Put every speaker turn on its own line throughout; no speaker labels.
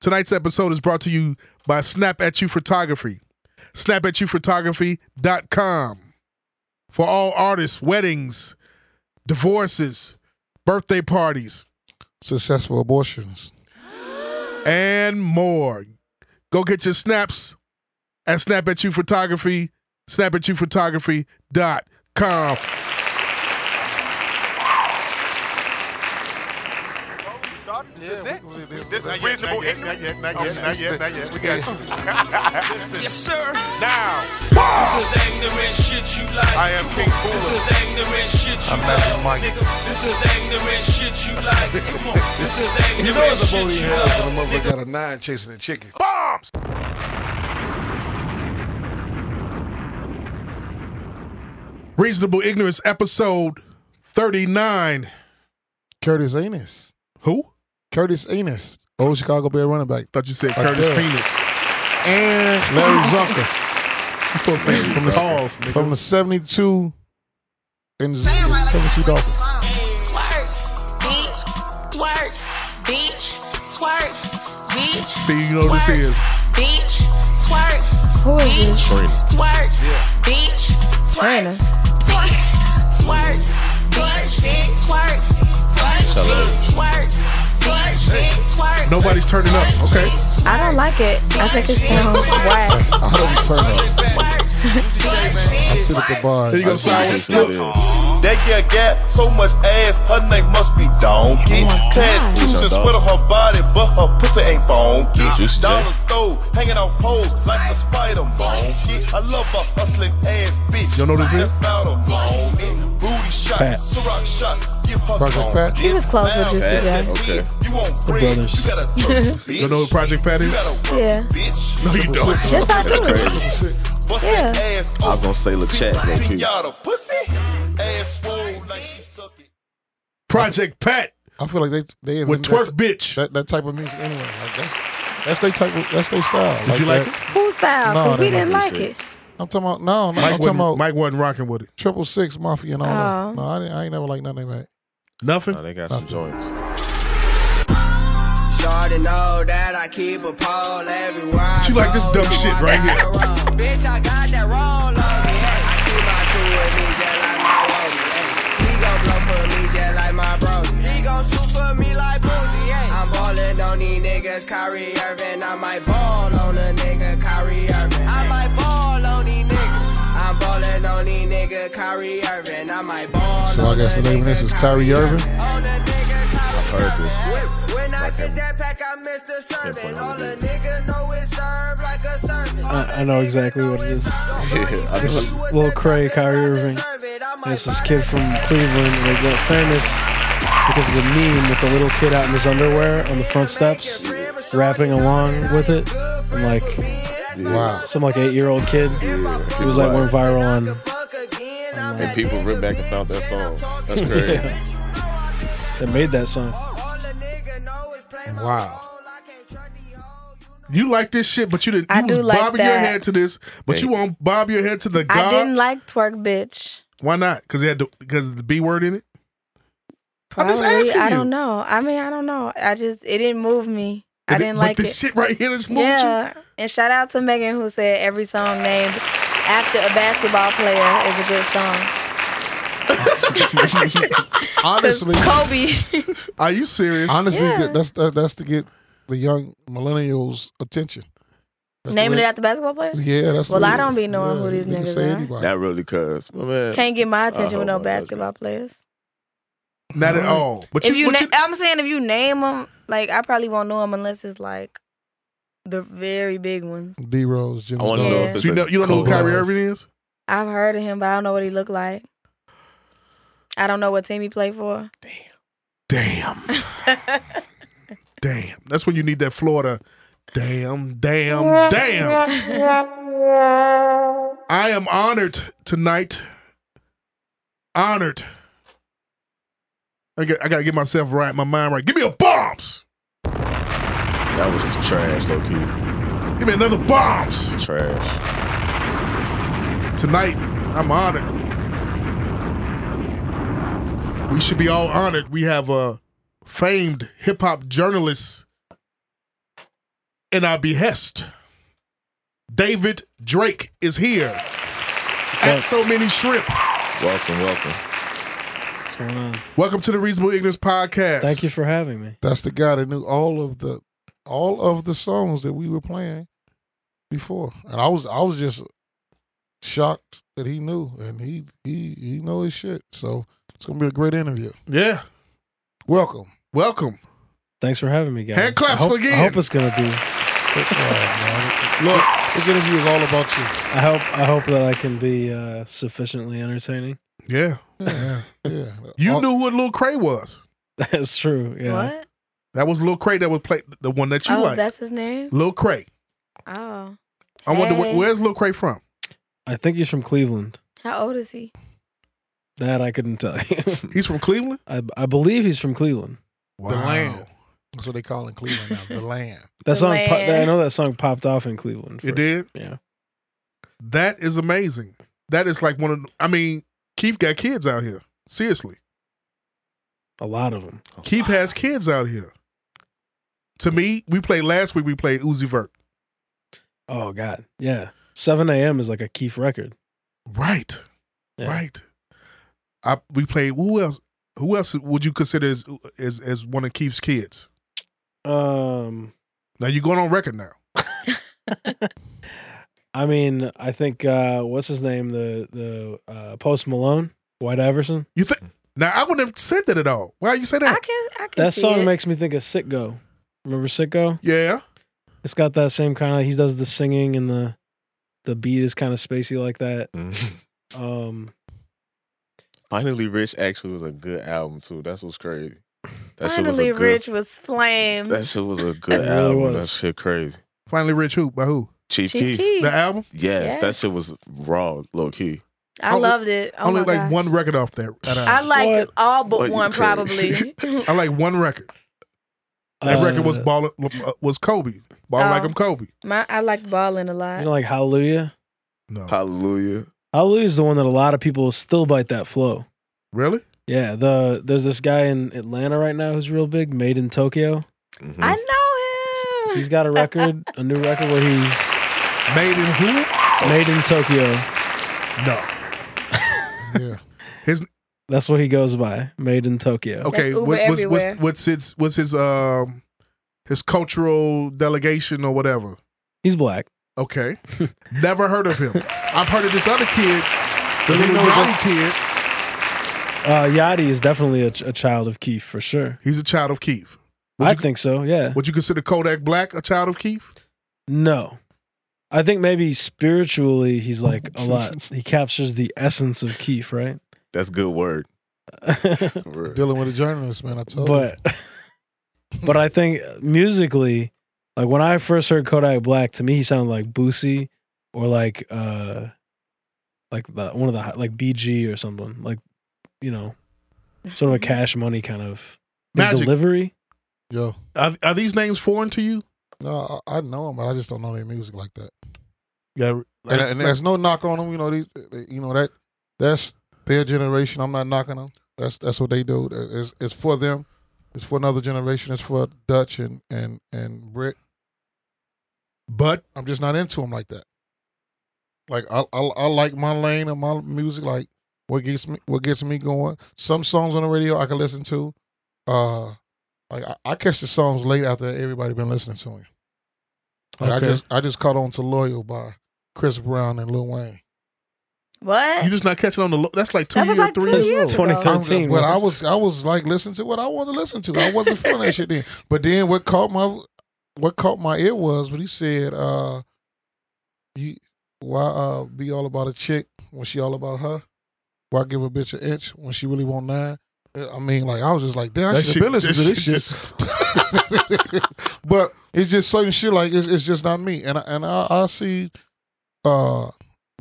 Tonight's episode is brought to you by Snap at You Photography. SnapAtYouPhotography.com. For all artists, weddings, divorces, birthday parties,
Successful abortions.
and more. Go get your snaps at Snap at You Photography, snapatyophotography.com.
started? This
Yeah,
is
we- we-
it?
we-
This
not
is
yet,
reasonable
not yet, not
ignorance? Oh,
yet, not yet,
Okay.
not yet, not yet. We got you.
Yes, sir.
Now,
This is the ignorant shit you like.
I am King
This
Cooler.
is the ignorant shit you
I'm Magic
like.
Mike.
Nigga, this is the ignorant shit you like. Come on. This is the
You know
ignorant
it's a
shit
booty
you
hell
like.
when a motherfucker got a nine chasing a chicken.
Bombs!
Reasonable Ignorance, episode 39.
Curtis Enos.
Who?
Curtis Enos, old Chicago Bear running back.
Thought you said Curtis
did.
Penis.
And Larry Zucker
You supposed to say from the stalls, nigga.
from the 72 and the 72 Dolphins.
Twerk, bitch, twerk, bitch, twerk, bitch.
See, you know who this
twerk,
is.
Bitch, twerk, bitch, twerk, bitch, twerk, twerk, twerk, bitch, twerk, twerk, twerk, bitch, twerk.
Nobody's turning up. Okay.
I don't like it. I think it sounds whack.
I hope you turn up.
Twerk,
I sit at the bar.
Here you go, Sour. Look,
That girl got so much ass, her name must be Donkey.
Oh
Tattoos and sweat on her body, but her pussy ain't funky. Dollars throw, hanging on poles like a spider monkey. I love her hustling ass bitch.
Y'all know this is?
About a moment. Booty shots, Ciroc shots, give her
Project
conk.
Pat?
He was close with Juicy
Now,
J.
that dick, You want bread, you gotta twerk, bitch.
you know what Project Pat
You
is?
gotta work,
Yeah.
bitch.
No, you don't.
Just how she was.
Bust
Yeah.
that ass open.
I was gonna say LeChat, though, too.
Pinata pussy. Ass swole like she stuck it.
Project Pat
I feel like they they
with
invented
Twerk Bitch.
that, that, that type of music anyway. Like that's that's their type. Of, that's their style.
Did you like it?
that.
Who style?
No,
'Cause we
they
didn't
don't
like
do
it.
I'm talking about no. no
Mike
I'm talking
wasn't,
about
Mike wasn't rocking with it.
Triple Six Mafia and all
Oh.
that. No, I, didn't, I ain't never like nothing like that.
Nothing.
Nah, they got some joints.
Shorty know that I keep a pole everywhere. I
She like
go.
this dumb
No,
shit
I
right
got
here.
it wrong. Bitch, I got that roll on me. Hey, I keep my two with me just like my Rosie. Hey, he gon' blow for me just like my Brody. He gon' shoot for me like Boozy. Hey, I'm ballin' on these niggas, Kyrie Irving. I might ball on a nigga, Kyrie Irving. I might ball on these niggas. I'm ballin' on these niggas, Kyrie Irving. I might ball.
So I
on
guess
a
the name of this
nigga,
is Kyrie Irving?
On a nigga, Kyrie
Heard this.
when I get that pack, I miss the serving. All a nigga know is served like a servant.
I, I know exactly what it is.
I
It's Lil Cray, Kyrie Irving. And it's this kid from Cleveland that got famous because of the meme with the little kid out in his underwear on the front steps, rapping along with it. And like
Wow.
some like eight year old kid, it was like went viral on.
And people ripped back and found that song. That's crazy.
That made that song.
Wow.
You like this shit, but you didn't. You
I
was
do like
bobbing your
that.
head to this, but you won't bob your head to the
I
God.
didn't like twerk, bitch.
Why not? Because it had the, because of the B word in it. I'm
Probably.
just asking
I
you.
don't know. I mean, I don't know. I just it didn't move me. I
But it-
didn't
but
like
this
it.
shit right here that's moved you.
Yeah. And shout out to Megan who said every song named after a basketball player is a good song.
Honestly,
'Cause Kobe.
Are you serious?
honestly,
Yeah.
that, that's that, that's to get the young millennials' attention. That's the
naming
way-
it after basketball players?
Yeah, that's. the
Well,
way-
I don't be knowing who these
you can
niggas
say
are.
Anybody.
That really cuz. My man.
Can't get my attention
Oh
with
my
no
goodness.
basketball players.
not at all. But
if you,
but
na- I'm saying if you name them, like I probably won't know them unless it's like the very big ones.
D Rose, Jimmy.
I want to know
Yeah.
if
so
it's
you,
a
know, you don't know who
Kobe.
Kyrie Irving is?
I've heard of him, but I don't know what he looked like. I don't know what team he played for.
Damn, damn. That's when you need that Florida. Damn, damn, damn. I am honored tonight. Honored. I, got, I gotta get myself right, my mind right. Give me a bombs.
That was just trash, low key.
Give me another bombs.
Trash.
Tonight, I'm honored. We uh, should be all honored. We have a famed hip hop journalist in our behest. David Drake is here at
up?
So Many Shrimp.
Welcome, welcome.
What's going on?
Welcome to the Reasonable Ignorance Podcast.
Thank you for having me.
That's the guy that knew all of the all of the songs that we were playing before, and I was I was just shocked that he knew, and he he he know his shit. So it's gonna be a great interview.
Yeah.
Welcome.
Welcome.
Thanks for having me, guys.
Hand claps
I hope,
for Gideon.
I hope it's gonna be.
Look,
This interview is all about you.
I hope I hope that I can be uh, sufficiently entertaining.
yeah.
Yeah, yeah.
You
All-
knew what Lil Cray was.
That's true. Yeah.
What?
That was Lil Cray that was played the one that you
oh,
like.
that's his name.
Lil Cray.
Oh,
I wonder where,
Hey.
where's Lil Cray from?
I think he's from Cleveland.
how old is he?
That I couldn't tell you.
He's from Cleveland?
I, I believe he's from Cleveland.
Wow.
the land. That's what they call in Cleveland now. The land.
That song, po-
man.
I know that song popped off in Cleveland.
It
first.
did?
Yeah.
That is amazing. That is like one of I mean, Keith got kids out here. Seriously.
A lot of them.
Keith has kids out here. To me, we played last week we played Uzi Vert.
Oh, God. Yeah. 7 a.m. is like a Keith record.
Right.
Yeah.
Right. I we played who else who else would you consider as as, as one of Keith's kids?
Um,
Now you're going on record now.
I mean, I think, uh, what's his name? The, the uh, Post Malone, White Iverson.
You think now I wouldn't have said that at all. Why you say that?
I can. I can.
That
see
song
it.
makes me think of Sitgo. Remember Sitgo?
yeah.
It's got that same kind of, he does the singing and the, the beat is kind of spacey like that. Um,
Mm-hmm. Finally, Rich actually was a good album too. That's what's crazy. That shit was a
Finally,
good.
Rich was flamed.
That shit was a good
It really
album. That
was.
shit crazy.
Finally Rich Who by who?
Chief,
Chief
Keef.
Keef.
The album?
Yes, that
Yes.
shit was raw, low key.
I
only-
loved it. Oh
Only
my
like
gosh.
one record off that. that
I
album.
liked
What?
all but
What, you
one probably.
crazy?
I like one record. That
uh,
record was ball uh, was Kobe. Ball
Oh.
like I'm Kobe.
My, I liked balling a
You
lot.
know, like Hallelujah.
No.
Hallelujah.
Hallelujah is the one that a lot of people still bite that flow.
Really?
Yeah, the there's this guy in Atlanta right now who's real big, made in Tokyo.
Mhm.
I know him.
He's got a record, a new record where he
Made in who?
made in Tokyo.
No.
Yeah.
That's what he goes by, made in Tokyo.
Okay.
That's Uber
what- what's, what's
everywhere.
what's his what's his um his cultural delegation or whatever?
He's black.
Okay. Never heard of him. I've heard of this other kid, the
You
little
know
Yachty kid.
Uh, Yachty is definitely a, ch- a child of Keith for sure.
He's a child of Keith. Would
I
you-
think so. Yeah.
Would you consider Kodak Black a child of Keith?
No, I think maybe spiritually he's like a lot. He captures the essence of Keith, right?
That's good word.
Oh.
For real.
Dealing with a journalist, man. I told you.
but but I think musically, like when I first heard Kodak Black, to me he sounded like Boosie or like uh like the one of the hi- like BG or someone like you know sort of a Cash Money kind of his
Magic.
delivery.
Yo.
Are, are these names foreign to you?
No, I, I know him, but I just don't know their music like that.
Yeah.
And, and there's no knock on them. You know these. You know that. That's their generation. I'm not knocking them. That's that's what they do. It's, it's for them. It's for another generation. It's for Dutch and and and Brit.
but
I'm just not into them like that. Like I, I, I like my lane and my music. Like what gets me, what gets me going. Some songs on the radio I can listen to. Uh, like I, I catch the songs late after everybody been listening to them. Like
Okay.
I just, I just caught on to "Loyal" by Chris Brown and Lil Wayne.
what?
you just not catching on the. Lo- that's like two
That was
years,
like
three
two
years.
years ago.
2013.
But I was, I was like listening to what I wanted to listen to. I wasn't feeling that shit then. But then what caught my, what caught my ear was when he said, uh, you, "Why uh, be all about a chick when she all about her? Why give a bitch an inch when she really want nine? I mean, like I was just like, damn, I
That
should have been
shit-
listening to
that
this shit. but it's just certain shit like it's, it's just not me, and I, and I, I see uh,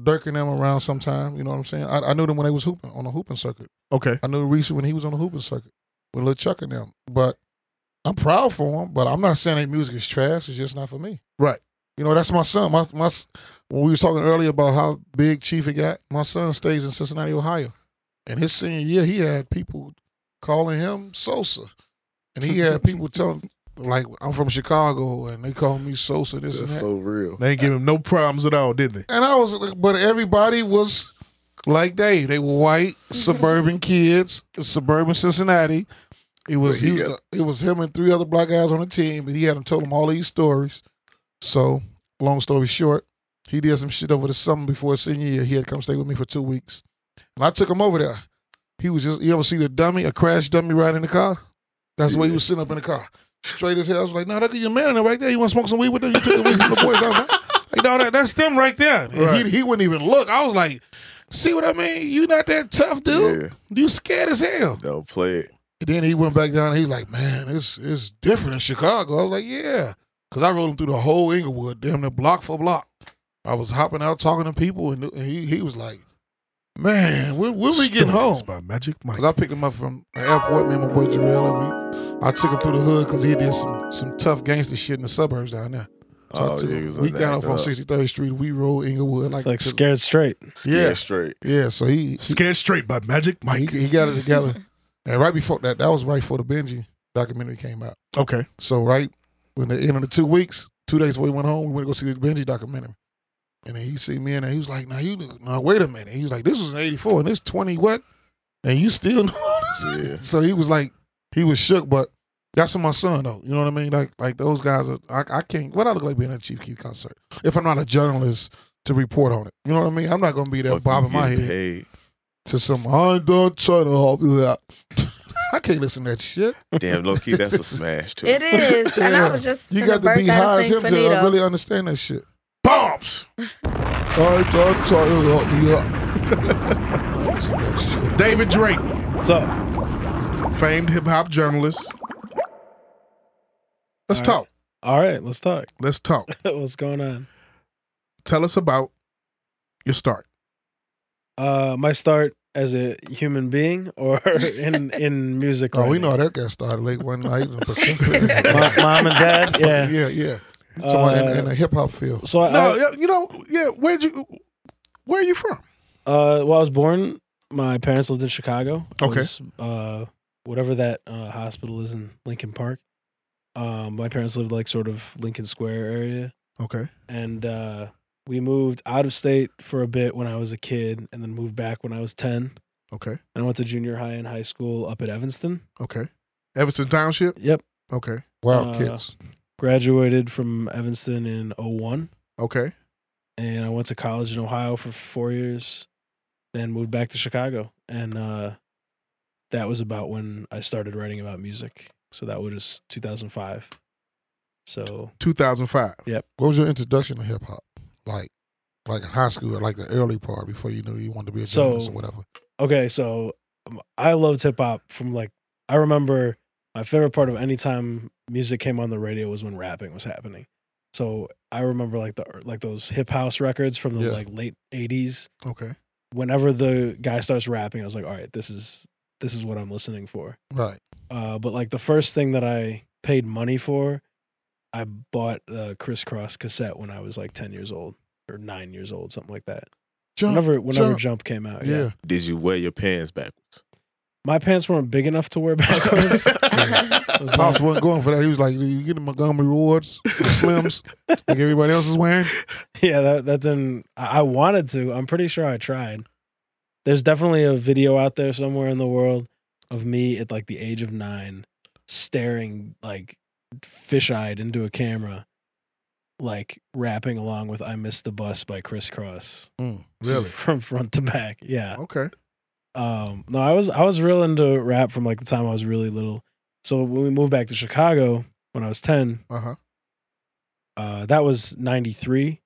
Dirk and them around sometime. You know what I'm saying? I, I knew them when they was hooping on the hooping circuit.
Okay.
I knew Reese when he was on the hooping circuit with Lil Chuck and them. But I'm proud for him. But I'm not saying their music is trash. It's just not for me.
Right.
You know, that's my son. My my s- when we was talking earlier about how big Chief it got, my son stays in Cincinnati, Ohio. And his senior year, he had people calling him Sosa, and he had people telling like I'm from Chicago and they call me Sosa. This and that.
real.
They ain't give him no problems at all, did they?
And I was, like- but everybody was like they. They were white suburban kids, suburban Cincinnati. It was
But he
he was
got-
the- it was him and three other black guys on the team, and he had them told them all these stories. So, long story short, he did some shit over the summer before his senior year. He had come stay with me for two weeks, and I took him over there. He was just you ever see the dummy, a crash dummy ride in the car? That's the way he was sitting up in the car, straight as hell. I was like, "No, look at your man in there right there. You want to smoke some weed with them? You took away from the boys." I was like, like, no, that, that's them right there. And
Right.
He, he wouldn't even look. I was like, see what I mean? You not that tough, dude.
Yeah.
You scared as hell.
Don't play it.
And then he went back down and he's like, man, it's, it's different in Chicago. I was like, yeah. Because I rode him through the whole Inglewood, damn near block for block. I was hopping out talking to people, and, and he, he was like, man, when, when we getting home?
Stories By Magic Mike.
Because I picked him up from the airport, me and my boy Jarrell, and we, I took him through the hood because he did some, some tough gangster shit in the suburbs down there. So I
Oh,
took
yeah,
him-
he was
we
on
got
that
off on
dog.
63rd Street. We rode Inglewood like,
It's like
to-
scared straight.
Scared
Yeah.
straight.
Yeah, so he
Scared straight by Magic
he,
Mike.
he got it together. and right before that, that was right before the Benji documentary came out.
Okay.
So right when the end of the two weeks, two days before we went home, we went to go see the Benji documentary. And then he see me and he was like, "Now you, now wait a minute." He was like, "This was '84 and this 20 what?" And you still know this?
Yeah.
So he was like, he was shook, but that's for my son though. You know what I mean? Like, like those guys are. I, I can't. What I look like being at a Chief Keef concert if I'm not a journalist to report on it. You know what I mean? I'm not gonna be there
Fuck, you
bobbing my
getting
head
paid.
to some I done trying to help you out. I can't listen to that shit.
Damn, low key, that's a smash too.
It is, and I was
Yeah.
just
you
finna
got to
burst
be
out and
high as
sing
him to uh,
Finito.
really understand that shit.
Bombs.
I done trying to help you out. I don't listen to that shit.
David Drake,
What's up?
famed hip hop journalist. Let's
All right.
talk.
All right, let's talk.
Let's talk.
What's going on?
Tell us about your start.
Uh, my start as a human being or in in music.
Oh, we
writing?
know how that got started late one night in the Pacific.
Mo- mom and dad. Yeah.
yeah, yeah. Someone in, in
Uh,
the hip hop field.
so I,
No,
I-
yeah, you know, yeah. Where'd you? Where are you from?
uh, well, I was born. My parents lived in Chicago. I
Okay.
was, uh, whatever that uh, hospital is in Lincoln Park. Um, my parents lived like sort of Lincoln Square area,
Okay.
and uh, we moved out of state for a bit when I was a kid, and then moved back when I was ten.
Okay.
And I went to junior high and high school up at Evanston.
Okay. Everton Township.
Yep.
Okay.
Wow,
uh,
kids.
Graduated from Evanston in 01.
Okay.
and I went to college in Ohio for four years, then moved back to Chicago, and uh, that was about when I started writing about music. So that was 2005. So
2005.
What was your introduction to hip hop? Like, like in high school, like the early part before you knew you wanted to be a
So-
journalist or whatever.
okay, so um, I loved hip hop from like I remember my favorite part of any time music came on the radio was when rapping was happening. So I remember like the like those hip house records from the
Yeah.
like late 80s
Okay.
whenever the guy starts rapping, I was like, all right, this is this is what I'm listening for.
Right.
Uh, but like the first thing that I paid money for, I bought a crisscross cassette when I was like ten years old or nine years old, something like that.
Jump,
whenever whenever
jump.
jump, came out, yeah.
yeah.
Did you wear your pants backwards?
my pants weren't big enough to wear backwards. It was
Pops
Mm.
not-
wasn't going for that. He was like, "You get the Montgomery Wards, the Slims, like everybody else is wearing."
yeah, that that didn't. I I wanted to. I'm pretty sure I tried. There's definitely a video out there somewhere in the world of me at like the age of nine, staring like fish-eyed into a camera, like rapping along with "I Missed the Bus" by Criss Cross
Mm,
from front to back. Yeah.
Okay.
Um, no, I was I was real into rap from like the time I was really little. So when we moved back to Chicago when I was ten,
Uh huh.
uh, that was 93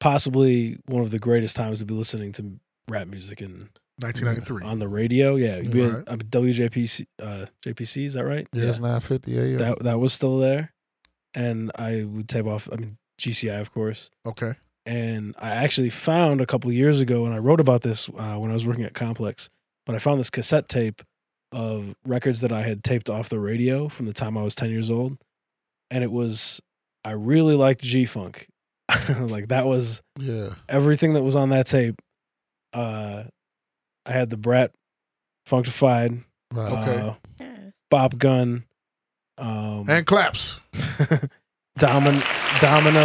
possibly one of the greatest times to be listening to rap music in
1993.
on the radio yeah we had,
Right.
uh, wjpc uh, jpc is that right
Yeah, it's nine fifty. Yeah, yeah.
that, that was still there and i would tape off i mean gci of course
Okay.
and i actually found a couple years ago and i wrote about this uh, when i was working at complex but i found this cassette tape of records that i had taped off the radio from the time i was 10 years old and it was i really liked g-funk like that was
yeah.
everything that was on that tape. Uh, I had the Brat, Funkified,
Right.
uh, Bop Gun, Um,
and claps.
Domin- domino.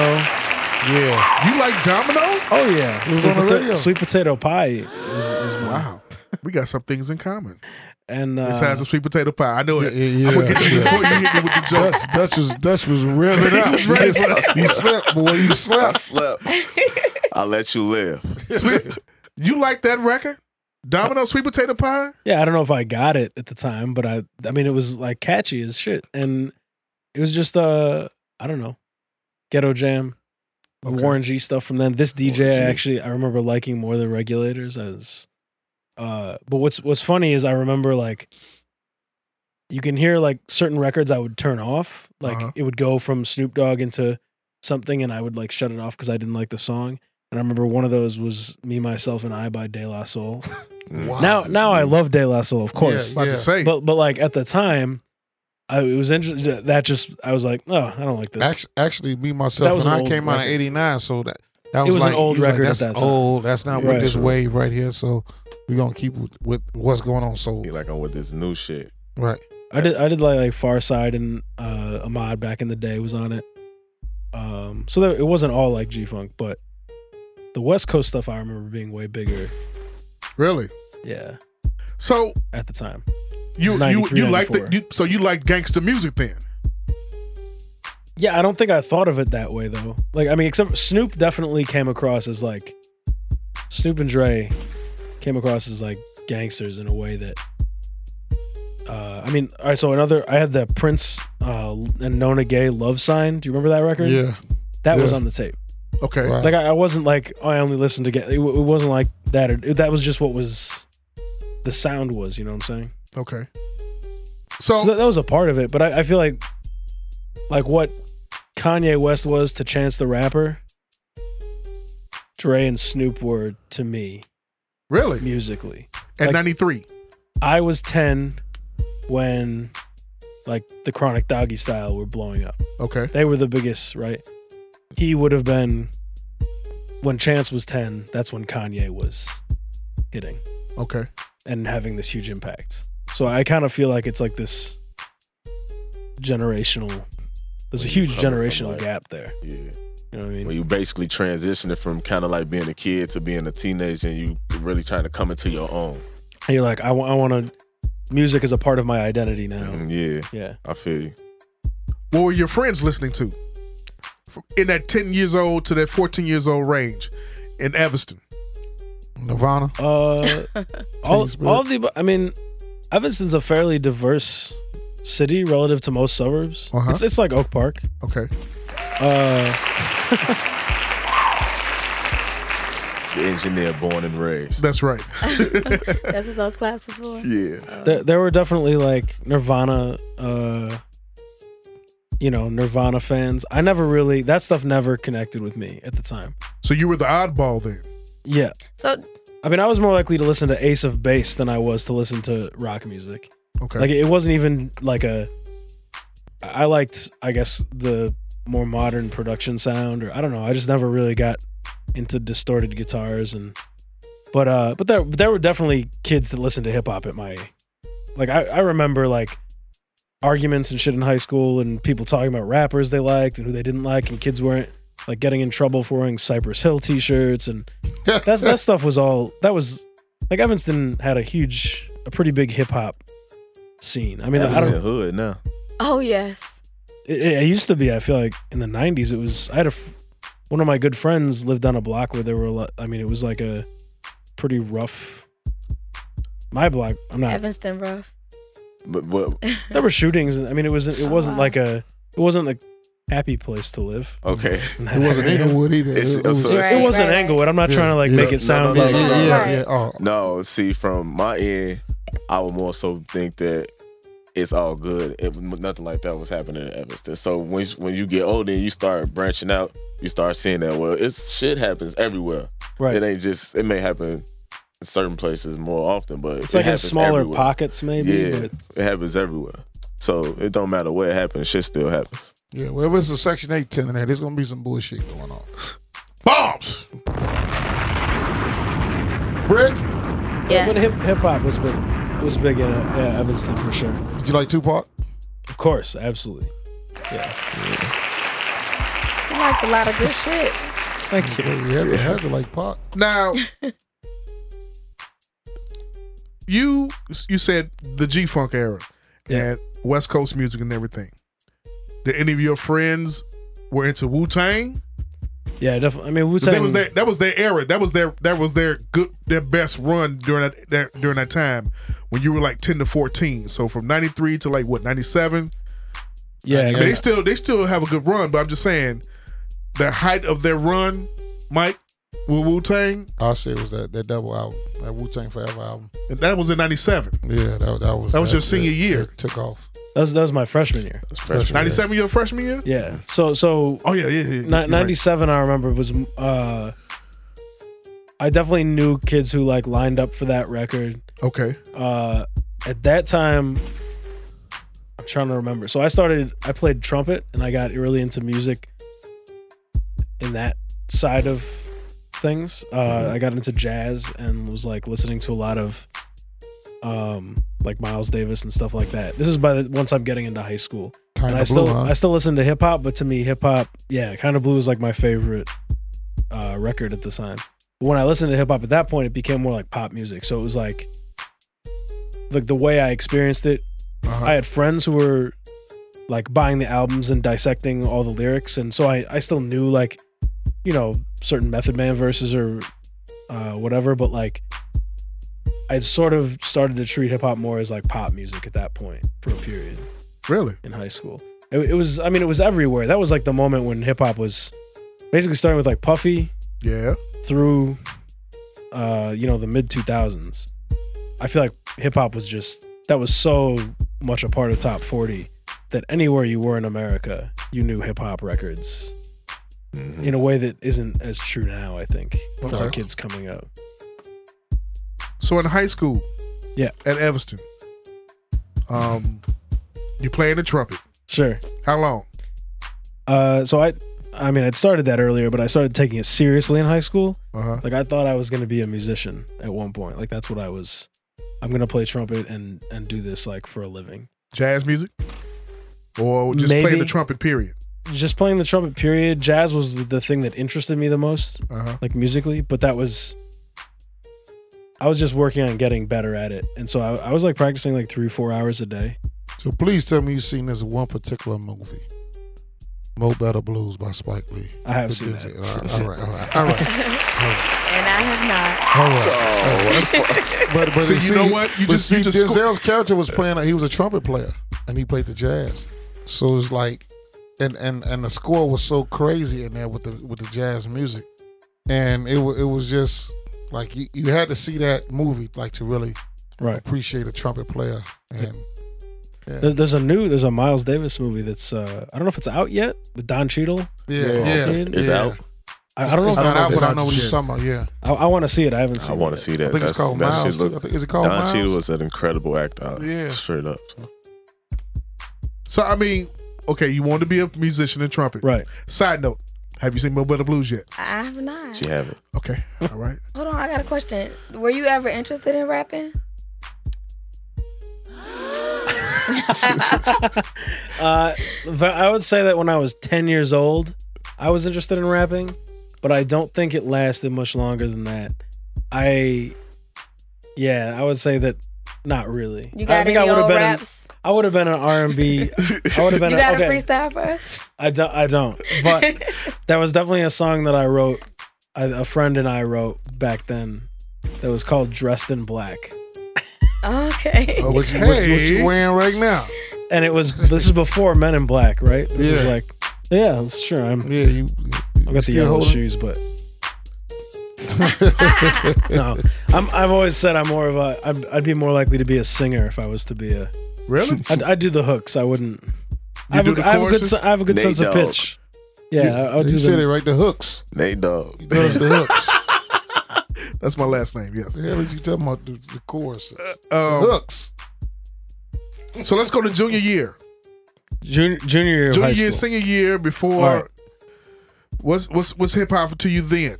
Yeah. You like domino?
Oh yeah.
It was on the
pota-
radio.
Sweet potato pie was, was one.
Wow. We got some things in common.
And uh,
Besides the sweet potato pie. I know it.
Yeah,
I'm gonna get you
yeah.
before you hit me with the joke.
Dutch, Dutch was Dutch was revving
He
up.
was ready for us.
you slept, boy. You
I
slept.
slept. I let you live.
Sweet- you like that record? Domino sweet potato pie?
yeah, I don't know if I got it at the time, but I I mean it was like catchy as shit, and it was just uh I don't know, ghetto jam, Warren G stuff from then. This DJ I
Warren G.
actually I remember liking more than Regulators as, uh. But what's what's funny is I remember like. You can hear like certain records I would turn off. Like
Uh-huh.
it would go from Snoop Dogg into something and I would like shut it off because I didn't like the song. And I remember one of those was Me, Myself, and I by De La Soul.
Wow.
now now I love De La Soul, of course.
About
Yeah.
to say.
But but like at the time, I, it was interesting. That just I was like, oh, I don't like this.
Actually, actually, me
That
myself
was
and
an
I
old
came out
record.
in '89, so that that
It
was,
was an
like,
old
he was
record at
like,
that
That's
time."
old. That's not what
Right.
this wave right here. So we're gonna keep with, with what's going on. So
Be like I'm with this new shit.
right,
I did I did like like Far Side and uh, Ahmad back in the day was on it. Um, so there, it wasn't all like G Funk, but the West Coast stuff I remember being way bigger.
Really?
Yeah,
So
at the time.
you you
93,
you like the
94.
you, so you like gangster music then?
Yeah, I don't think I thought of it that way though. Like, I mean, except Snoop definitely came across as like Snoop and Dre came across as like gangsters in a way that. Uh, I mean, all right. So another, I had the Prince uh, and Nona Gay love sign. Do you remember that record?
yeah,
that was
yeah.
on the tape.
Okay.
Right.
Like, I, I wasn't like oh, I only listened to get. It, w- it wasn't like that. It, that was just what was the sound was. You know what I'm saying?
Okay.
So
So
that, that was a part of it, but I, I feel like like what Kanye West was to Chance the Rapper, Dre and Snoop were to me
really
musically.
at
like-
93.
I was ten when like the Chronic Doggy Style were blowing up.
Okay.
They were the biggest, right? He would have been when Chance was ten. That's when Kanye was hitting
Okay.
and having this huge impact. So I kind of feel like it's like this generational. There's a
When you
huge
come from,
generational
like-
gap there.
Yeah.
You know what I
When
mean?
you basically transitioning from kind of like being a kid to being a teenager and you really trying to come into your own.
And you're like, I want to. Music is a part of my identity now.
Mm, Yeah,
Yeah.
I feel you.
What were your friends listening to? From- In that 10 years old to that 14 years old range in Evanston.
Nirvana.
Uh, all
Teens, bro.
all the. I mean, Evanston's a fairly diverse city relative to most suburbs.
Uh-huh.
It's it's like Oak Park.
Okay.
Uh,
The engineer born and raised.
That's right.
That's what those claps was for.
Yeah.
there, there were definitely like Nirvana, uh, you know, Nirvana fans. I never really that stuff never connected with me at the time.
So you were the oddball then.
Yeah,
So
I mean, I was more likely to listen to Ace of Base than I was to listen to rock music.
Okay.
Like it wasn't even like a. I liked, I guess, the more modern production sound, or I don't know. I just never really got into distorted guitars and. But uh, but there there were definitely kids that listened to hip hop at my, like I I remember like arguments and shit in high school and people talking about rappers they liked and who they didn't like and kids weren't like getting in trouble for wearing Cypress Hill t-shirts and that's that stuff was all that was like Evanston had a huge a pretty big hip hop scene. I mean I
Evanston
don't
hood now.
oh yes.
it, it used to be I feel like in the 90s it was I had a f- one of my good friends lived on a block where there were a lot I mean it was like a pretty rough my block I'm not
Evanston rough.
But, but
there were shootings and I mean it wasn't it
Oh,
wasn't
wow.
like a it wasn't like happy place to live.
okay.
It
It wasn't Inglewood either.
It's-
it, it was,
so it's-
It wasn't
Right.
Englewood. I'm not
Yeah,
trying to like
yeah.
make it sound
yeah,
like
yeah, yeah,
Right.
yeah. Oh,
No, see, from my end, I would more so think that it's all good. It, nothing like that was happening in Evanston. So when when you get older and you start branching out, you start seeing that well, it's shit happens everywhere. It ain't just it may happen in certain places more often, but
It's
it
like in
happens
smaller
everywhere.
pockets, maybe.
Yeah,
But
it happens everywhere. So it don't matter where it happens, shit still happens.
yeah. Well, it's a Section Eight ten in there. There's gonna be some bullshit going on.
Bombs.
Brett,
Yeah.
but hip hip hop was big was big in uh, yeah, Evanston for sure.
did you like Tupac?
Of course, absolutely. Yeah.
You liked a lot of good shit.
Thank you.
You had to have it like pop.
Now, you you said the G Funk era and West Coast music and everything. Did any of your friends were into Wu Tang?
Yeah, definitely. I mean, Wu
That was
Tang.
their that was their era. That was their that was their good their best run during that, that during that time when you were like ten to fourteen. So from ninety three to like what ninety seven.
Yeah,
I mean,
yeah.
they still they still have a good run, but I'm just saying the height of their run, Mike with Wu Tang,
I say it was that, that double album, that Wu Tang Forever album.
and that was in ninety seven.
Yeah, that, that was
That was your senior
it-
year.
it took off.
That was, that was my freshman year.
Ninety seven your freshman year.
Yeah. So so.
Oh yeah, yeah, yeah.
Ni- 97 i remember was uh i definitely knew kids who like lined up for that record
Okay.
uh at that time i'm trying to remember so i started i played trumpet and i got really into music in that side of things uh i got into jazz and was like listening to a lot of um like miles davis and stuff like that this is by the once i'm getting into high school
Kind
and I
of blue,
still
huh?
I still listen to hip hop, but to me hip hop, yeah, kind of blue is like my favorite uh, record at the time. But when I listened to hip hop at that point, it became more like pop music. So it was like like the way I experienced it.
Uh-huh.
I had friends who were like buying the albums and dissecting all the lyrics, and so I I still knew like you know certain Method Man verses or uh, whatever, but like. I sort of started to treat hip hop more as like pop music at that point for a period
Really?
in high school. It, it was, I mean, it was everywhere. That was like the moment when hip hop was basically starting with like Puffy
Yeah.
through, uh, you know, the mid 2000s. I feel like hip hop was just, that was so much a part of top 40 that anywhere you were in America, you knew hip hop records in a way that isn't as true now, I think, for our
Okay.
kids coming up.
So in high school,
Yeah.
at Evanston, um, you playing the trumpet.
Sure.
How long?
Uh, so I, I mean, I'd started that earlier, but I started taking it seriously in high school.
Uh-huh.
Like I thought I was gonna be a musician at one point. Like that's what I was. I'm gonna play trumpet and and do this like for a living.
Jazz music, or just playing
Maybe.
the trumpet? Period.
Just playing the trumpet. Period. Jazz was the thing that interested me the most,
Uh-huh.
like musically. But that was. I was just working on getting better at it, and so I, I was like practicing like three, four hours a day.
So please tell me you've seen this one particular movie, Mo Better Blues by Spike Lee.
I have seen
Did
that.
you- All right, all right, all right,
And I have
all right. But, but
So you know what? You
but
just- you
see,
just sco-
Denzel's character was playing. He was a trumpet player, and he played the jazz. So it's like, and and and the score was so crazy in there with the with the jazz music, and it wa- it was just like you, you had to see that movie like to really
Right.
appreciate a trumpet player. And
There's, there's a new, there's a Miles Davis movie that's uh, I don't know if it's out yet, with Don Cheadle.
Yeah.
yeah, yeah,
Dude,
It's
yeah.
out.
I, I don't know.
It's
If,
not out,
it's
but I
out
know what
just
you're
yet.
talking about. Yeah,
I, I want to see it. I haven't
I
seen.
want
it.
to see that.
I think it's
That's,
called
that
Miles.
shit
too. I
look.
think, is it called
Don
Miles?
Cheadle was an incredible actor.
Yeah.
Straight up. So.
So I mean, okay, you wanted to be a musician and trumpet.
Right.
Side note: Have you seen Mo Better Blues yet?
not. I have not.
She have it.
Okay. All right.
Hold on, I got a question. Were you ever interested in rapping?
Uh, v- I would say that when I was 10 years old, I was interested in rapping, but I don't think it lasted much longer than that. I, yeah, I would say that not really.
You got
I think
any
I would have
old
been. An,
raps?
I would have been an R and B. I would have been.
You
a,
got
okay,
a freestyle for us?
I don't. I don't. But that was definitely a song that I wrote. I, a friend and I wrote back then. That was called "Dressed in Black,"
Okay.
Oh, what, you, what, you- what
Hey.
you wearing right now?
and it was. This is before Men in Black, right? This is
Yeah.
like, yeah, that's true. I'm
Yeah, you.
I got the
still
yellow
holding-
shoes, but no, I'm, I've always said I'm more of a. I'd, I'd be more likely to be a singer if I was to be a.
Really?
I'd, I'd do the hooks. I wouldn't. I
You
have,
do
a,
the
I have a good.
choruses?
sen- I have a good
Nate
sense of
Dogg.
pitch. Yeah, I- I'll do
You said it
the,
right. The hooks.
Nate Dogg.
Those the hooks.
That's my last name. Yes.
The hell is you talking about the, the chorus?
Um,
hooks.
so let's go to junior year.
junior, junior year of
Junior
high
year,
school.
senior year. Before
All right.
what's what's what's hip hop to you then?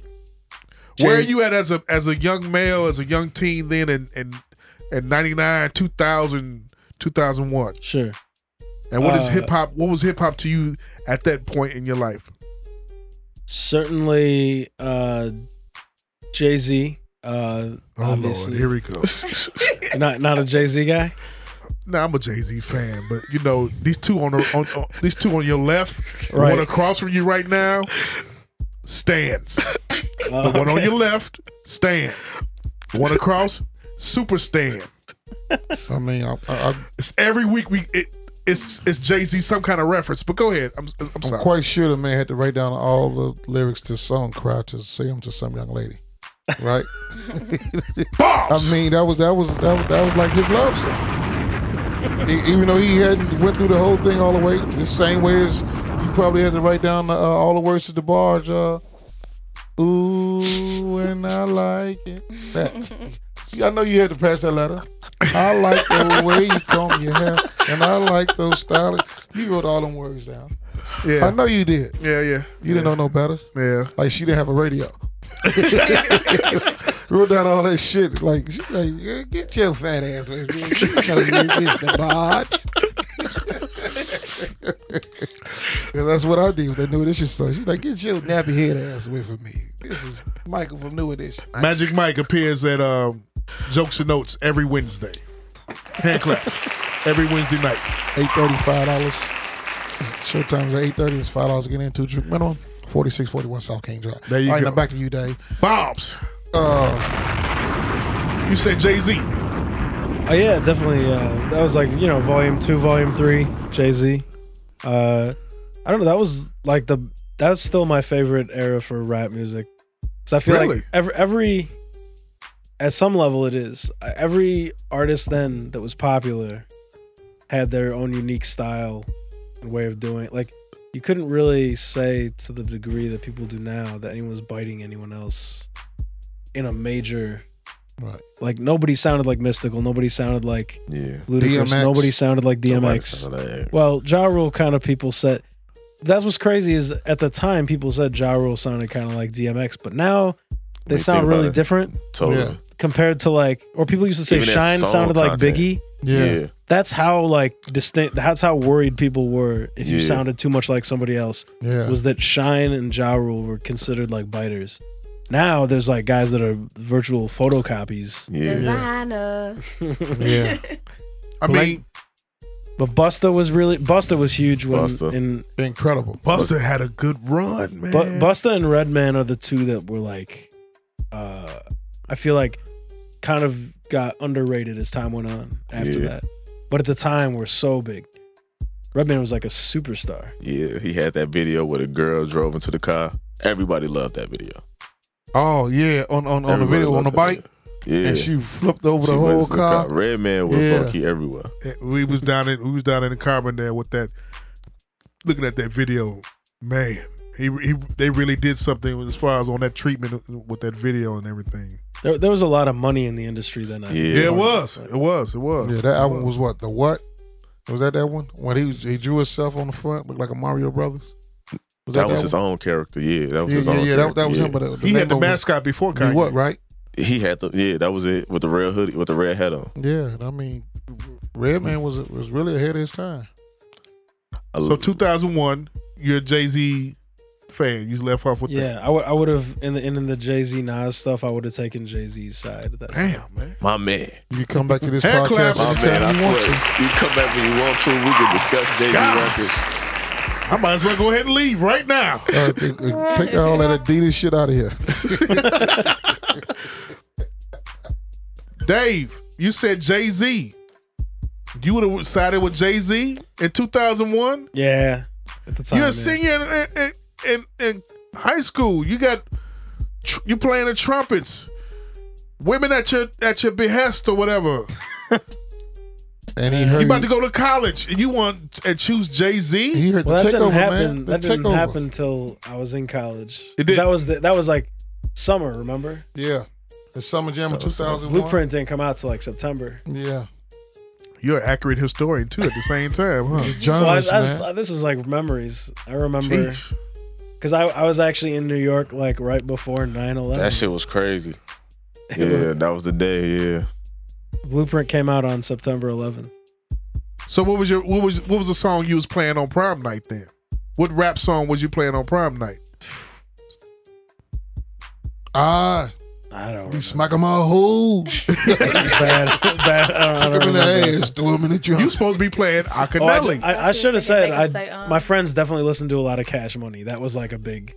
Where are
Jay-
you at as a as a young male, as a young teen then, and and and ninety nine, 2000, 2001?
Sure.
And what is
Uh,
hip hop? What was hip hop to you at that point in your life?
Certainly, uh, Jay Z. Uh,
Oh, Lord,
obviously.
here we go.
not not a Jay Z guy.
Now I'm a Jay Z fan, but you know these two on the on, on these two on your left,
Right.
one across from you right now, stands.
Oh,
the one on
okay.
your left, stand. One across, super stand.
I mean, I, I, I-
It's every week we it, it's it's Jay Z some kind of reference. But go ahead. I'm I'm
I'm
sorry.
quite sure the man had to write down all the lyrics to song "Cry to Say Them to Some Young Lady," right? I mean, that was that was that was, that was like his love song. E- Even though he hadn't went through the whole thing all the way, the same way as you probably had to write down the, uh, all the words to the barge. Uh, Ooh, and I like it. That. See, I know you had to pass that letter. I like the way you comb your hair, and I like those stylish. You wrote all them words down.
yeah.
I know you did.
Yeah, yeah.
You didn't know no better.
Yeah.
Like she didn't have a radio. Wrote down all that shit. Like, she like "Yeah, get your fat ass away. from me. You know you did the bod. 'Cause that's what I did with that new edition song. She's like, get your nappy head ass away from me. This is Michael from New Edition.
Magic Mike appears at um, Jokes and Notes every Wednesday. Hand claps every Wednesday night.
Eight thirty, five dollars. Showtime is at eight thirty. It's five dollars to get into drink minimum. Forty six forty one South King Drive.
There you
All right,
go.
now back to you, Dave.
Bombs.
Uh,
You said Jay Z.
Oh yeah, definitely. Uh, that was like you know, volume two, volume three, Jay Z. Uh, I don't know. That was like the that's still my favorite era for rap music. Cause I feel
Really?
like every every at some level it is Uh, every artist then that was popular had their own unique style and way of doing it. Like you couldn't really say to the degree that people do now that anyone's biting anyone else in a major.
Right.
Like nobody sounded like mystical. Nobody sounded like
Yeah.
Ludacris.
DMX.
Nobody sounded like
Nobody
DMX.
sound like that.
Well, Ja Rule kind of people said. That's what's crazy is at the time people said Ja Rule sounded kind of like DMX, but now
When
they
you
sound
think about
really
it,
different
Totally.
Yeah.
compared to like, or people used to say
Even that
Shine
soul
sounded like
content.
Biggie.
yeah.
yeah.
That's how like distinct. That's how worried people were if you
Yeah.
sounded too much like somebody else.
Yeah.
Was that Shine and Ja Rule were considered like biters? Now there's like guys that are virtual photocopies.
Yeah.
Designer.
yeah.
I mean,
But Busta was really Busta was huge when
Busta.
in
Incredible.
Buster had a good run, man.
Bu- Busta and Redman are the two that were like, uh, I feel like kind of got underrated as time went on after
Yeah.
that. But at the time, were so big. Redman was like a superstar.
Yeah, he had that video where the girl drove into the car. Everybody loved that video.
Oh yeah, on on, on the
Everybody
video on
loved
the
that
bike,
video. Yeah.
and she flipped over
She
the
went
whole
into
car.
Red Man was
Yeah.
funky everywhere.
we was down in we was down in the carbon there with that looking at that video man he, he they really did something as far as on that treatment with that video and everything
There, there was a lot of money in the industry then. I-
Yeah.
yeah, it was it was it was
Yeah, that album was what the what? Was that that one when he was, he drew himself on the front, looked like a Mario Brothers? Was
that, was
one?
his own character. Yeah, that was
Yeah,
his
yeah,
own.
yeah, that, that was
character,
him. But the, the
he had the
name was-
mascot before
Be
Kanye.
what right?
yeah. he had the yeah. That was it with the red hoodie with the red hat on.
Yeah, I mean, Redman was was really ahead of his time.
I
so
love-
2001 you're a jay-z fan you left off with that
Yeah, I would. I would have in the in the Jay Z Nas stuff. I would have taken Jay Z's side. That's
damn man
my man,
You can come back to this
Hand
podcast
claps.
my
Anytime
Oh, man. I
anytime you
swear,
want to.
you come back when you want to. We can discuss Jay Z records.
Guys, i might as well go ahead and leave right now
Uh, th- uh, take all that Adidas shit out of here.
dave you said jay-z you would have sided with jay-z in 2001
yeah. At the time,
You're
man.
a senior in, in, in, in high school. You got tr- you playing the trumpets. Women at your at your behest or whatever.
And he heard
You about to go to college and you want and choose Jay Z?
he heard
Well,
the
that didn't
takeover,
happen.
man. The
That didn't
takeover.
happen till I was in college.
It
'Cause
did.
That was the, that was like summer. Remember,
Yeah, the Summer Jam of
So sad.
2001.
Blueprint didn't come out till like September.
Yeah,
You're an accurate historian too at the same time, huh?
Well, I,
genres,
I was-
man.
this is like memories. I remember
Jeez.
because I, I was actually in New York like right before 9 11.
That shit was crazy. Yeah, that was the day. Yeah,
Blueprint came out on September 11th.
So what was your what was what was the song you was playing on prom night then? What rap song was you playing on prom night?
Ah.
I don't
You smack him on hooves.
bad. bad. I
Kick
don't, I don't
him in the
remember.
ass. Throw him in the trunk.
You supposed to be playing
Oh, I,
Acanelli.
ju- I, should have said I,
him say, um.
my friends definitely listened to a lot of Cash Money. That was like a big.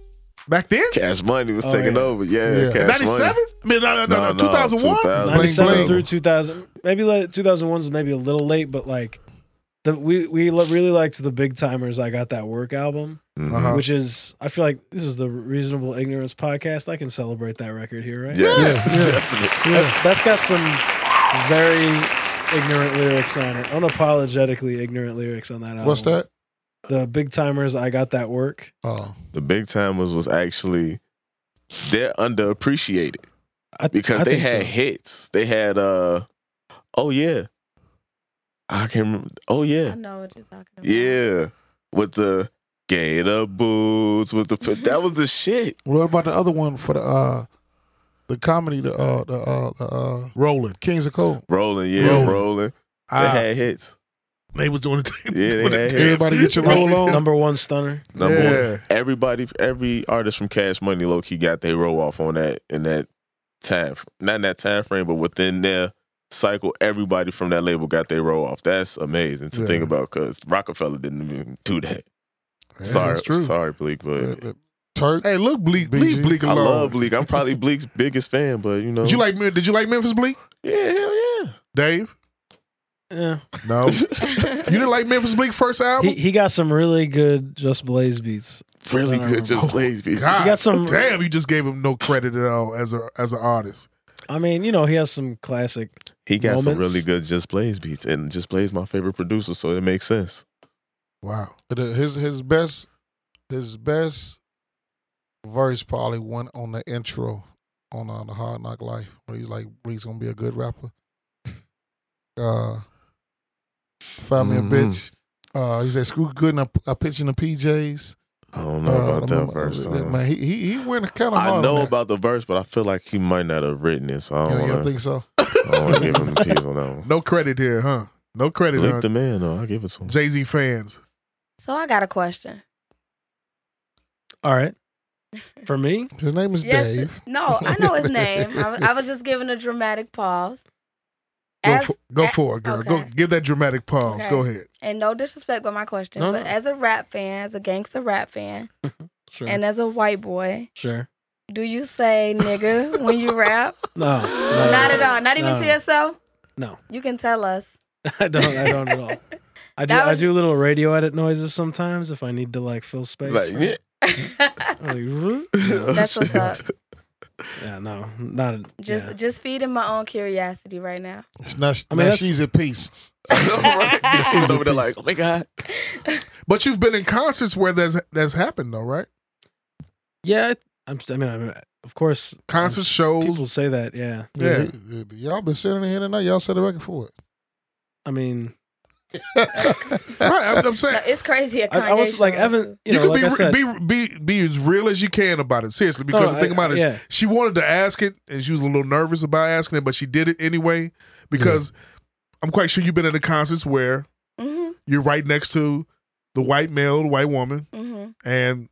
Back then?
Cash Money was
Oh,
taking
yeah.
over. Yeah,
Yeah.
Cash Money.
97? I mean, no, no, no,
No,
no,
no,
2001?
2000.
Bling,
97
bling.
through 2000 maybe like 2001 is maybe a little late but like the, we we lo- really liked the big timers i got that work album
Mhm.
Oh.
Uh-huh.
which is i feel like this is the reasonable ignorance podcast i can celebrate that record here right
Yes,
Yeah.
definitely.
that's, that's got some very ignorant lyrics on it unapologetically ignorant lyrics on that album
What's that?
the big timers i got that work
Oh.
The Big Timers was actually they're underappreciated.
I,
because
I
they
think
had
so.
hits. They had uh oh yeah. I can remember oh
I
yeah.
know what you're talking about.
Yeah. With the gator boots with the that was the shit.
What about the other one for the uh the comedy, the uh the uh the uh
Rolling.
Kings of Cold?
Rolling, yeah,
Rolling.
rolling. They
Ah,
had hits.
they was doing it.
Yeah, they
doing
had
it.
hits.
Everybody get your roll on.
number one stunner
Number
Yeah.
one. Everybody every artist from Cash Money low key got their roll off on that in that time not in that time frame, but within their cycle, everybody from that label got their roll off. That's amazing to
Yeah.
think about because Rockefeller didn't even do that.
Yeah,
sorry,
that's true.
sorry, Bleak, but
Uh, uh, Turk.
Hey, look, Bleak,
BG.
Bleak, Bleak
I
alone.
love Bleak. I'm probably Bleak's biggest fan, but you know,
Did you like Men- Did you like Memphis Bleak,
yeah, hell yeah.
Dave?
yeah
No, you didn't like Memphis Bleak first
he,
album.
he got some really good just blaze beats
Really
I
good, just
remember.
plays me.
God,
got some-
damn, you just gave him no credit at all as a as an artist.
I mean, you know, he has some classic.
He got some
Moments.
really good just plays beats, and just plays my favorite producer, so it makes sense.
Wow,
The- His his best his best verse probably went on the intro on uh, the Hard Knock Life where he's like he's gonna be a good rapper. Uh, found me
Mhm.
a bitch. Uh, he said screw good and I, I pitch in the PJs.
I don't know
Uh,
about
the
that
mom-
verse.
uh,
uh,
Man, he he, he went kind of hard.
I
on
know
that.
about the verse, but I feel like he might not have written it, so I
You
don't
don't, you don't
want to.
think so?
I don't want to give him the keys on that one.
no credit here, huh? No credit,
Bleak
huh?
the man, though. I give it to him.
Jay Z fans.
So I got a question.
All right. For me,
His name is
Yes.
Dave.
No, I know his name. I, was, I was just giving a dramatic pause.
Go
As,
for, go
a-
for it, girl. Go
okay.
give that dramatic pause.
Okay.
Go ahead.
and no disrespect with my question,
No,
but
no.
as a rap fan, as a gangster rap fan,
sure,
and as a white boy,
sure.
do you say nigga when you rap?
No, no,
Not at all. Not even
No.
to yourself.
No,
You can tell us.
I don't. I don't at all. I do.
That was-
I do little radio edit noises sometimes if I need to like fill space.
Like,
right?
That's
I'm like, "Vroom."
what's up.
yeah, no, not
Just
yeah.
just feeding my own curiosity right now.
It's not,
I mean,
now
that's-
she's at peace.
yeah. she was over there like, oh my god.
But you've been in concerts where that's that's happened though, right?
yeah. I- I'm. s- I mean, I'm, of course,
Concert shows.
people say that. Yeah,
Oh. Yeah.
he- he- y'all been sitting in here tonight. Y'all set a record for it.
I mean,
right, I'm, I'm saying
No, it's crazy. at
I, I was
Kanye
like
shows,
Evan.
too.
You, know,
could
like I said,
be, re- be be be as real as you can about it. Seriously, because
No,
the thing
I-
about it, is
yeah.
she wanted to ask it, and she was a little nervous about asking it, but she did it anyway. Because I'm quite sure you've been at the concerts where
Mhm,
you're right next to the white male, the white woman,
mhm.
and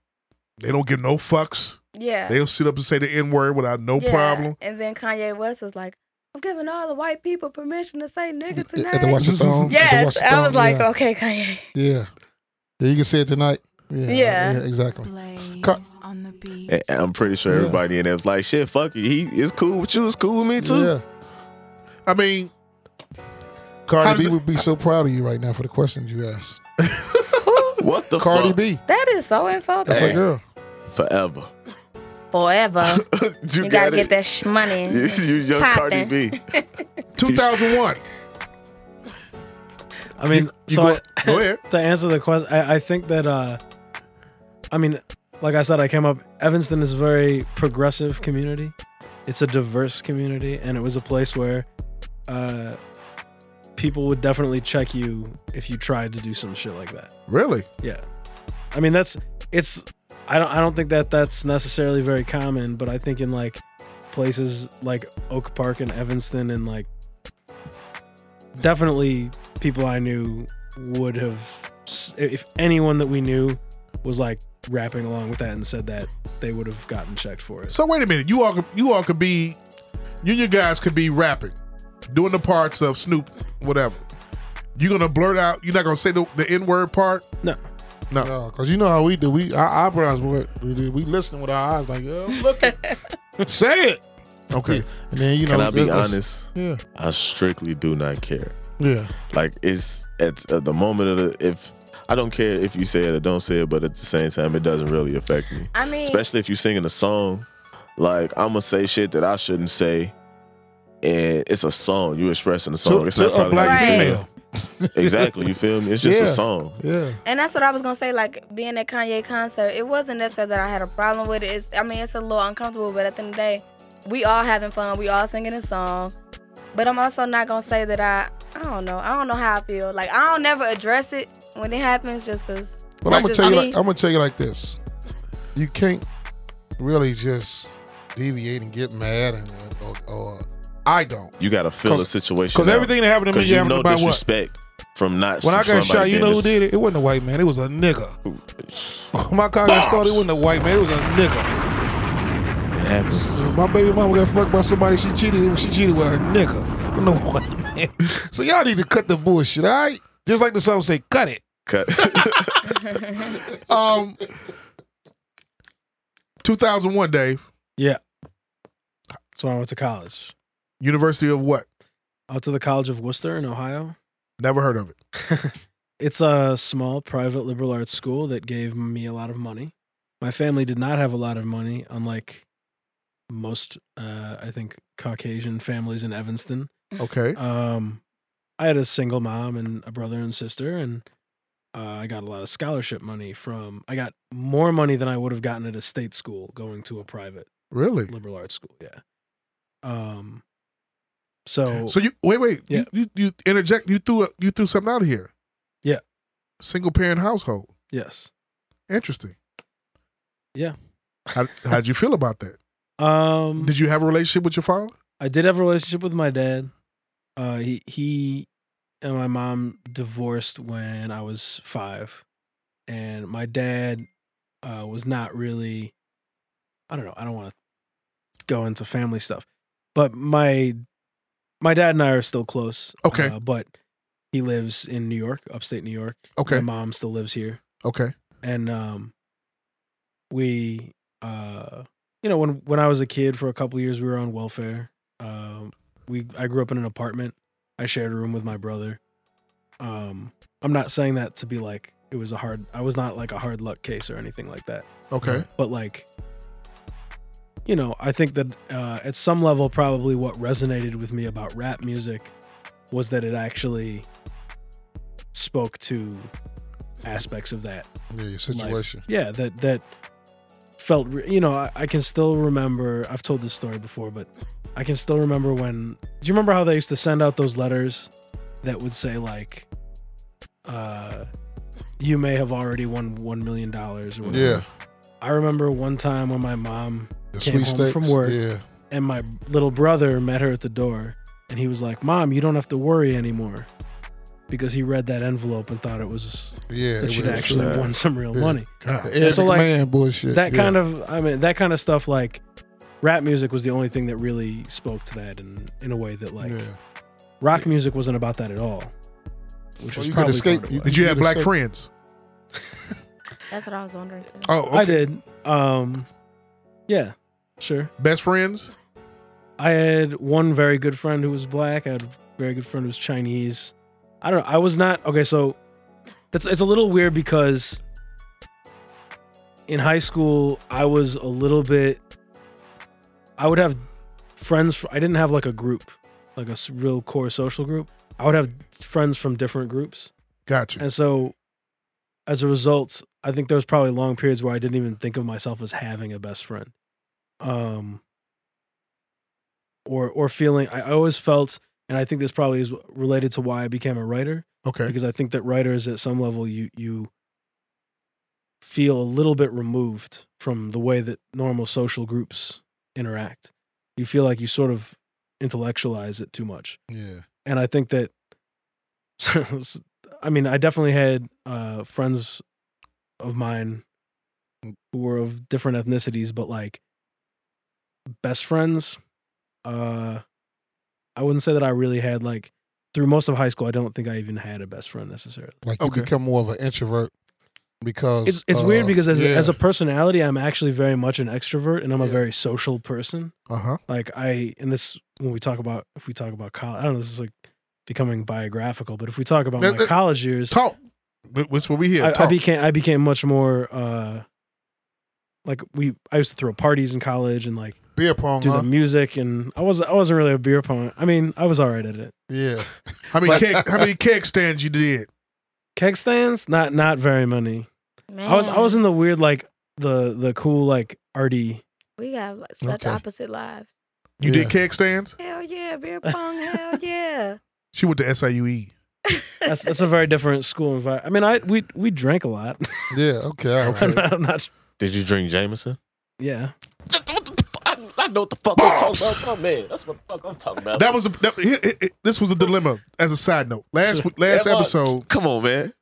they don't give no fucks.
Yeah.
They'll sit up and say the n word without no
Yeah.
problem.
And then Kanye West was like, "I'm giving all the white people permission to say nigga tonight."
At the watchathon. at the
yes, I
watchathon,
was like, oh.
yeah.
"Okay, Kanye."
yeah. yeah, you can see it tonight. Yeah,
Yeah.
exactly. Cut.
Blaze on the beat.
And I'm pretty sure
Yeah.
everybody in there was like, shit, fuck it. He it's cool with you, it's cool with me too.
Yeah,
I mean, How
Cardi
does
B
it-
would be so proud of you right now for the questions you asked.
What the
Cardi
fuck?
B,
That is so insulting.
that's a girl.
Forever.
Forever.
you,
You, gotta
got
get
it.
that sh money.
You, you
It's
young Cardi
poppin'.
B.
2001.
I mean,
you
so
go-
I-
go ahead.
to answer the question, I, I think that uh, I mean, like I said, I came up. Evanston is a very progressive community. It's a diverse community, and it was a place where uh, people would definitely check you if you tried to do some shit like that.
Really?
Yeah, I mean that's it's. I don't I don't think that that's necessarily very common, but I think in like places like Oak Park and Evanston and like definitely people I knew would have s- if anyone that we knew was like rapping along with that and said that they would have gotten checked for it.
So wait a minute. You all could- you all could be you and your guys could be rapping, doing the parts of Snoop, whatever. You're gonna blurt out. You're not gonna say the, the N word part.
No.
No.
Cause you know how we do. We our eyebrows were we do- we listen with our eyes like, oh, I'm looking. Say it.
Okay.
And then you know.
Can I be
that's- that's-
honest?
Yeah.
I strictly do not care.
Yeah.
Like it's at, at the moment of the if I don't care if you say it or don't say it, but at the same time, it doesn't really affect me.
I mean-
especially if you're singing a song, like I'm gonna say shit that I shouldn't say, and it's a song. You expressing a song. it's
to a
probably
black
how you
female.
feel. exactly. You feel me? It's just
Yeah.
a song.
Yeah.
And that's what I was gonna say. Like being at Kanye concert, it wasn't necessarily that I had a problem with it. It's, I mean, it's a little uncomfortable, but at the end of the day, we all having fun. We all singing a song. But I'm also not gonna say that I. I don't know. I don't know how I feel. Like I don't never address it when it happens, just cause.
But I'm gonna
it's
tell you,
just
like, I'm gonna tell you like this: you can't really just deviate and get mad, and or, or I don't.
You gotta feel the situation.
'cause
out.
everything that happened to me
'Cause you
happened
know
about what?
disrespect from not.
When I got
somebody
shot, you
being
know
dis-
who did it? It wasn't a white man. It was a nigga. My car got started. It wasn't a white man. It was a nigga.
It happens.
My baby mama got fucked by somebody she cheated. She cheated with a nigga. With no white man. So y'all need to cut the bullshit. All right. Just like the song say, cut it.
Cut.
Um,
2001, Dave.
Yeah. That's when I went to college.
University of what?
I went to the College of Worcester in Ohio.
Never heard of it.
It's a small private liberal arts school that gave me a lot of money. My family did not have a lot of money, unlike most, uh, I think, Caucasian families in Evanston.
Okay.
Um, I had a single mom and a brother and sister, and uh, I got a lot of scholarship money from. I got more money than I would have gotten at a state school going to a private
Really?
liberal arts school. Yeah. Um. So
So you wait, wait.
Yeah.
You, you you interject. You threw a, you threw something out of here.
Yeah.
Single parent household.
yes,
Interesting.
yeah.
How how'd you feel about that?
Um.
Did you have a relationship with your father?
I did have a relationship with my dad. Uh, he he and my mom divorced when I was five, and my dad uh, was not really. I don't know. I don't want to go into family stuff, but my my dad and I are still close.
Okay.
uh, but he lives in New York, upstate New York.
Okay.
my mom still lives here
Okay.
and um we uh you know when when I was a kid for a couple years we were on welfare um we I grew up in an apartment I shared a room with my brother um I'm not saying that to be like it was a hard I was not like a hard luck case or anything like that
Okay.
but like you know I think that uh at some level probably what resonated with me about rap music was that it actually spoke to aspects of that
Yeah, your
life.
situation.
Yeah, that that felt. re- You know, I, I can still remember. I've told this story before, but I can still remember when. Do you remember how they used to send out those letters that would say like, uh, "You may have already won one million dollars" or whatever.
Yeah.
I remember one time when my mom
The
came home
sweepstakes,
from work,
yeah.
and my little brother met her at the door, and he was like, "Mom, you don't have to worry anymore." Because he read that envelope and thought it was
Yeah,
that
it
she'd
was-
actually
yeah.
won some real
Yeah.
money.
God. The
And
Eric Man bullshit,
That kind
yeah.
of, I mean, that kind of stuff. Like, rap music was the only thing that really spoke to that, in in a way that like,
Yeah.
rock music wasn't about that at all. Which
Well,
was
you could
probably
escape-
part of
you-
why.
Did you have black friends?
That's what I was wondering too.
Oh, okay.
I did. Um, yeah, sure.
Best friends?
I had one very good friend who was black. I had a very good friend who was Chinese. I don't know. I was not okay. So that's it's a little weird because in high school I was a little bit. I would have friends. fr- I didn't have like a group, like a s- real core social group. I would have friends from different groups.
Gotcha.
And so, as a result, I think there was probably long periods where I didn't even think of myself as having a best friend, um, or or feeling. I I always felt, and I think this probably is related to why I became a writer.
Okay.
Because I think that writers, at some level, you you feel a little bit removed from the way that normal social groups interact. You feel like you sort of intellectualize it too much
Yeah.
and I think that I mean, I definitely had uh, friends of mine who were of different ethnicities, but like best friends. Uh, I wouldn't say that I really had like through most of high school. I don't think I even had a best friend necessarily.
Like you become more of an introvert because
It's it's
uh,
weird because as
yeah.
a, as a personality, I'm actually very much an extrovert and I'm a very social person.
uh huh.
Like I and this when we talk about if we talk about college, I don't know. This is like becoming biographical, but if we talk about
That-
my
that-
college years,
Talk. That's what we here.
I, I
Talk.
became I became much more uh like we I used to throw parties in college and like
Beer pong,
do
Uh-huh.
huh?
the music and I wasn't I wasn't really a beer pong. I mean, I was all right at it.
Yeah.
how many keg, how many keg stands you did?
Keg stands? Not not very many. I was I
Mm.
was in the weird like the the cool like arty
We got like, such
Okay.
opposite lives.
You
Yeah.
did keg stands.
Hell yeah, beer pong. hell yeah.
She went to SIUE.
that's that's a very different school environment. I mean, I we we drank a lot.
Yeah. Okay. all
I'm
right.
not, I'm not-
Did you drink Jameson?
yeah.
I know what the fuck I'm talking about. Oh, man, that's what the fuck I'm talking about.
That was a, that, it, it- it- this was a dilemma. As a side note, last week, last
That was-
episode,
Come on, man.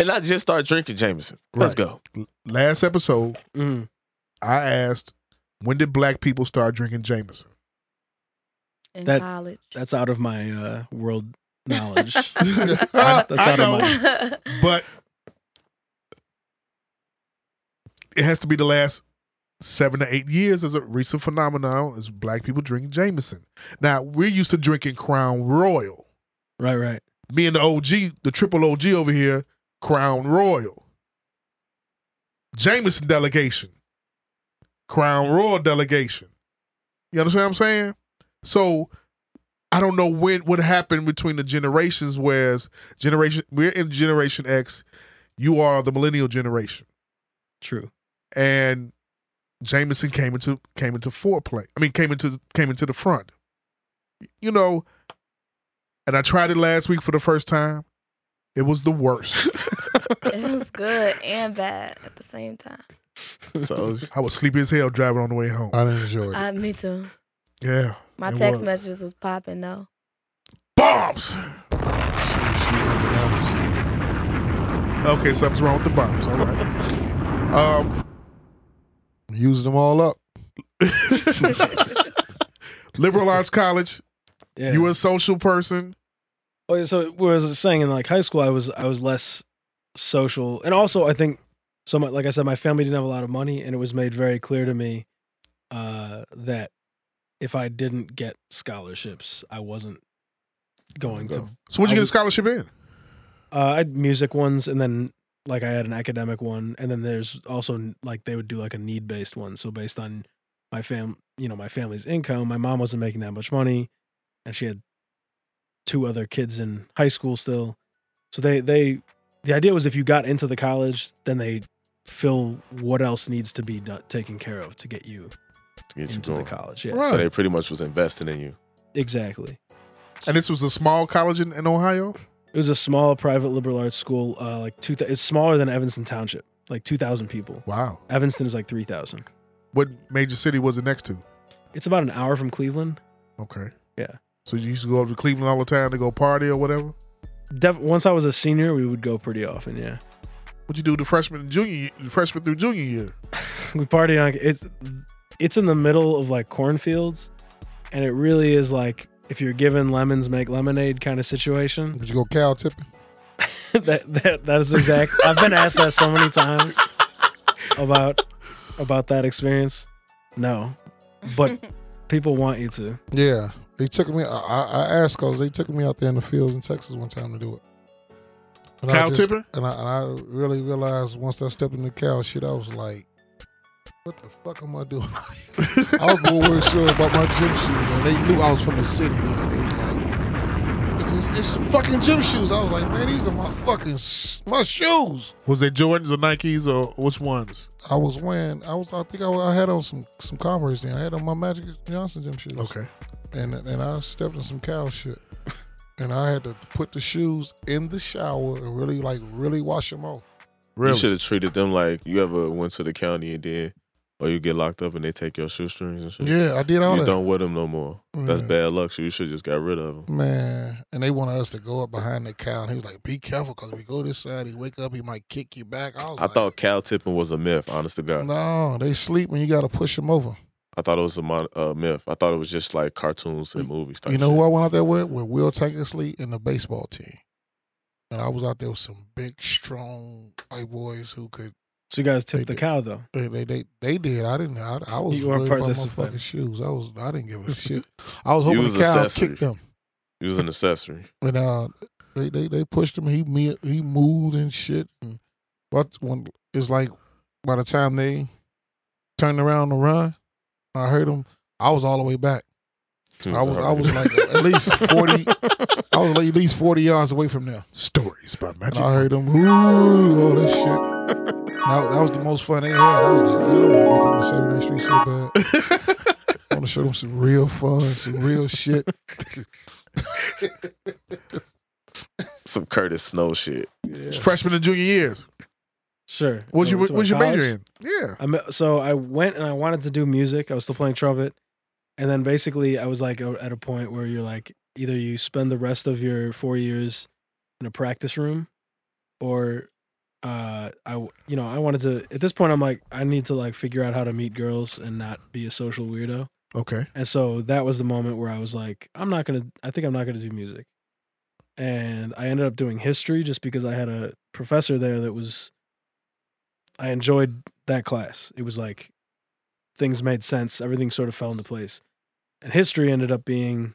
And I just started drinking Jameson. Let's go.
last episode,
Mm.
I asked when did black people start drinking Jameson?
In
That-
college.
That's out of my uh world knowledge.
I,
That's
Ah, I
out
know,
of my
but it has to be the last seven to eight years as a recent phenomenon is black people drinking Jameson. Now we're used to drinking Crown Royal.
Right, right.
Me and the OG, the triple OG over here, Crown Royal. Jameson delegation. Crown Royal delegation. You understand what I'm saying? So I don't know when what happened between the generations, whereas generation we're in generation X, you are the millennial generation.
True.
And Jameson came into came into foreplay. I mean came into came into the front. You know, and I tried it last week for the first time. It was the worst.
it was good and bad at the same time.
So
I was sleepy as hell driving on the way home.
I didn't enjoy it.
I, me too.
Yeah.
My
it
text
was.
messages was popping though.
Bombs!
She- she went bananas.
Okay, something's wrong with the bombs. All right. Um,
Used them all up.
liberal arts college.
Yeah.
You were a social person.
Oh, yeah, so whereas I was saying in like high school, I was I was less social, and also I think so. My, like I said, my family didn't have a lot of money, and it was made very clear to me uh, that if I didn't get scholarships, I wasn't going to.
So what'd you
I
get a
was-
scholarship in?
Uh, I had music ones, and then like I had an academic one, and then there's also like they would do like a need based one. So based on my fam, you know, my family's income, my mom wasn't making that much money, and she had two other kids in high school still. So they they the idea was if you got into the college, then they fill what else needs to be done, taken care of to get you
to get you
into the
going.
college. Yeah,
So they pretty much was investing in you.
exactly.
And this was a small college in, in Ohio.
It was a small private liberal arts school, uh, like two. Th- it's smaller than Evanston Township, like two thousand people.
Wow.
Evanston is like 3,000.
What major city was it next to?
It's about an hour from Cleveland.
Okay.
Yeah.
So you used to go up to Cleveland all the time to go party or whatever.
Def- once I was a senior, we would go pretty often. Yeah,
What you do the freshman and junior, year- freshman through junior year?
we party on it's it's in the middle of like cornfields, and it really is like if you're given lemons, make lemonade kind of situation.
Would you go cow tipping?
that that that is exact. I've been asked that so many times about about that experience. No, but people want you to.
Yeah. They took me. I, I I asked because they took me out there in the fields in Texas one time to do it. And I
Cow
just-
tipping?
And I, and I really realized once I stepped in the cow shit, I was like, what the fuck am I doing? out here?" I was more worried sure about my gym shoes. And they knew I was from the city. And they was like, it's, it's some fucking gym shoes. I was like, man, these are my fucking s- my shoes.
Was it Jordans or Nikes or which ones?
I was wearing. I was. I think I, I had on some some Converse. Then I had on my Magic Johnson gym shoes.
Okay.
and and I stepped in some cow shit, and I had to put the shoes in the shower and really like really wash them off.
Really?
You should have treated them like you ever went to the county and did or you get locked up and they take your shoestrings and shit.
Yeah, I did all
you
that.
don't wear them no more. That's
Yeah.
bad luck. So you should just got rid of them.
Man, and they wanted us to go up behind the cow, and he was like, "Be careful, cause if you go this side, he wake up, he might kick you back." I was
I thought cow tipping was a myth. Honest to God,
like, "No, they sleep, and you got to push them over."
I thought it was a mon- uh, myth. I thought it was just like cartoons and movies. Type
You know who I went out there with? With Will Tankersley and the baseball team, and I was out there with some big, strong white boys who could.
So you guys tipped the cow though.
They they they, they did. I didn't. I, I was
You
worried
weren't
about my
participating.
fucking shoes. I was. I didn't give a shit. I was
You
hoping
was
the cow
accessory.
kicked them,
It was an accessory.
and uh, they they they pushed him. He me he moved and shit. And but when it's like, by the time they turned around to run, I heard him. I was all the way back.
Hmm.
I was I was like at least forty. I was like at least forty yards away from there.
Stories by
And
Magic.
I heard them, ooh, all that shit. That, that was the most fun they had. I was like, man, I want to get them to 79th Street so bad. I want to show them some real fun, some real shit.
some Curtis Snow shit.
Freshman and junior years.
Sure.
What'd you
Went to my
what'd you major
college.
in? Yeah.
I me- so I went and I wanted to do music. I was still playing trumpet, and then basically I was like o- at a point where you're like either you spend the rest of your four years in a practice room, or uh, I w- you know I wanted to at this point I'm like I need to like figure out how to meet girls and not be a social weirdo.
Okay.
And so that was the moment where I was like, I'm not gonna. I think I'm not gonna do music. And I ended up doing history just because I had a professor there that was. I enjoyed that class. It was like, things made sense. Everything sort of fell into place, and history ended up being.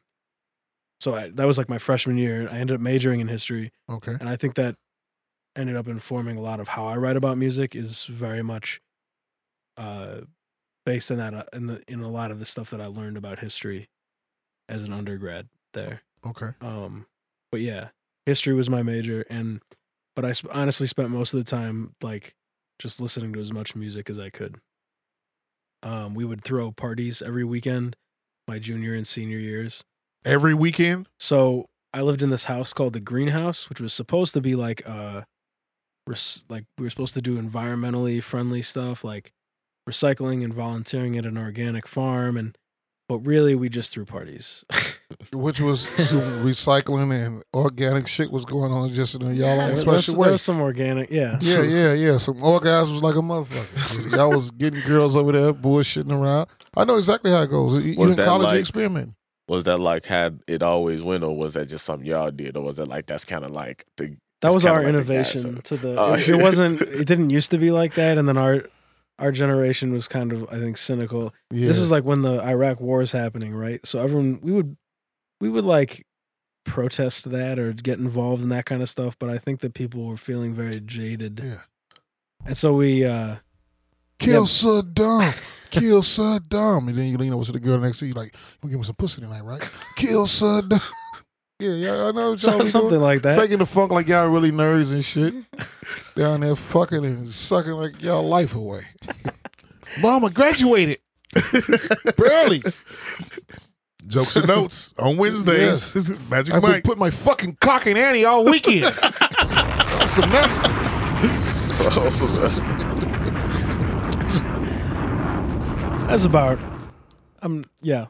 So I, that was like my freshman year. I ended up majoring in history,
Okay.
and I think that ended up informing a lot of how I write about music is very much uh, based in that uh, in the in a lot of the stuff that I learned about history as an undergrad there.
Okay.
Um, but yeah, history was my major, and but I sp- honestly spent most of the time like just listening to as much music as I could. Um, we would throw parties every weekend, my junior and senior years.
Every weekend.
So I lived in this house called the Greenhouse, which was supposed to be like uh res- like we were supposed to do environmentally friendly stuff like recycling and volunteering at an organic farm and but really we just threw parties.
Which was some recycling and organic shit was going on just in a y'all own
there, was,
special
there
way.
was some organic, yeah.
Yeah, yeah, yeah. Some orgasms was like a motherfucker. y'all was getting girls over there bullshitting around. I know exactly how it goes. You, you
Was
in
that
college, you
like-
experiment.
Was that like how it always went, or was that just something y'all did, or was that like that's kind of like the
That
it's
was
kinda
our
like the gas
innovation
up.
to the
Oh,
it,
yeah.
it wasn't it didn't used to be like that and then our our generation was kind of I think cynical
Yeah.
This was like when the Iraq war is happening, right? So everyone we would we would like protest that or get involved in that kind of stuff, but I think that people were feeling very jaded.
Yeah.
And so we uh
Kill
Yeah.
Saddam. Kill Saddam. And then you lean over to the girl next to you, like, you give me some pussy tonight, right? Kill Saddam. yeah, yeah, I know what y'all
some-
be
something
doing.
like that.
Faking the funk like y'all really nerds and shit. Down there fucking and sucking like y'all life away. Mama graduated. Barely.
Jokes and notes on Wednesdays. Magic
I've been
Mike.
putting my fucking cock in Annie all weekend. All semester.
that's about um yeah.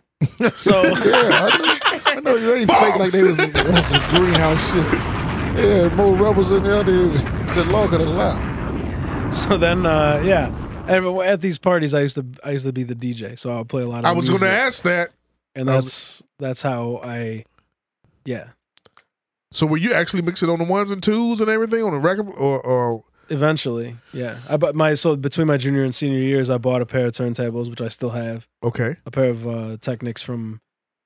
So
Yeah, I know, I know they ain't fake like they was on some greenhouse shit. Yeah, more rebels in there than the law could allow.
so then uh yeah. And at these parties I used to I used to be the DJ, so I would play a lot of
I was gonna
music,
ask that.
and
I was-
that's that's how I yeah.
So were you actually mixing on the ones and twos and everything on the record or, or
Eventually, yeah. I bought my so between my junior and senior years, I bought a pair of turntables, which I still have,
okay.
a pair of uh, Technics from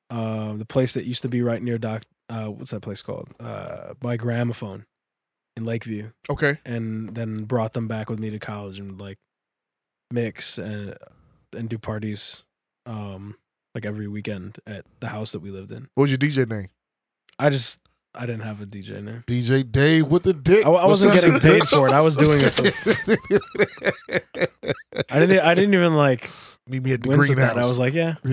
uh, the place that used to be right near Doc. Uh, what's that place called? Uh, by Gramophone in Lakeview,
Okay.
and then brought them back with me to college and like mix and and do parties um, like every weekend at the house that we lived in.
What was your DJ name?
I just I didn't have a DJ name.
DJ Dave with the dick.
I, I
What's
wasn't
up,
getting paid
bitch?
for it. I was doing it for I didn't. I didn't even like.
meet me at the
Winston
greenhouse.
that, I was like, yeah.
yeah,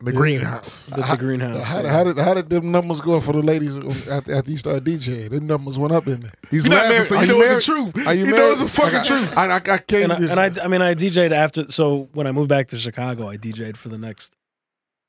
the
Yeah.
greenhouse.
The, the
How-
greenhouse.
How, how did how did them numbers go up for the ladies after, after you started DJing? Them numbers went up in there. He's
You're not
laughing,
married,
so
so you know it's the truth.
Are you,
You know
married?
it's the fucking
Like, I-
truth.
I, I, I can't.
and, I,
just,
and I, I mean, I DJ'd after. So when I moved back to Chicago, I DJ'd for the next,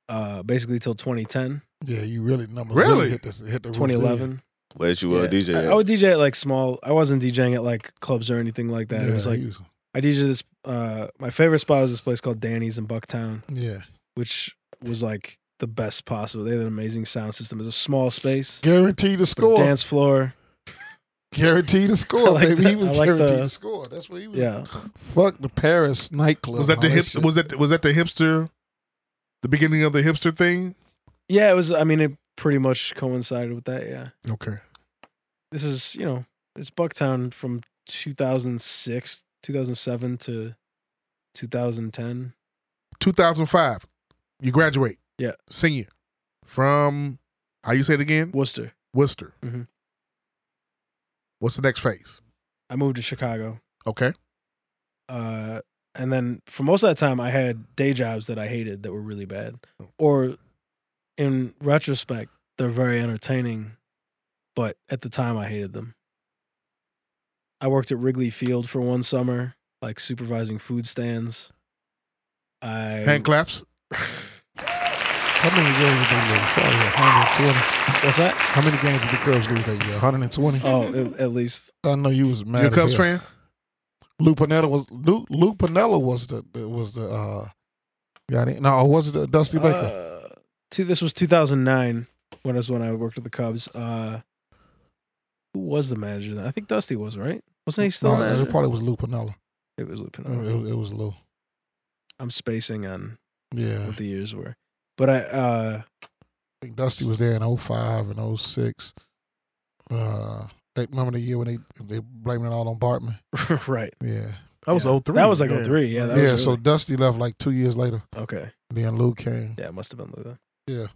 uh, basically till 2010,
yeah, you really numbers
Really?
hit the, hit the roof there.
2011.
Where'd you uh,
Yeah.
DJ?
I,
at?
I would DJ at like small. I wasn't DJing at like clubs or anything like that. it was like
he was-
I DJed this. Uh, my favorite spot was this place called Danny's in Bucktown,
yeah.
which was like the best possible. They had an amazing sound system. It's a small space,
Guaranteed to
but
score.
dance floor.
Guaranteed to
I
score,
like
baby. He
that.
was
I like
guaranteed
the-
to score. That's what he was.
Yeah,
Fuck the Paris
Oh,
nightclub.
was that the
all
hip?
shit.
Was that was that the hipster? The beginning of the hipster thing.
yeah. It was. I mean, it pretty much coincided with that. Yeah.
Okay.
this is you know it's Bucktown from 2006, 2007 to 2010.
2005, you graduate.
Yeah.
Senior from how you say it again?
Worcester.
Worcester.
Mhm.
What's the next phase?
I moved to Chicago,
Okay.
uh, and then for most of that time, I had day jobs that I hated that were really bad, or in retrospect, they're very entertaining, but at the time, I hated them. I worked at Wrigley Field for one summer, like supervising food stands. I
Hand claps.
How many games did they lose? Probably 120.
what's that?
How many games did the Cubs lose that year? 120.
Oh, at, at least
I know you was mad.
You a
as
Cubs
hell.
fan?
Lou Pinella was Lou, Lou Pinella was the, the was the uh got it. No, was it the Dusty Baker?
Uh, two, this was 2009 when was when I worked with the Cubs. Uh, who was the manager then? I think Dusty was right. Wasn't he still Uh-huh.
no,
manager?
it probably was Lou Pinella.
it was Lupin.
Oh, It, it- it was Lou.
I'm spacing on
Yeah,
what the years were, but I uh,
I think Dusty was there
oh
in 05 and 06. Uh, they, remember the year when they they blaming it all on Bartman?
right
Yeah,
That was
Yeah.
03.
that was like
yeah.
03. Yeah, that
yeah.
was
So
really-
Dusty left like two years later.
okay,
Then Lou came.
yeah, it must have been Lou then.
Yeah.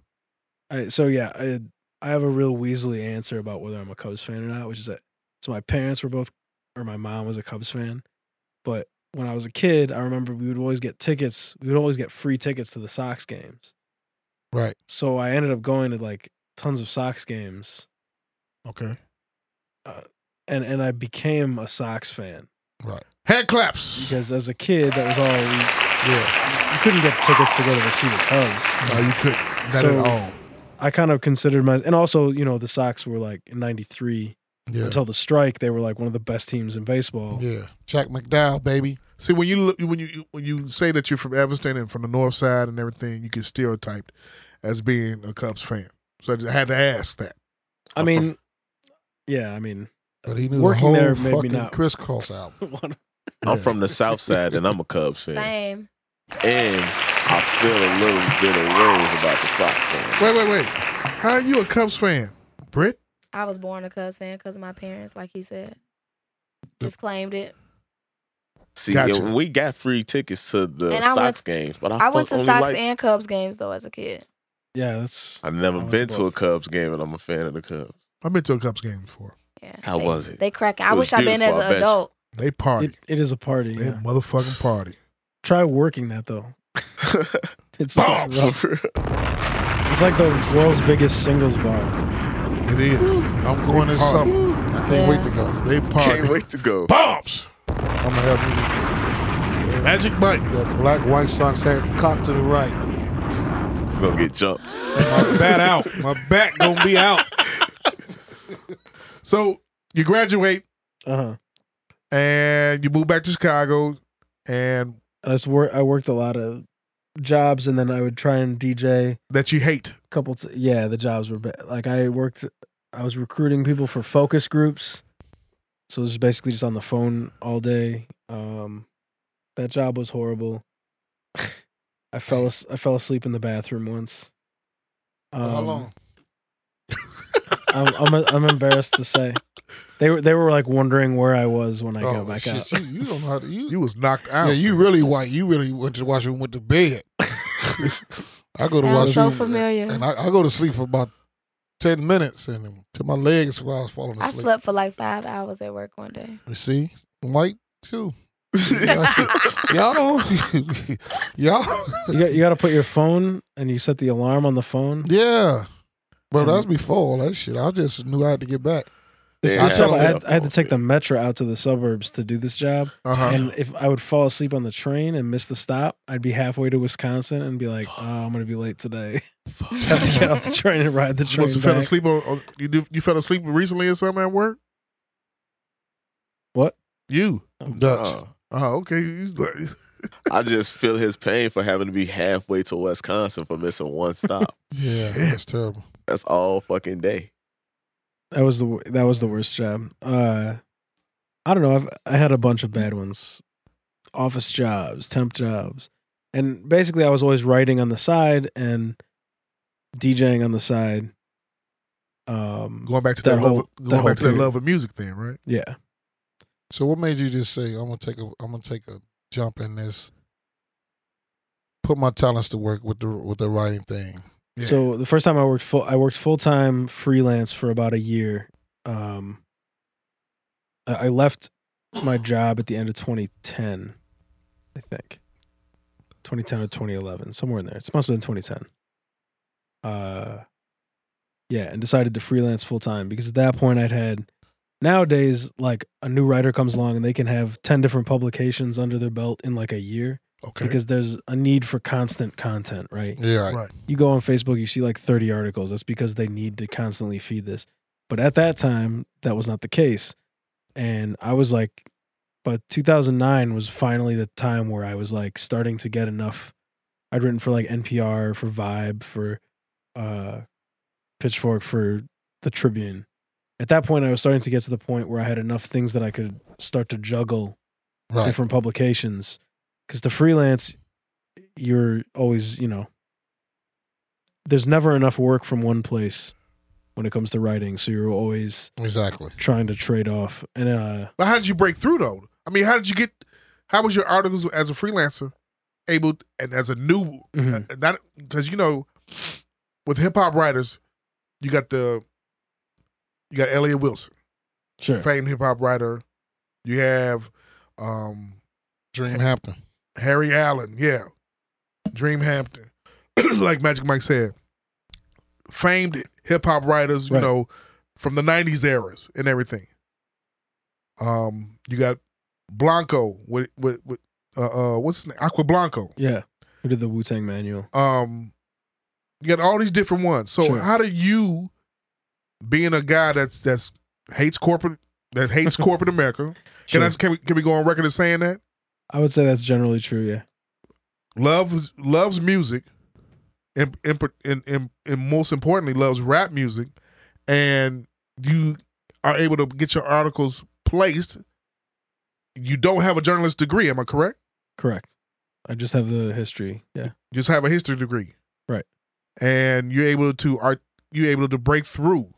I, so yeah, I I have a real Weasley answer about whether I'm a Cubs fan or not, which is that so my parents were both or my mom was a Cubs fan, but when I was a kid, I remember we would always get tickets. We would always get free tickets to the Sox games.
Right.
So I ended up going to like tons of Sox games,
Okay.
and and I became a Sox fan
Hand claps.
because as a kid, that was all we,
Yeah.
you couldn't get tickets to go to the see the Cubs.
No, you couldn't. Not
So-
at all.
I kind of considered my and also you know the Sox were like in '93.
Yeah.
until the strike, they were like one of the best teams in baseball.
Yeah. Jack McDowell, baby.
See, when you look- when you when you say that you're from Evanston and from the North Side and everything, you get stereotyped as being a Cubs fan. So I had to ask that.
I mean, yeah, I mean,
But he knew the
Working
whole
there made me
fucking
not-
crisscross album.
one-
I'm from the South Side and I'm a Cubs fan.
Same.
And I feel a little bit of ways about the Sox fan.
Wait, wait, wait. How are you a Cubs fan, Britt?
I was born a Cubs fan because of my parents, like he said. Just claimed it.
See,
Gotcha.
and we got free tickets to the
And I
Sox
went-
games, but I,
I
fuck
went to
only
Sox
liked-
and Cubs games though as a kid.
yeah, that's
I've never
I went
been
to
to a
both.
Cubs game, and I'm a fan of the Cubs.
I've been to a Cubs game before.
Yeah.
How
they,
was it?
They cracking.
It
I
was
wish I'd been as
beautiful, I
an
bet you.
adult.
They party.
it, it is a party.
they
yeah.
motherfucking party.
Try working that though. It's, it's,
Bombs!
rough. It's like the world's biggest singles bar.
It is.
I'm going this
party.
summer. I can't
Yeah.
wait to go.
They party.
Can't wait to go.
Bombs.
I'm gonna have
Magic Mike.
me that black White Sox hat cocked to the right.
Gonna get jumped.
My bat out. My back gonna be out.
So you graduate
Uh huh.
and you move back to Chicago, and
And I just wor- I worked a lot of jobs, and then I would try and DJ a
that you hate.
couple. T- yeah, the jobs were ba- like I worked. I was recruiting people for focus groups, so it was basically just on the phone all day. Um, that job was horrible. I fell as- I fell asleep in the bathroom once. Um,
How long?
I'm, I'm I'm embarrassed to say. They were they were like wondering where I was when I
oh,
got back
shit,
out.
You, you don't know how to. You,
You was knocked out.
yeah, you really white. You really went to the washroom, and went to bed. I go to
Sounds so
washroom,
familiar.
and I, I go to sleep for about ten minutes, and to my legs while I was falling
I
asleep.
slept for like five hours at work one day.
You see, white too. y'all don't. y'all.
You got, you got to put your phone and you set the alarm on the phone.
Yeah. But that's before all that shit. I just knew I had to get back.
This
Yeah,
this
I
job, I,
had
had,
to-
I had to take the metro out to the suburbs to do this job,
Uh-huh.
and if I would fall asleep on the train and miss the stop, I'd be halfway to Wisconsin and be like, "Oh, I'm gonna be late today." have to get off the train and ride the train.
Must have fell
back.
asleep on, on- you. do- You fell asleep recently or something at work?
What?
You?
Dutch.
Oh.
Oh, okay. You like-
I just feel his pain for having to be halfway to Wisconsin for missing one stop.
Yeah, that's terrible.
That's all fucking day.
That was the wor- that was the worst job. Uh, I don't know. I've I had a bunch of bad ones, office jobs, temp jobs, and basically I was always writing on the side and DJing on the side. Um,
Going back to that, love, of- going
whole
back to that
period.
love of music thing, right?
Yeah,
So what made you just say I'm gonna take a I'm gonna take a jump in this, put my talents to work with the with the writing thing.
Yeah.
So the first time I worked full, I worked full time freelance for about a year. Um, I I left my job at the end of 2010, I think, 2010 or 2011, somewhere in there. It must have been 2010. Uh, yeah, and decided to freelance full time because at that point I'd had. Nowadays, like a new writer comes along and they can have 10 different publications under their belt in like a year
Okay.
because there's a need for constant content, right?
Yeah,
right.
you go on Facebook, you see like 30 articles. That's because they need to constantly feed this. But at that time, that was not the case. And I was like, but 2009 was finally the time where I was like starting to get enough. I'd written for like NPR, for Vibe, for uh, Pitchfork, for the Tribune. At that point, I was starting to get to the point where I had enough things that I could start to juggle
Right.
different publications. Because to freelance, you're always, you know, there's never enough work from one place when it comes to writing. So you're always
Exactly.
trying to trade off. And uh,
But how did you break through though? I mean, how did you get? How was your articles as a freelancer able and as a new
Mhm.
uh, not because you know with hip hop writers, you got the you got Elliot Wilson,
sure.
famed hip hop writer. You have um
Dream Hampton.
Harry Allen, yeah. Dream Hampton. like Magic Mike said, famed hip hop writers, you
Right.
know, from the 90s eras and everything. Um, you got Blanco with with, with uh, uh what's his name? Aqua Blanco.
Yeah. We did the Wu Tang manual.
Um you got all these different ones. So
Sure.
how do you being a guy that's that's hates corporate that hates corporate America. Can I
Sure.
can we can we go on record as saying that?
I would say that's generally true. Yeah.
loves loves music, and, and, and, and, and most importantly loves rap music, and you are able to get your articles placed. You don't have a journalist degree, am I correct?
Correct. I just have the history. Yeah.
You just have a history degree,
Right.
And you're able to are you able to break through?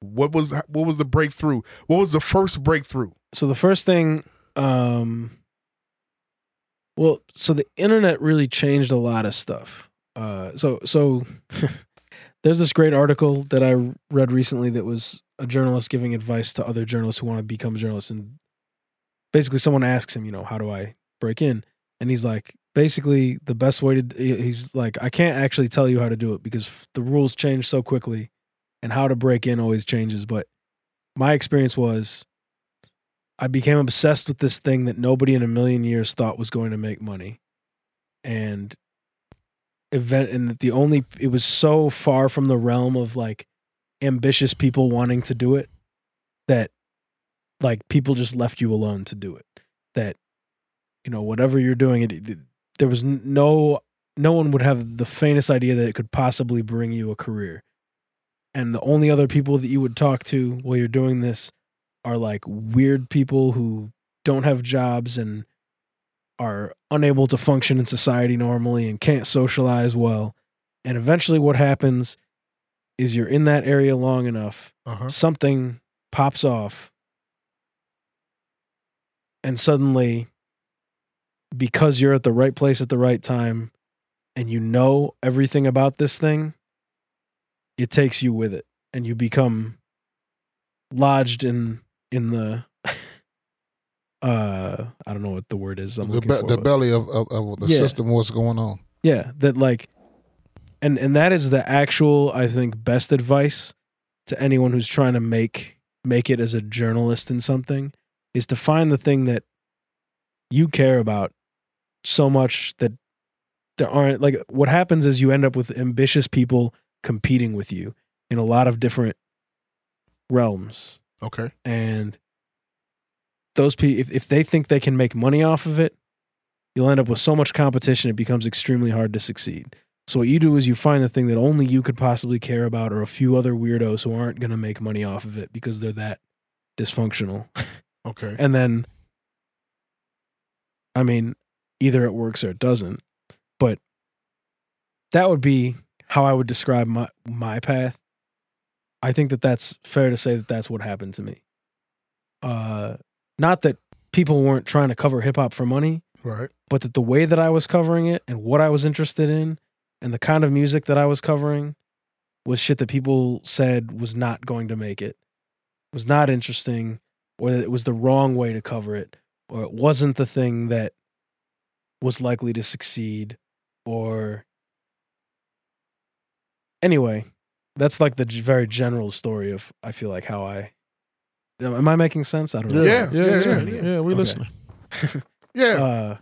What was what was the breakthrough? What was the first breakthrough?
So the first thing, um, well, so the internet really changed a lot of stuff. Uh, so so there's this great article that I read recently that was a journalist giving advice to other journalists who want to become journalists, and basically someone asks him, you know, how do I break in? And he's like, basically the best way to. He's like, I can't actually tell you how to do it because the rules change so quickly, and how to break in always changes. But my experience was. I became obsessed with this thing that nobody in a million years thought was going to make money. And event and the only it was so far from the realm of like ambitious people wanting to do it that like people just left you alone to do it. That you know whatever you're doing it- it there was n- no no one would have the faintest idea that it could possibly bring you a career. And the only other people that you would talk to while you're doing this are like weird people who don't have jobs and are unable to function in society normally and can't socialize well. And eventually, what happens is you're in that area long enough,
Uh-huh.
something pops off, and suddenly, because you're at the right place at the right time and you know everything about this thing, it takes you with it and you become lodged in in the uh I don't know what the word is. I'm
the,
looking
be-
for,
the
but-
belly of, of, of the
Yeah.
system, what's going on.
Yeah, that like and and that is the actual I think best advice to anyone who's trying to make make it as a journalist in something is to find the thing that you care about so much that there aren't like what happens is you end up with ambitious people competing with you in a lot of different realms
Okay.
and those people if, if they think they can make money off of it you'll end up with so much competition it becomes extremely hard to succeed so what you do is you find the thing that only you could possibly care about or a few other weirdos who aren't going to make money off of it because they're that dysfunctional
Okay.
and then i mean either it works or it doesn't but that would be how i would describe my my path i think that that's fair to say that that's what happened to me uh not that people weren't trying to cover hip hop for money
Right.
but that the way that I was covering it and what I was interested in and the kind of music that I was covering was shit that people said was not going to make it, was not interesting, or that it was the wrong way to cover it, or it wasn't the thing that was likely to succeed, or anyway, that's like the g- very general story of I feel like how I. Am I making sense? I don't know.
Yeah, yeah,
yeah,
yeah.
yeah, we
Okay.
listening.
Yeah.
uh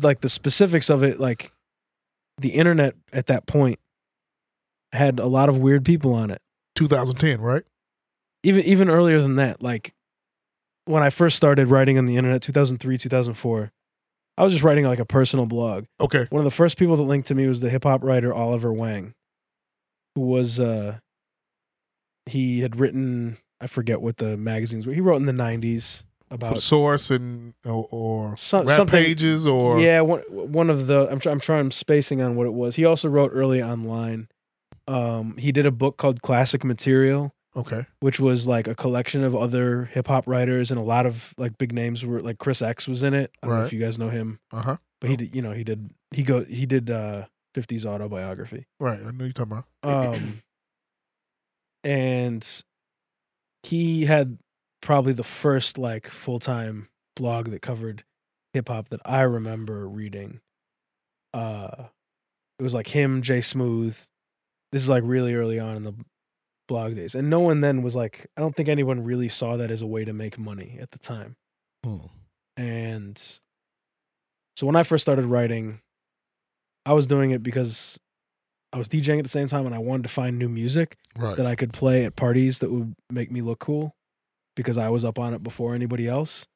like the specifics of it like the internet at that point had a lot of weird people on it
2010, right?
even even earlier than that like when i first started writing on the internet 2003 2004 i was just writing like a personal blog
Okay.
one of the first people that linked to me was the hip hop writer Oliver Wang, who was uh he had written I forget what the magazines were. He wrote in the nineties
For
about
source and or, or
So-
rap
something-
pages or
yeah one one of the I'm tr- I'm trying I'm spacing on what it was. He also wrote early online. Um, he did a book called Classic Material,
okay.
which was like a collection of other hip hop writers and a lot of like big names were like Chris X was in it. I don't know
Right.
if you guys know him,
Uh huh.
but he did you know he did he go he did uh 50s autobiography.
Right. I know you're talking about.
Um, and he had probably the first like full time blog that covered hip hop that I remember reading. Uh, it was like him, Jay Smooth. This is like really early on in the blog days, and no one then was like, I don't think anyone really saw that as a way to make money at the time.
Hmm.
And so when I first started writing, I was doing it because I was DJing at the same time and I wanted to find new music
Right.
that I could play at parties that would make me look cool because I was up on it before anybody else.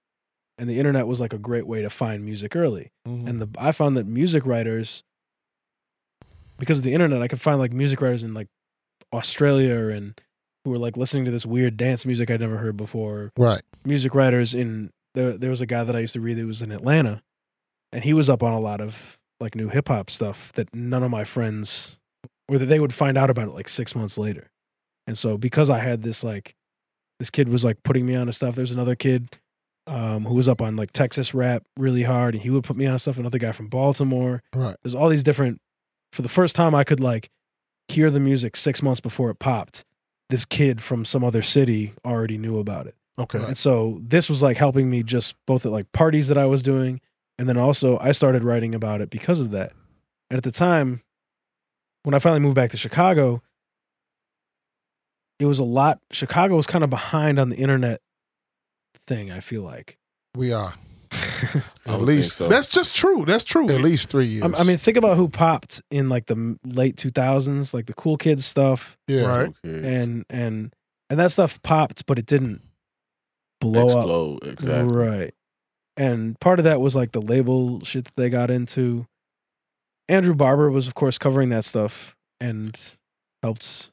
And the internet was like a great way to find music early.
Mhm.
And the I found that music writers because of the internet, I could find like music writers in like Australia and who were like listening to this weird dance music I'd never heard before
right.
music writers in there there was a guy that I used to read that was in Atlanta and he was up on a lot of like new hip hop stuff that none of my friends or that they would find out about it like 6 months later. And so because I had this like this kid was like putting me on to stuff. There's another kid um who was up on like Texas rap really hard and he would put me on to stuff another guy from Baltimore.
Right.
There's all these different for the first time I could like hear the music 6 months before it popped. This kid from some other city already knew about it.
Okay.
And so this was like helping me just both at like parties that I was doing. And then also I started writing about it because of that. And at the time, when I finally moved back to Chicago, it was a lot. Chicago was kind of behind on the internet thing, I feel like.
We are
I
at
would think
least
so.
That's just true. That's true.
at least three years.
I, I mean, think about who popped in like the m- late 2000s, like the cool kids stuff.
yeah,
Right.
Okay.
And, and, and that stuff popped, but it didn't blow up.
explode exactly.
Right. And part of that was like the label shit that they got into. Andrew Barber was, of course, covering that stuff and helped,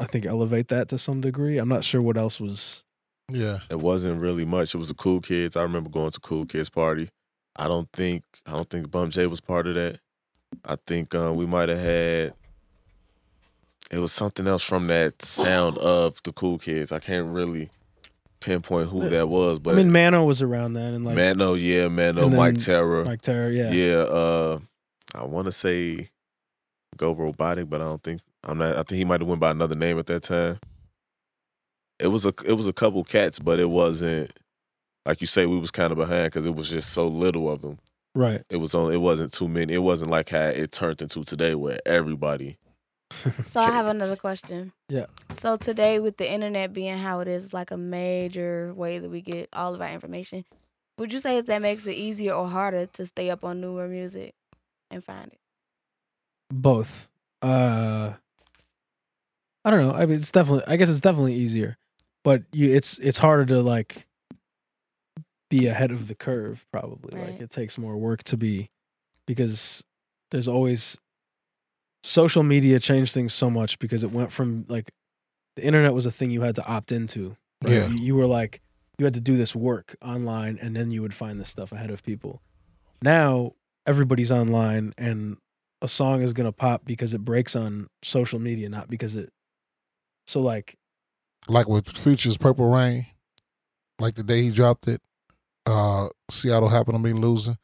I think, elevate that to some degree. I'm not sure what else was.
yeah.
It wasn't really much. It was the cool kids. I remember going to cool kids party. I don't think I don't think Bum J was part of that. I think uh, we might have had it was something else from that sound of the cool kids. I can't really pinpoint who that was, but
I mean, Mano was around then and like
Mano, yeah, Mano,
And then
Mike Terror,
Mike Terror.
yeah.
Yeah.
uh, I want to say Go Robotic, but I don't think I'm not. I think he might have went by another name at that time. It was a it was a couple cats, but it wasn't like you say, we was kind of behind because it was just so little of them.
Right.
It was on. It wasn't too many. It wasn't like how it turned into today, where everybody.
So I have another question.
Yeah.
So today, with the internet being how it is, like a major way that we get all of our information, would you say that that makes it easier or harder to stay up on newer music and find it?
both uh i don't know i mean it's definitely i guess it's definitely easier but you it's it's harder to like be ahead of the curve probably like
Right.
it takes more work to be because there's always social media changed things so much because it went from like the internet was a thing you had to opt into right?
Yeah.
you, you were like you had to do this work online and then you would find this stuff ahead of people now everybody's online and a song is gonna pop because it breaks on social media, not because it. So like,
like with Future's Purple Rain, like the day he dropped it, uh, Seattle happened to be losing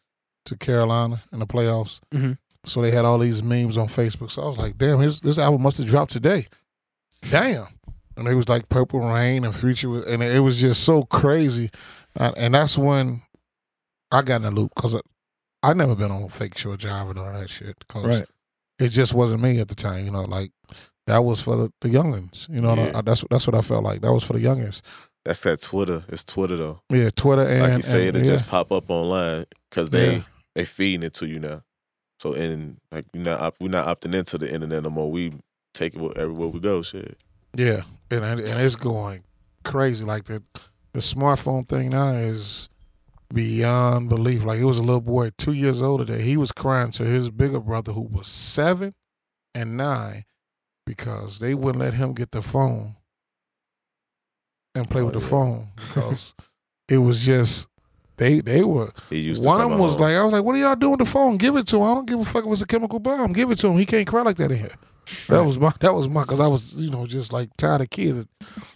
to Carolina in the playoffs.
Mhm.
So they had all these memes on Facebook. So I was like, damn, his, this album must have dropped today. Damn. And it was like Purple Rain and Future, was, and it was just so crazy. Uh, and that's when I got in the loop because I, I never been on Fake Short Jive and all that shit. 'cause
Right.
It just wasn't me at the time, you know, like that was for the, the youngins. You know, and I-
Yeah.
I- that's that's what I felt like. That was for the youngins.
That's that Twitter. It's Twitter though.
Yeah, Twitter and
like you say,
and-
it'll
yeah.
just pop up online because they
Yeah.
they feeding it to you now. So and like you not op- we're not opting into the internet no more. We take it with- everywhere we go. Shit.
yeah, and and and it's going crazy. Like the the smartphone thing now is beyond belief. Like it was a little boy two years older that he was crying to his bigger brother who was seven and nine because they wouldn't let him get the phone and play
Oh,
with the
yeah.
phone because it was just they they were
He used to
One of
come
them was
home.
like, I was like, what are y'all doing with the phone? Give it to him. I don't give a fuck if it's a chemical bomb. Give it to him. He can't cry like that in here. That was my, that was my, because I was, you know, just like tired of kids at,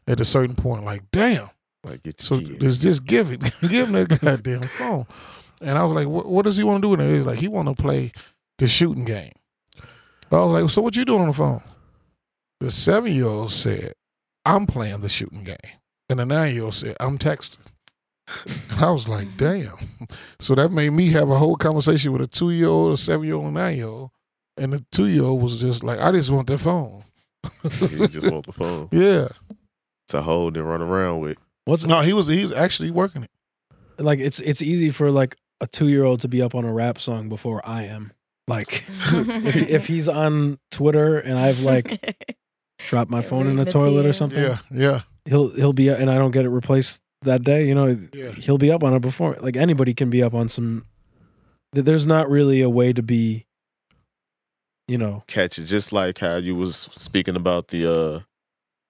at a certain point. Like, damn.
like get
So
your kids.
just, just give it. give him that goddamn phone. And I was like, what, what does he want to do with it? He was like, he want to play the shooting game. I was like, so what you doing on the phone? The seven year old said, I'm playing the shooting game. And the nine year old said, I'm texting. And I was like, damn. So that made me have a whole conversation with a two year old, a seven year old, and nine year old. And the two year old was just like, I just want that phone.
he just want the phone
Yeah.
to hold and run around with.
what's
No, he was he was actually working it.
like it's it's easy for like a two year old to be up on a rap song before I am. Like, if if he's on Twitter and I've like dropped my phone in the
Reading the
toilet or
tea.
something,
Yeah, yeah,
he'll he'll be and I don't get it replaced that day. You know,
yeah.
he'll be up on it before like anybody can be up on some. th- There's not really a way to be. You know,
Catch it just like how you was speaking about the uh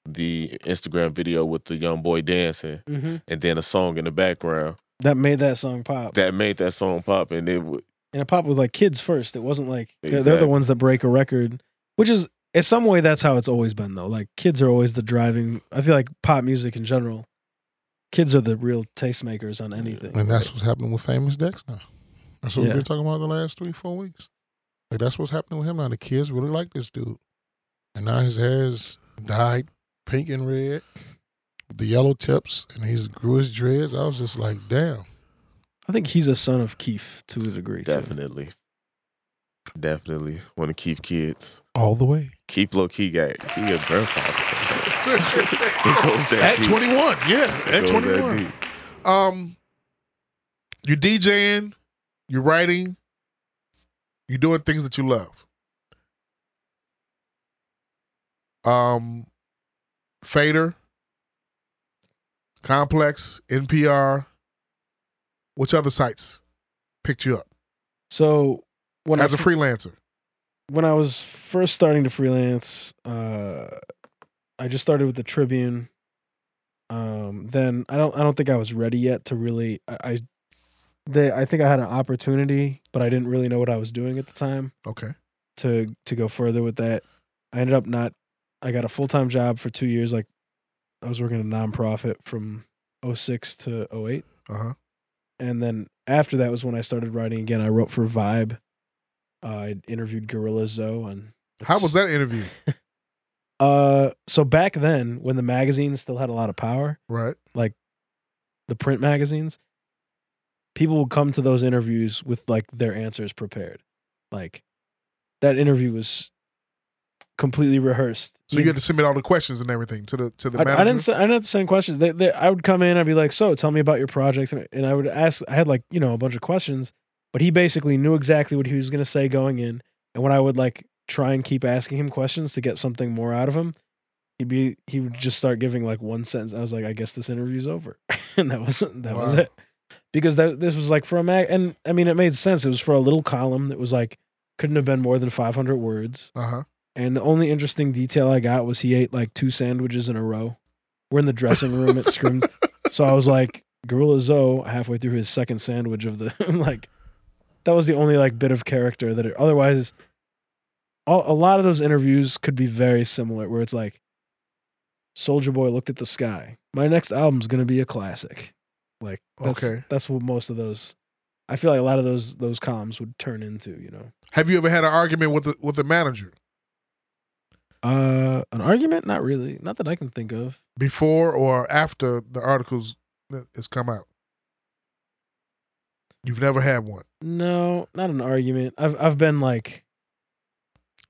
the Instagram video with the young boy dancing and then a song in the background
that made that song pop.
that made that song pop and it w-
and it popped with like kids first. It wasn't like they're- they're
Exactly.
the ones that break a record, which is in some way that's how it's always been though. Like kids are always the driving. I feel like pop music in general, kids are the real tastemakers on anything.
And that's what's happening with Famous Dex now. That's what
Yeah.
we've been talking about the last three, four weeks. Like that's what's happening with him now. The kids really like this dude, and now his hair's dyed pink and red, the yellow tips, and he's grew his dreads. I was just like, damn.
I think he's a son of Keith to a degree. too.
definitely definitely want to keep kids.
All the way
Keep low key got he a grandfather sometimes. it goes
At
that deep.
21, yeah,
It
at
goes that
21.
deep.
um you're DJing, you're writing, you're doing things that you love. Um Fader, Complex, NPR, which other sites picked you up
So when I
as a freelancer?
when I was first starting to freelance, uh, I just started with the Tribune. Um, then I don't I don't think I was ready yet to really I, I they I think I had an opportunity, but I didn't really know what I was doing at the time
Okay.
to to go further with that. I ended up not I got a full time job for two years, like I was working at a nonprofit from 06 to 08
Uh-huh.
and then after that was when I started writing again. I wrote for Vibe. Uh, I interviewed Gorilla Zoe on.
How was that interview?
Uh, so back then, when the magazine still had a lot of power,
Right.
the print magazines, people will come to those interviews with like their answers prepared. Like that interview was completely rehearsed.
So you had to submit all the questions and everything to the to the
I,
manager.
I didn't. se- I didn't have to send questions. They, they, I would come in. I'd be like, "So, tell me about your projects," and and I would ask. I had like you know a bunch of questions, but he basically knew exactly what he was going to say going in. And when I would like try and keep asking him questions to get something more out of him, he'd be he would just start giving like one sentence. I was like, "I guess this interview's over," and that was that was
Wow.
it. Because that this was like for a mag, and I mean it made sense. It was for a little column that was like couldn't have been more than five hundred words.
uh huh.
And the only interesting detail I got was he ate like two sandwiches in a row. We're in the dressing room at Scrims. So I was like, Gorilla Zoe halfway through his second sandwich of the like that was the only like bit of character that it, otherwise all, a lot of those interviews could be very similar where it's like Soldier Boy looked at the sky. My next album's going to be a classic. Like that's,
Okay.
that's what most of those I feel like a lot of those those columns would turn into, you know.
Have you ever had an argument with the with the manager
Uh, an argument? Not really. Not that I can think of.
before or after the articles that has come out? You've never had one.
No, not an argument. I've I've been like,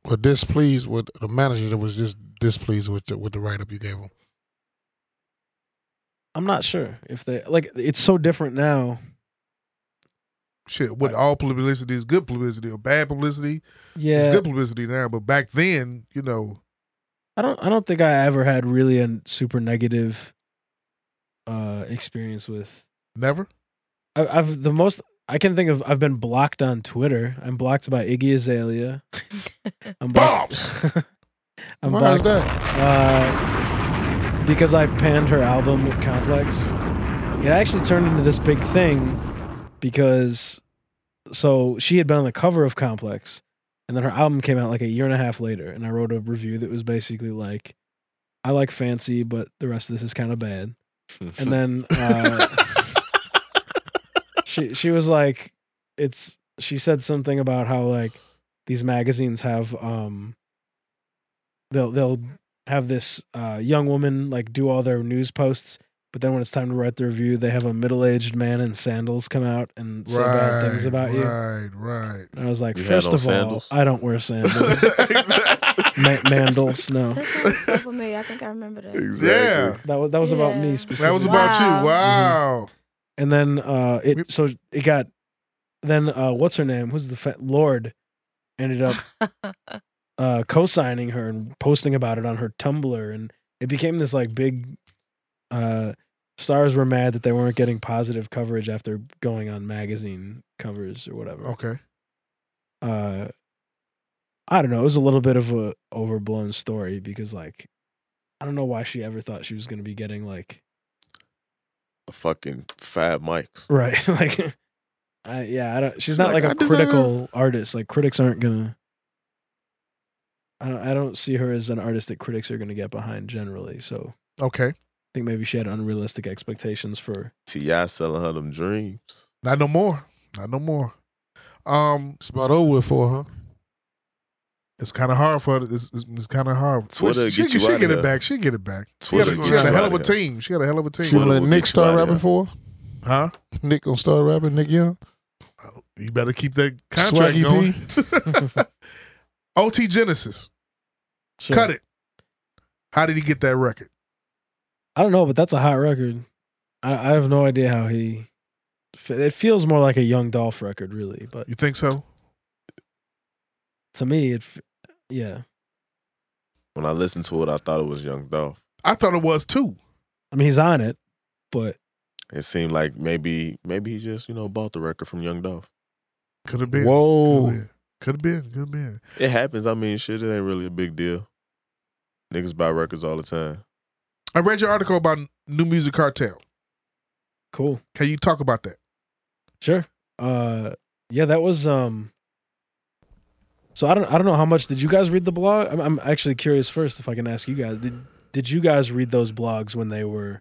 Well, displeased with the manager that was just displeased with the, with the write up you gave him.
I'm not sure if they like. It's so different now.
Shit, with all publicity is good publicity or bad publicity. It's
Yeah,
good publicity now, but back then, you know,
I don't I don't think I ever had really a super negative uh experience with.
never.
I, I've the most I can think of. I've been blocked on Twitter. I'm blocked by Iggy Azalea. I'm blocked. I'm
Why is
blocked
that?
uh, because I panned her album with Complex. It actually turned into this big thing because so she had been on the cover of Complex, and then her album came out like a year and a half later, and I wrote a review that was basically like, "I like Fancy, but the rest of this is kind of bad." and then uh, she she was like, "It's." She said something about how like these magazines have um they'll they'll have this uh, young woman like do all their news posts, but then when it's time to write the review, they have a middle aged man in sandals come out and say bad things about you.
Right, right.
And I was like,
You had
first
on
of
sandals?
all, I don't wear sandals.
exactly.
Ma- mandals, no.
That sounds so familiar. I think I remember that.
Yeah.
That was that was about
Yeah. That
me
was
specifically.
That was about you. Wow.
Wow. and then uh it so it got then uh what's her name? Who's the fa- Lord ended up uh co-signing her and posting about it on her Tumblr and it became this like big uh stars were mad that they weren't getting positive coverage after going on magazine covers or
Mm-hmm.
whatever.
Okay.
uh I don't know, it was a little bit of a overblown story because like I don't know why she ever thought she was going to be getting like
A fucking fab mics.
right like I yeah, I don't she's not
like,
like,
"I
a
deserve-"
critical artist. Like critics aren't going to I don't I don't see her as an artist that critics are going to get behind generally. So I
Okay.
think maybe she had unrealistic expectations for
Ti selling her them dreams.
Not no more. Not no more. Um,
It's about over with for her.
it's kind of hard for her. to- It's, it's, kind of hard.
Twitter
she,
get
she,
you
she
out of
get
here.
it back. She get it back. She got,
Twitter
a,
get
she got
you
a hell
out
of a
of here.
team. She got a hell of a
She
team.
Twitter
gonna let
will
Nick
get
start
you out of
rapping for her.
Huh?
Nick gonna start rapping. Nick Young,
You better keep that contract
Swaggy
going.
P.
OT Genesis,
Sure.
cut it. How did he get that record?
I don't know, but that's a hot record. I I have no idea how he it feels more like a young Dolph record really, but
You think so?
to me it f- yeah
When I listened to it, I thought it was Young Dolph.
I thought it was too.
i mean he's on it but
It seemed like maybe maybe he just you know bought the record from Young Dolph.
Could have been.
Whoa.
Could have been. Could have been.
It happens. I mean, shit, it ain't really a big deal. Niggas buy records all the time.
I read your article about New Music Cartel.
cool
Can you talk about that?
sure uh yeah that was um so i don't i don't know how much did you guys read the blog i'm, I'm actually curious first if i can ask you guys did did you guys read those blogs when they were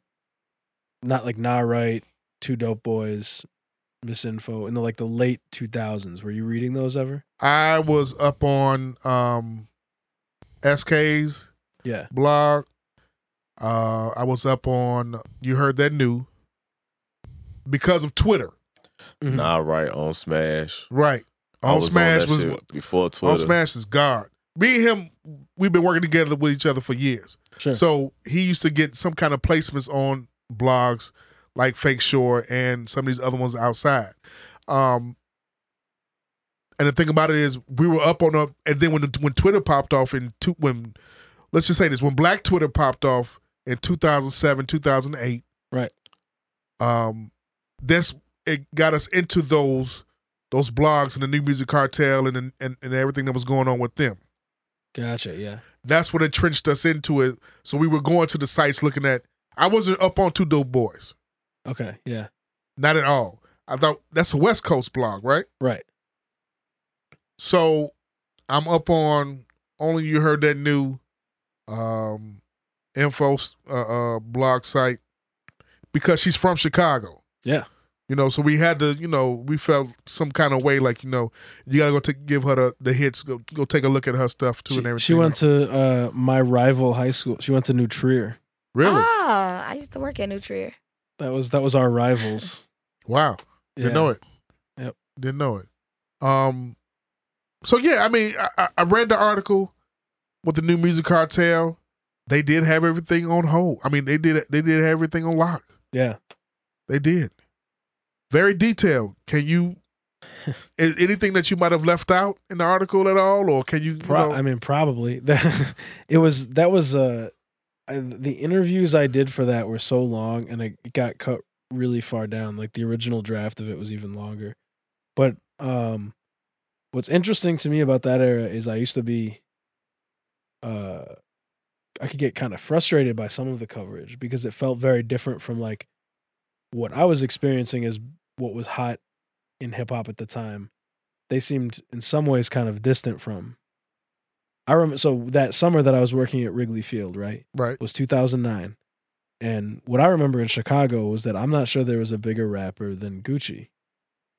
not like nah right two dope boys misinfo in the like the late 2000s were you reading those ever
I was up on um, SK's
yeah
blog. Uh, I was up on you heard that new. because of Twitter.
Mm-hmm.
Nah, right on Smash.
Right.
I
On
on
Smash
that
was
shit
what-
before Twitter.
On Smash is God. Me and him, we've been working together with each other for years.
Sure.
So he used to get some kind of placements on blogs like Fake Shore and some of these other ones outside. Um, and the thing about it is, we were up on a, and then when the, when Twitter popped off in two, when let's just say this, when Black Twitter popped off in 2007, 2008,
Right.
um, that's it got us into those those blogs and the new music cartel and and, and everything that was going on with them.
Gotcha. Yeah.
That's what entrenched us into it. So we were going to the sites looking at. I wasn't up on Two Dope Boys,
Okay. Yeah.
not at all. I thought that's a West Coast blog, right?
Right.
So I'm up on only you heard that new um info uh, uh blog site because she's from Chicago.
Yeah.
You know, so we had to, you know, we felt some kind of way like, you know, you gotta go take give her the, the hits, go go take a look at her stuff too and
She,
everything.
she went to uh, my rival high school. She went to New Trier.
Really?
Ah, I used to work at Nutria.
That was that was our rivals.
Wow. Didn't know it.
Yep.
Didn't know it. Um so yeah, I mean I, I- I read the article with the new music cartel. They did have everything on hold. I mean they did they did have everything on lock.
Yeah.
They did. Very detailed. Can you is anything that you might have left out in the article at all, or can you? you
Pro-
know-
I mean, probably that. it was that was uh, I, the interviews I did for that were so long, and it got cut really far down. Like the original draft of it was even longer. But um, what's interesting to me about that era is I used to be, uh, I could get kind of frustrated by some of the coverage because it felt very different from like what I was experiencing as what was hot in hip hop at the time. They seemed in some ways kind of distant from. I remember so that summer that I was working at Wrigley Field, right?
right.
was 2009. And what I remember in Chicago was that I'm not sure there was a bigger rapper than Gucci,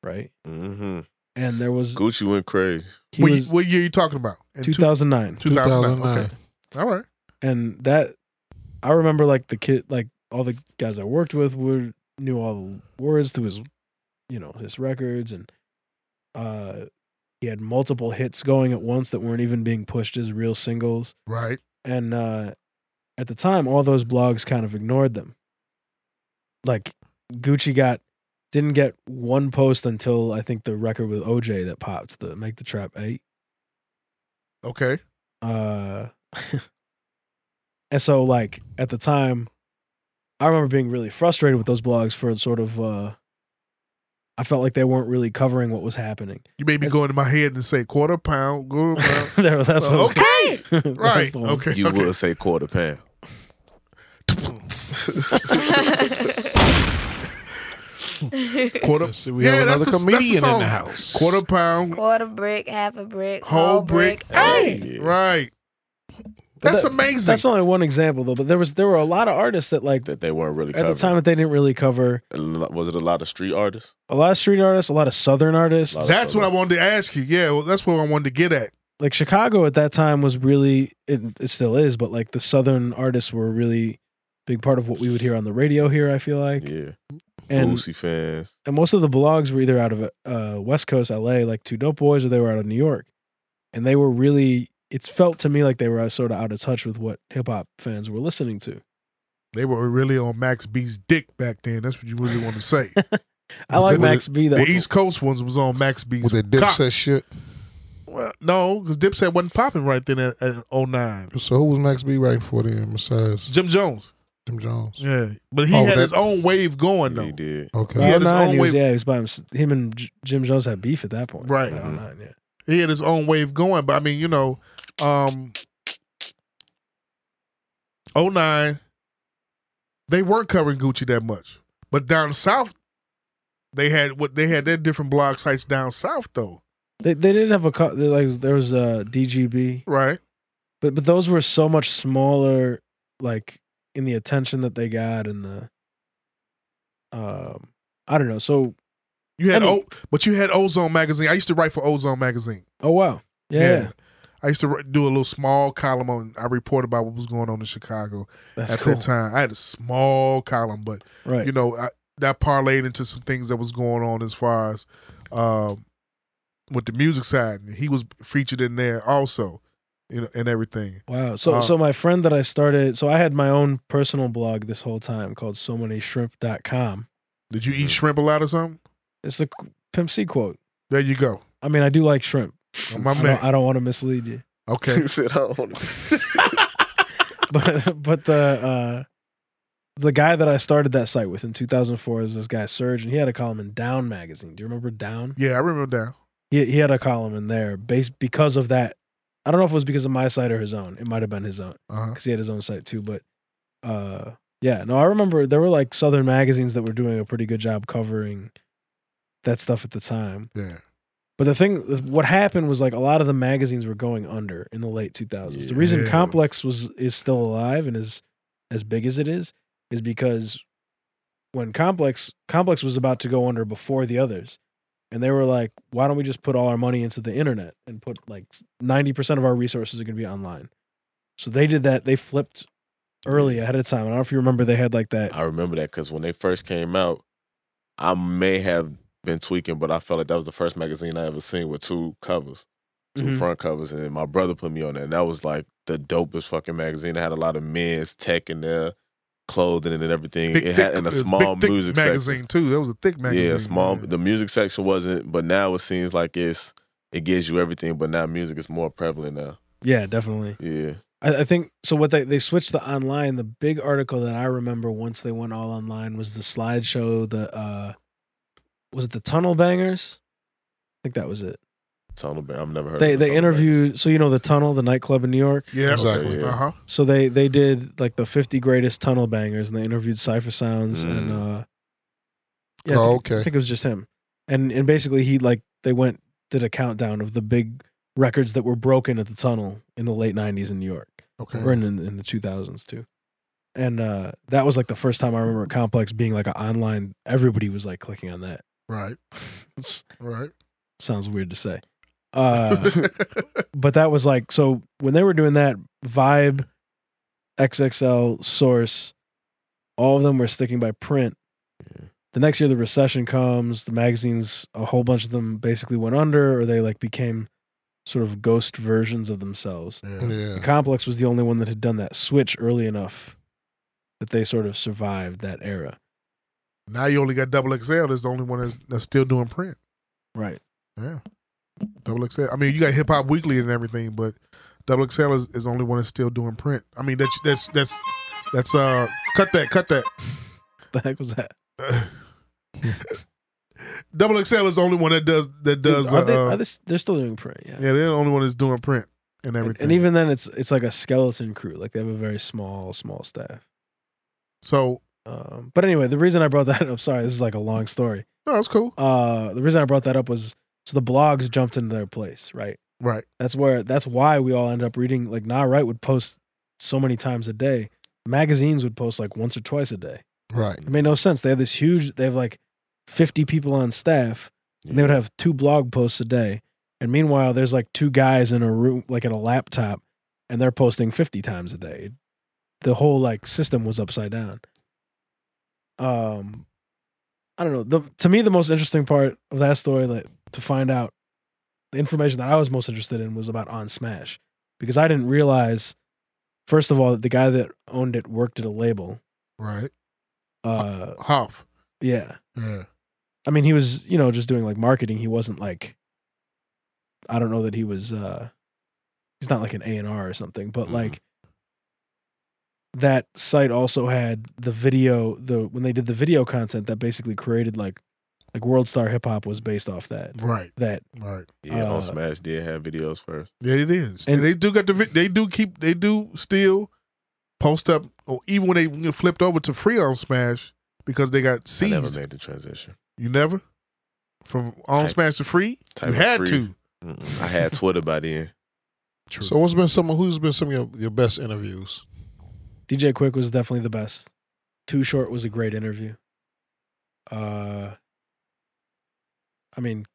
right?
hmm
And there was,
Gucci went crazy.
he
What,
was
what year you talking about? In two-
2009.
2009.
2009.
Okay. All right.
and that I remember like the kid like all the guys I worked with were knew all the words to his you know his records and uh he had multiple hits going at once that weren't even being pushed as real singles
Right.
and uh at the time all those blogs kind of ignored them like Gucci got didn't get one post until I think the record with OJ that popped the make the trap 8
Okay.
uh and so like at the time i remember being really frustrated with those blogs for sort of uh i felt like they weren't really covering what was happening
You made me go into my head and say quarter pound, quarter pound.
There- that's what was-
okay.
that's the
Right.
one.
Okay.
You
okay.
would say quarter pound.
quarter.
Let's see, we have another comedian in
song.
the house.
Quarter pound,
Quarter brick, half a brick,
whole, brick. Hey.
Yeah.
Right.
But
That's
that-
amazing.
that's only one example though but there was there were a lot of artists that like
That they weren't really
at the
covering.
time that they didn't really cover
A lo- was it a lot of street artists?
a lot of street artists a lot of southern artists
Lot of
that's what I wanted to ask you. Yeah, well, that's what I wanted to get at.
like Chicago at that time was really it, it still is, but like the southern artists were a really big part of what we would hear on the radio here. I feel like,
Yeah.
and
Boosie fans.
and most of the blogs were either out of uh, West Coast, LA, like Two Dope Boys, or they were out of New York, and they were really. It's felt to me like they were sort of out of touch with what hip hop fans were listening to.
They were really on Max B's dick back then. That's what you really want to say.
I like
They were-
Max B though.
The East Coast ones was on Max B's.
with that
cock.
Dipset shit.
Well, no, because Dipset wasn't popping right then at, at 09.
So who was Max B writing for then besides
Jim Jones.
Jim Jones?
Yeah. But he
Oh,
had
that-
his own wave
Oh,
going, though.
He did.
Well,
he
Okay.
had his
09,
own
he was-
way-
yeah, he was by him. Him and J- Jim Jones had beef at that point.
Right.
09, yeah.
He had his own wave going. But I mean, you know, um, 09, they weren't covering Gucci that much. But down south, they had what they had their different blog sites down south, though.
They they did have a co- they, like there was uh, a DGB.
Right.
but but those were so much smaller like in the attention that they got and the um i don't know so
You had
I mean-
o- but you had Ozone magazine. I used to write for Ozone magazine.
oh wow yeah,
I used to re- do a little small column on. I report about what was going on in Chicago
that's
at
cool
that time. I had a small column, but
right
you know, I, that parlayed into some things that was going on as far as um, with the music side. And he was featured in there also, you know, and everything.
Wow. So
Uh,
so my friend that I started so I had my own personal blog this whole time called so many shrimp.com.
Did
Mm-hmm.
you eat shrimp a lot or something?
It's a qu- Pimp C quote.
There you go.
I mean, I do like shrimp.
Oh, My
I don't-
man.
I don't want to mislead you.
Okay.
said, I don't want to.
but but the uh the guy that I started that site with in 2004 is this guy Surge, and he had a column in Down magazine. Do you remember Down?
Yeah, I remember that.
He he had a column in there based because of that. I don't know if it was because of my site or his own. It might have been his own
Uh-huh.
because he had his own site too. But uh, yeah, no, I remember there were like Southern magazines that were doing a pretty good job covering that stuff at the time.
Yeah.
But the thing, what happened was like a lot of the magazines were going under in the late 2000s. The reason
Yeah.
Complex was is still alive and is as big as it is is because when Complex Complex was about to go under before the others, and they were like, "Why don't we just put all our money into the internet and put like 90% of our resources are going to be online?" So they did that. They flipped early ahead of time. I don't know if you remember they had like that.
I remember that because when they first came out, I may have been tweaking, but I felt like that was the first magazine I ever seen with two covers, 2
Mm-hmm.
Mhm.
front covers, and then my brother put me on that, and that was like the dopest fucking magazine. It had a lot of men's tech in there, clothing and everything.
Big,
it had
thick-
and a
uh,
small
big, thick
music
magazine
section.
too. That was a thick magazine.
yeah, small.
man.
The music section wasn't, but now it seems like it's it gives you everything, but now music is more prevalent now.
Yeah, definitely.
Yeah,
I, I think so. What they they switched the online. The big article that I remember once they went all online was the slideshow. The uh, was it the Tunnel Bangers? I think that was it.
Tunnel Bang. I've never heard.
They
of the
they
Tunnel
interviewed. So you know the Tunnel, the nightclub in New York.
Yeah.
Exactly.
yeah.
Uh huh.
So they they did like the 50 greatest tunnel bangers, and they interviewed Cipher Sounds and
Mm.
uh, yeah, I
Oh,
think-
okay.
I think it was just him, and and basically he like they went did a countdown of the big records that were broken at the tunnel in the late 90s in New York
Okay.
or in, in, in the 2000s too. And uh, that was like the first time I remember Complex being like an online. Everybody was like clicking on that.
Right.
It's-
Right.
sounds weird to say, uh, but that was like so when they were doing that Vibe, XXL, Source, all of them were sticking by print. The next year, the recession comes. The magazines, a whole bunch of them, basically went under, or they like became sort of ghost versions of themselves.
yeah.
The
Yeah.
Complex was the only one that had done that switch early enough that they sort of survived that era.
Now you only got double XL. That's the only one that's, that's still doing print.
Right.
Double XL. I mean, you got Hip Hop Weekly and everything, but double XL is, is the only one that's still doing print. I mean, that's that's that's that's uh, cut that, cut that.
The heck was that?
Double XL is the only one that does that
Dude,
does.
are
uh,
they,
uh,
are they, s- they're still doing print, yeah.
yeah, they're the only one that's doing print and
and,
everything.
and even then, it's it's like a skeleton crew. Like they have a very small, small staff.
so,
Um, but anyway, the reason I brought that up, sorry, this is like a long story.
no, it's cool.
Uh, the reason I brought that up was so the blogs jumped into their place, right?
Right.
That's where that's why we all end up reading. Like Nah Right would post so many times a day. Magazines would post like once or twice a day.
Right.
It made no sense. They have this huge. They have like fifty people on staff, and they would have two blog posts a day. And meanwhile, there's like two guys in a room, like at a laptop, and they're posting fifty times a day. The whole like system was upside down. Um, I don't know. The to me, the most interesting part of that story, like to find out the information that I was most interested in was about On Smash, because I didn't realize, first of all, that the guy that owned it worked at a label.
Right.
Uh,
Hoff.
yeah.
Yeah.
I mean, he was, you know, just doing like marketing. He wasn't like, I don't know that he was, uh, he's not like an A&R or something, but
Mhm.
like that site also had the video, the, when they did the video content that basically created like, like World Star Hip Hop was based off that,
Right.
that,
Right.
Yeah,
uh,
on Smash did have videos first.
Yeah, it is.
And-
And they do got the. vi- They do keep. They do still post up, or even when they get flipped over to free on Smash because they got
I never
seized.
made the transition.
you never from on
Type-
Smash to free.
type
You
of
had
free.
to.
Mm-mm. I had Twitter by then.
True.
So what's been some? Who's been some of your, your best interviews?
DJ Quick was definitely the best. Too Short was a great interview. Uh, I mean,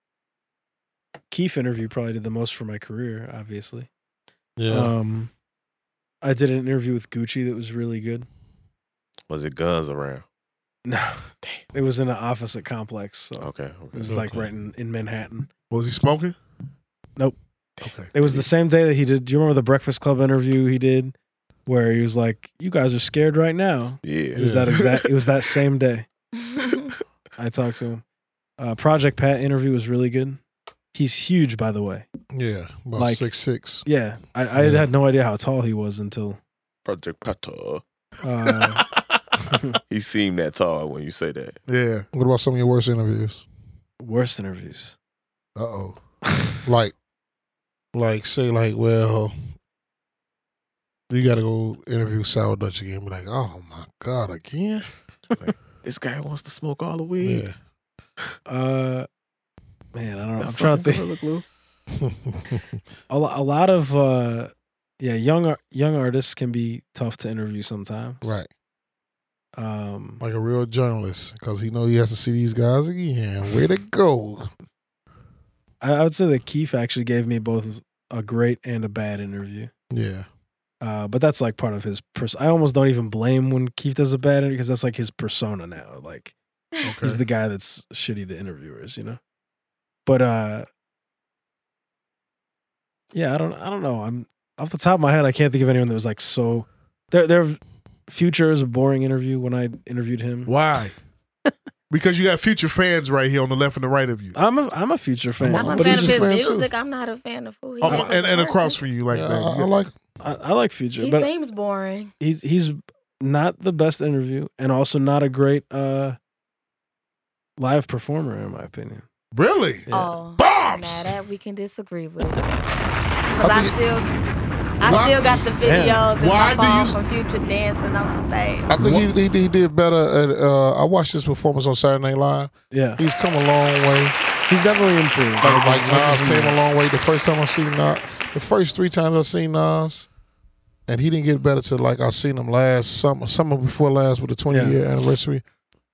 Keith interview probably did the most for my career, obviously.
Uh,
Um, I did an interview with Gucci that was really good.
Was it guns around?
No, it was in an office at Complex. So
Oh, okay,
it was like right in, in Manhattan.
Was he smoking?
Nope.
Okay.
It was the same day that he did. Do you remember the Breakfast Club interview he did, where he was like, "You guys are scared right now."
Yeah.
It was that exact. It was that same day. I talked to him. Uh, Project Pat interview was really good. He's huge, by the way.
Yeah, about
Like-
six six.
Yeah, I, I
Yeah.
had no idea how tall he was until.
Project Pato.
Uh,
He seemed that tall when you say that.
Yeah.
What about some of your worst interviews?
worst interviews.
Uh oh. like, like say like, well, you got to go interview Sour Dutch again. Be like, oh my god, again?
This guy wants to smoke all the
Yeah.
weed.
Uh, man, I don't know.
Not
I'm trying to
fucking
think.
Gorilla Glue.
a, lo- a lot of uh yeah young ar- young artists can be tough to interview sometimes
right.
um
Like a real journalist, because he know he has to see these guys again. Way to go!
I, I would say that keith actually gave me both a great and a bad interview
Yeah.
uh but that's like part of his pers- i almost don't even blame when keith does a bad interview because that's like his persona now like
Okay.
he's the guy that's shitty to interviewers you know but uh yeah i don't i don't know i'm off the top of my head i can't think of anyone that was like so their their future is a boring interview when i interviewed him
Why? because you got future fans right here on the left and the right of you.
I'm a I'm a future fan,
I'm
I'm
a
a
but
fan
he's
just
of
just,
his
playing too.
music. I'm not a fan of who he
Um,
is. as a
and, and
person.
across from you like
yeah,
that.
I,
You
I
got-
like.
I, I like future,
He
but
seems boring.
he's he's not the best interview, and also not a great uh live performer in my opinion.
really?
Yeah.
Oh,
Bombs!
Now that we can disagree with, because
I
I,
mean-
still, I
Why-
still got the videos and
Why
my
do you
phone
s-
from Future dancing on stage.
I think he, he, he did better. At, uh, I watched his performance on Saturday Night Live.
Yeah,
He's come a long way.
he's definitely improved.
Like, like Nas came a long way. The first time I seen Nas, the first three times I seen Nas, and he didn't get better till like I seen him last summer, summer before last with the twenty
Yeah.
year anniversary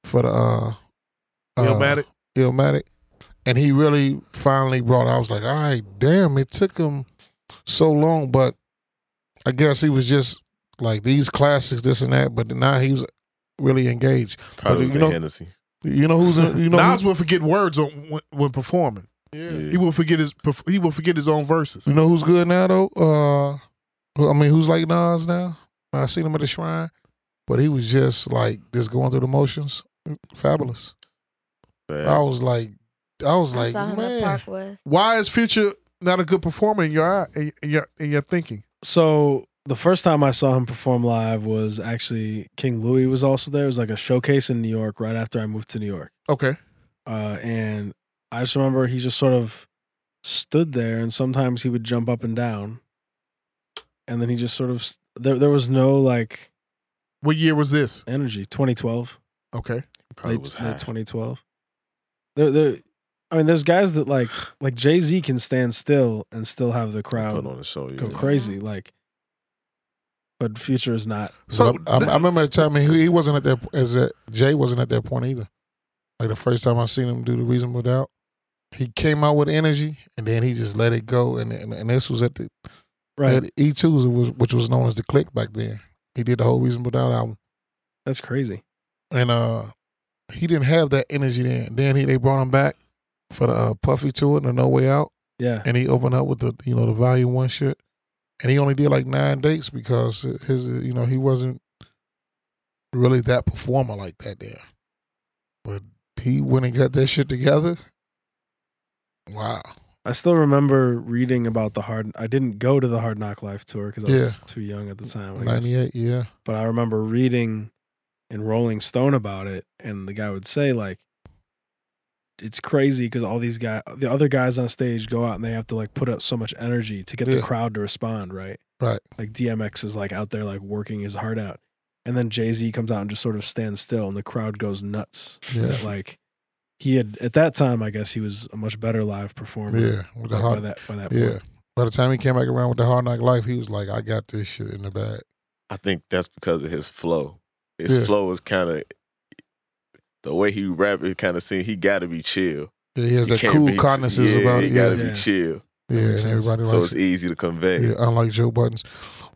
for the uh, uh,
Illmatic.
Illmatic, and he really finally brought. I was like, all right, damn, it took him so long, but I guess he was just like these classics, this and that. But now he was really engaged.
Probably
you
was the
know-
Hennessy.
You know who's in, you know
Nas
who-
will forget words on, when, when performing.
Yeah.
He will forget his perf- he will forget his own verses.
you know who's good now though. Uh, who- I mean, who's like Nas now? I seen him at the shrine, but he was just like just going through the motions. Fabulous.
Bad.
I was like, I was
I
like,
saw him at
man,
Park West.
Why is Future not a good performer in your eye, in, in your in your thinking?
So the first time I saw him perform live was actually King Louis was also there. It was like a showcase in New York right after I moved to New York.
Okay.
Uh, and I just remember he just sort of stood there, and sometimes he would jump up and down, and then he just sort of s- there. There was no like
What year was this?
energy. 2012,
Okay.
Probably
late,
was
late
high.
2012. There, there. I mean, there's guys that like like Jay Z can stand still and still have the
Put
crowd
on the show.
go
Yeah.
crazy. Like, but Future is not
So
I, I,
th-
I remember at the time he, he wasn't at that as that Jay wasn't at that point either. Like the first time I seen him do the reasonable doubt, he came out with energy and then he just let it go. And and, and this was at the
right.
at E two was which was known as the Click back then. He did the whole reasonable doubt album
That's crazy.
and uh he didn't have that energy then. Then he they brought him back for the uh, Puffy tour and the No Way Out,
Yeah.
and he opened up with the you know the Volume One shit, and he only did like nine dates because his you know he wasn't really that performer like that there. But he went and got that shit together. Wow.
I still remember reading about the hard. I didn't go to the Hard Knock Life tour because I was too young at the time. I guess.
98, yeah.
But I remember reading in Rolling Stone about it, and the guy would say like, "It's crazy because all these guys, the other guys on stage, go out and they have to like put up so much energy to get the
Yeah.
crowd to respond, right?
Right.
Like DMX is like out there like working his heart out, and then Jay Z comes out and just sort of stands still, and the crowd goes nuts.
Yeah.
That, like he had at that time, I guess he was a much better live performer.
Yeah. With the
like, by
hard,
that by that
yeah.
point.
By the time he came back around with the hard knock life, he was like, I got this shit in the bag.
I think that's because of his flow. His
Yeah.
flow is kind of the way he rap. It kind of seems he got to be chill.
Yeah, he has
He
that
can't
cool
be-
cognizance
yeah,
about
He
it.
got to
Yeah,
be
Yeah.
chill,
yeah,
makes
and everybody
so
likes
it's easy to convey.
Yeah, unlike Joe Buttons.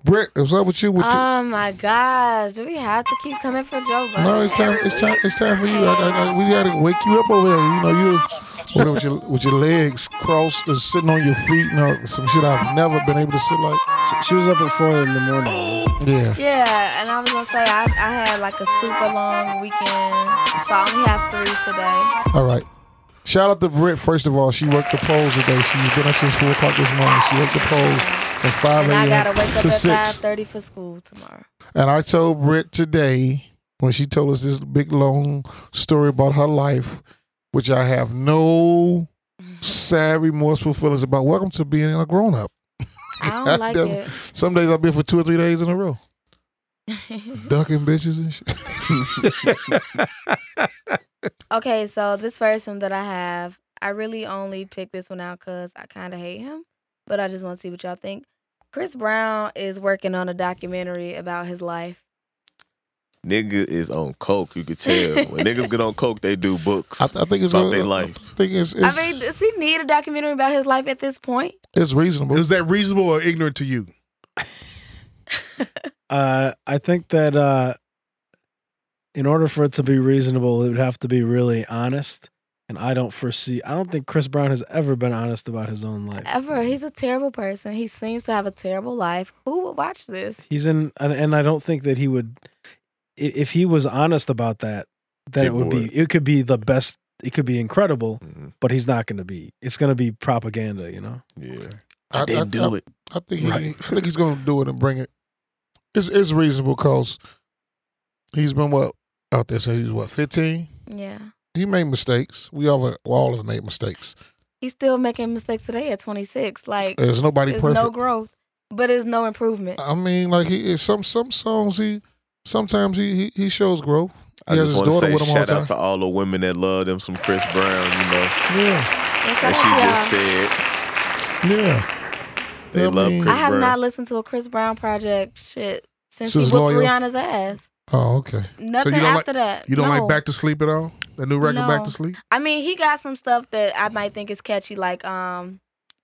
Britt, what's up with you? With your-
Oh my gosh, do we have to keep coming for Joe Budden?
No, it's time. It's time. It's time for you. I, I, I, we gotta wake you up over there. You know, you with, with your with your legs crossed and sitting on your feet. You know, some shit I've never been able to sit like.
She, was up at four in the morning.
Yeah.
Yeah, and I was gonna say I, I had like a super long weekend, so I only have three today.
All right. Shout out to Britt. First of all, she worked the polls today. She's been up since four o'clock this morning. She worked the polls from five
And I gotta
a.m.
wake up
to
at five
six.
thirty for school tomorrow.
And I told Britt today when she told us this big long story about her life, which I have no sad, remorseful feelings about. Welcome to being a grown up.
I don't like it.
Some days I've been for two or three days in a row. Ducking bitches and shit.
Okay, so this first one that I have, I really only picked this one out because I kind of hate him, but I just want to see what y'all think. Chris Brown is working on a documentary about his life.
Nigga is on coke. You could tell when niggas get on coke, they do books
I, I think it's
about
a,
their
I
life.
think it's it's,
I mean, does he need a documentary about his life at this point?
it's reasonable.
Is that reasonable or ignorant to you?
Uh, I think that uh, in order for it to be reasonable, it would have to be really honest. And I don't foresee. I don't think Chris Brown has ever been honest about his own life.
Ever. He's a terrible person. He seems to have a terrible life. Who would watch this?
He's in, and, and I don't think that he would. i- If he was honest about that, then it
People
would be. It could be the best. It could be incredible,
Mhm.
but he's not going to be. It's going to be propaganda, you know.
Yeah,
I,
I didn't
I-
do it.
I think he,
Right.
I think he's going to do it and bring it. It's it's reasonable because he's been what out there since he was what fifteen.
Yeah.
He made mistakes. We all we all have made mistakes.
He's still making mistakes today at 26. Like,
There's nobody
it's
perfect.
no growth, but it's no improvement.
Uh,
I mean, like he it's some some songs he sometimes he he, he shows growth. He
I
has
just
his
want
daughter
to
with
say
him all the
shout
time.
out to all the women that love them some Chris Brown. You know,
yeah,
That's
and
all
she
I
just
have.
said
yeah.
they
Yeah, I
love
mean-
Chris
I have
Brown.
not listened to a Chris Brown project shit since
Since
he whooped
Loyal?
Rihanna's ass.
Oh, okay.
Nothing
don't like-
after that.
You don't
No.
like Back to Sleep at all? The new record, Back
No.
to Sleep?
I mean, he got some stuff that I might think is catchy, like um,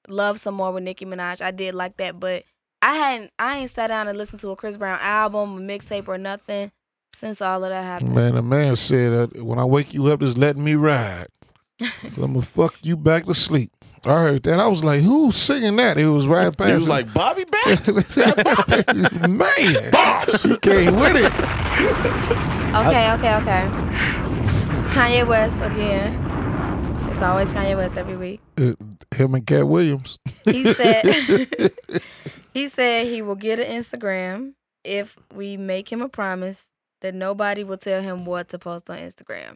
"Love Some More" with Nicki Minaj. I did like that, but I hadn't, I ain't sat down and listened to a Chris Brown album, a mixtape, or nothing since all of that happened.
Man, the man said, uh, "When I wake you up, just let me ride. I'm gonna fuck you back to sleep." I heard that. I was like, "Who's singing that?" It was right past.
He was
him.
like Bobby back.
man, you came with it.
Okay, okay, okay. Kanye West again. It's always Kanye West every week.
Uh, Him and Cat Williams.
He said he said he will get an Instagram if we make him a promise that nobody will tell him what to post on Instagram.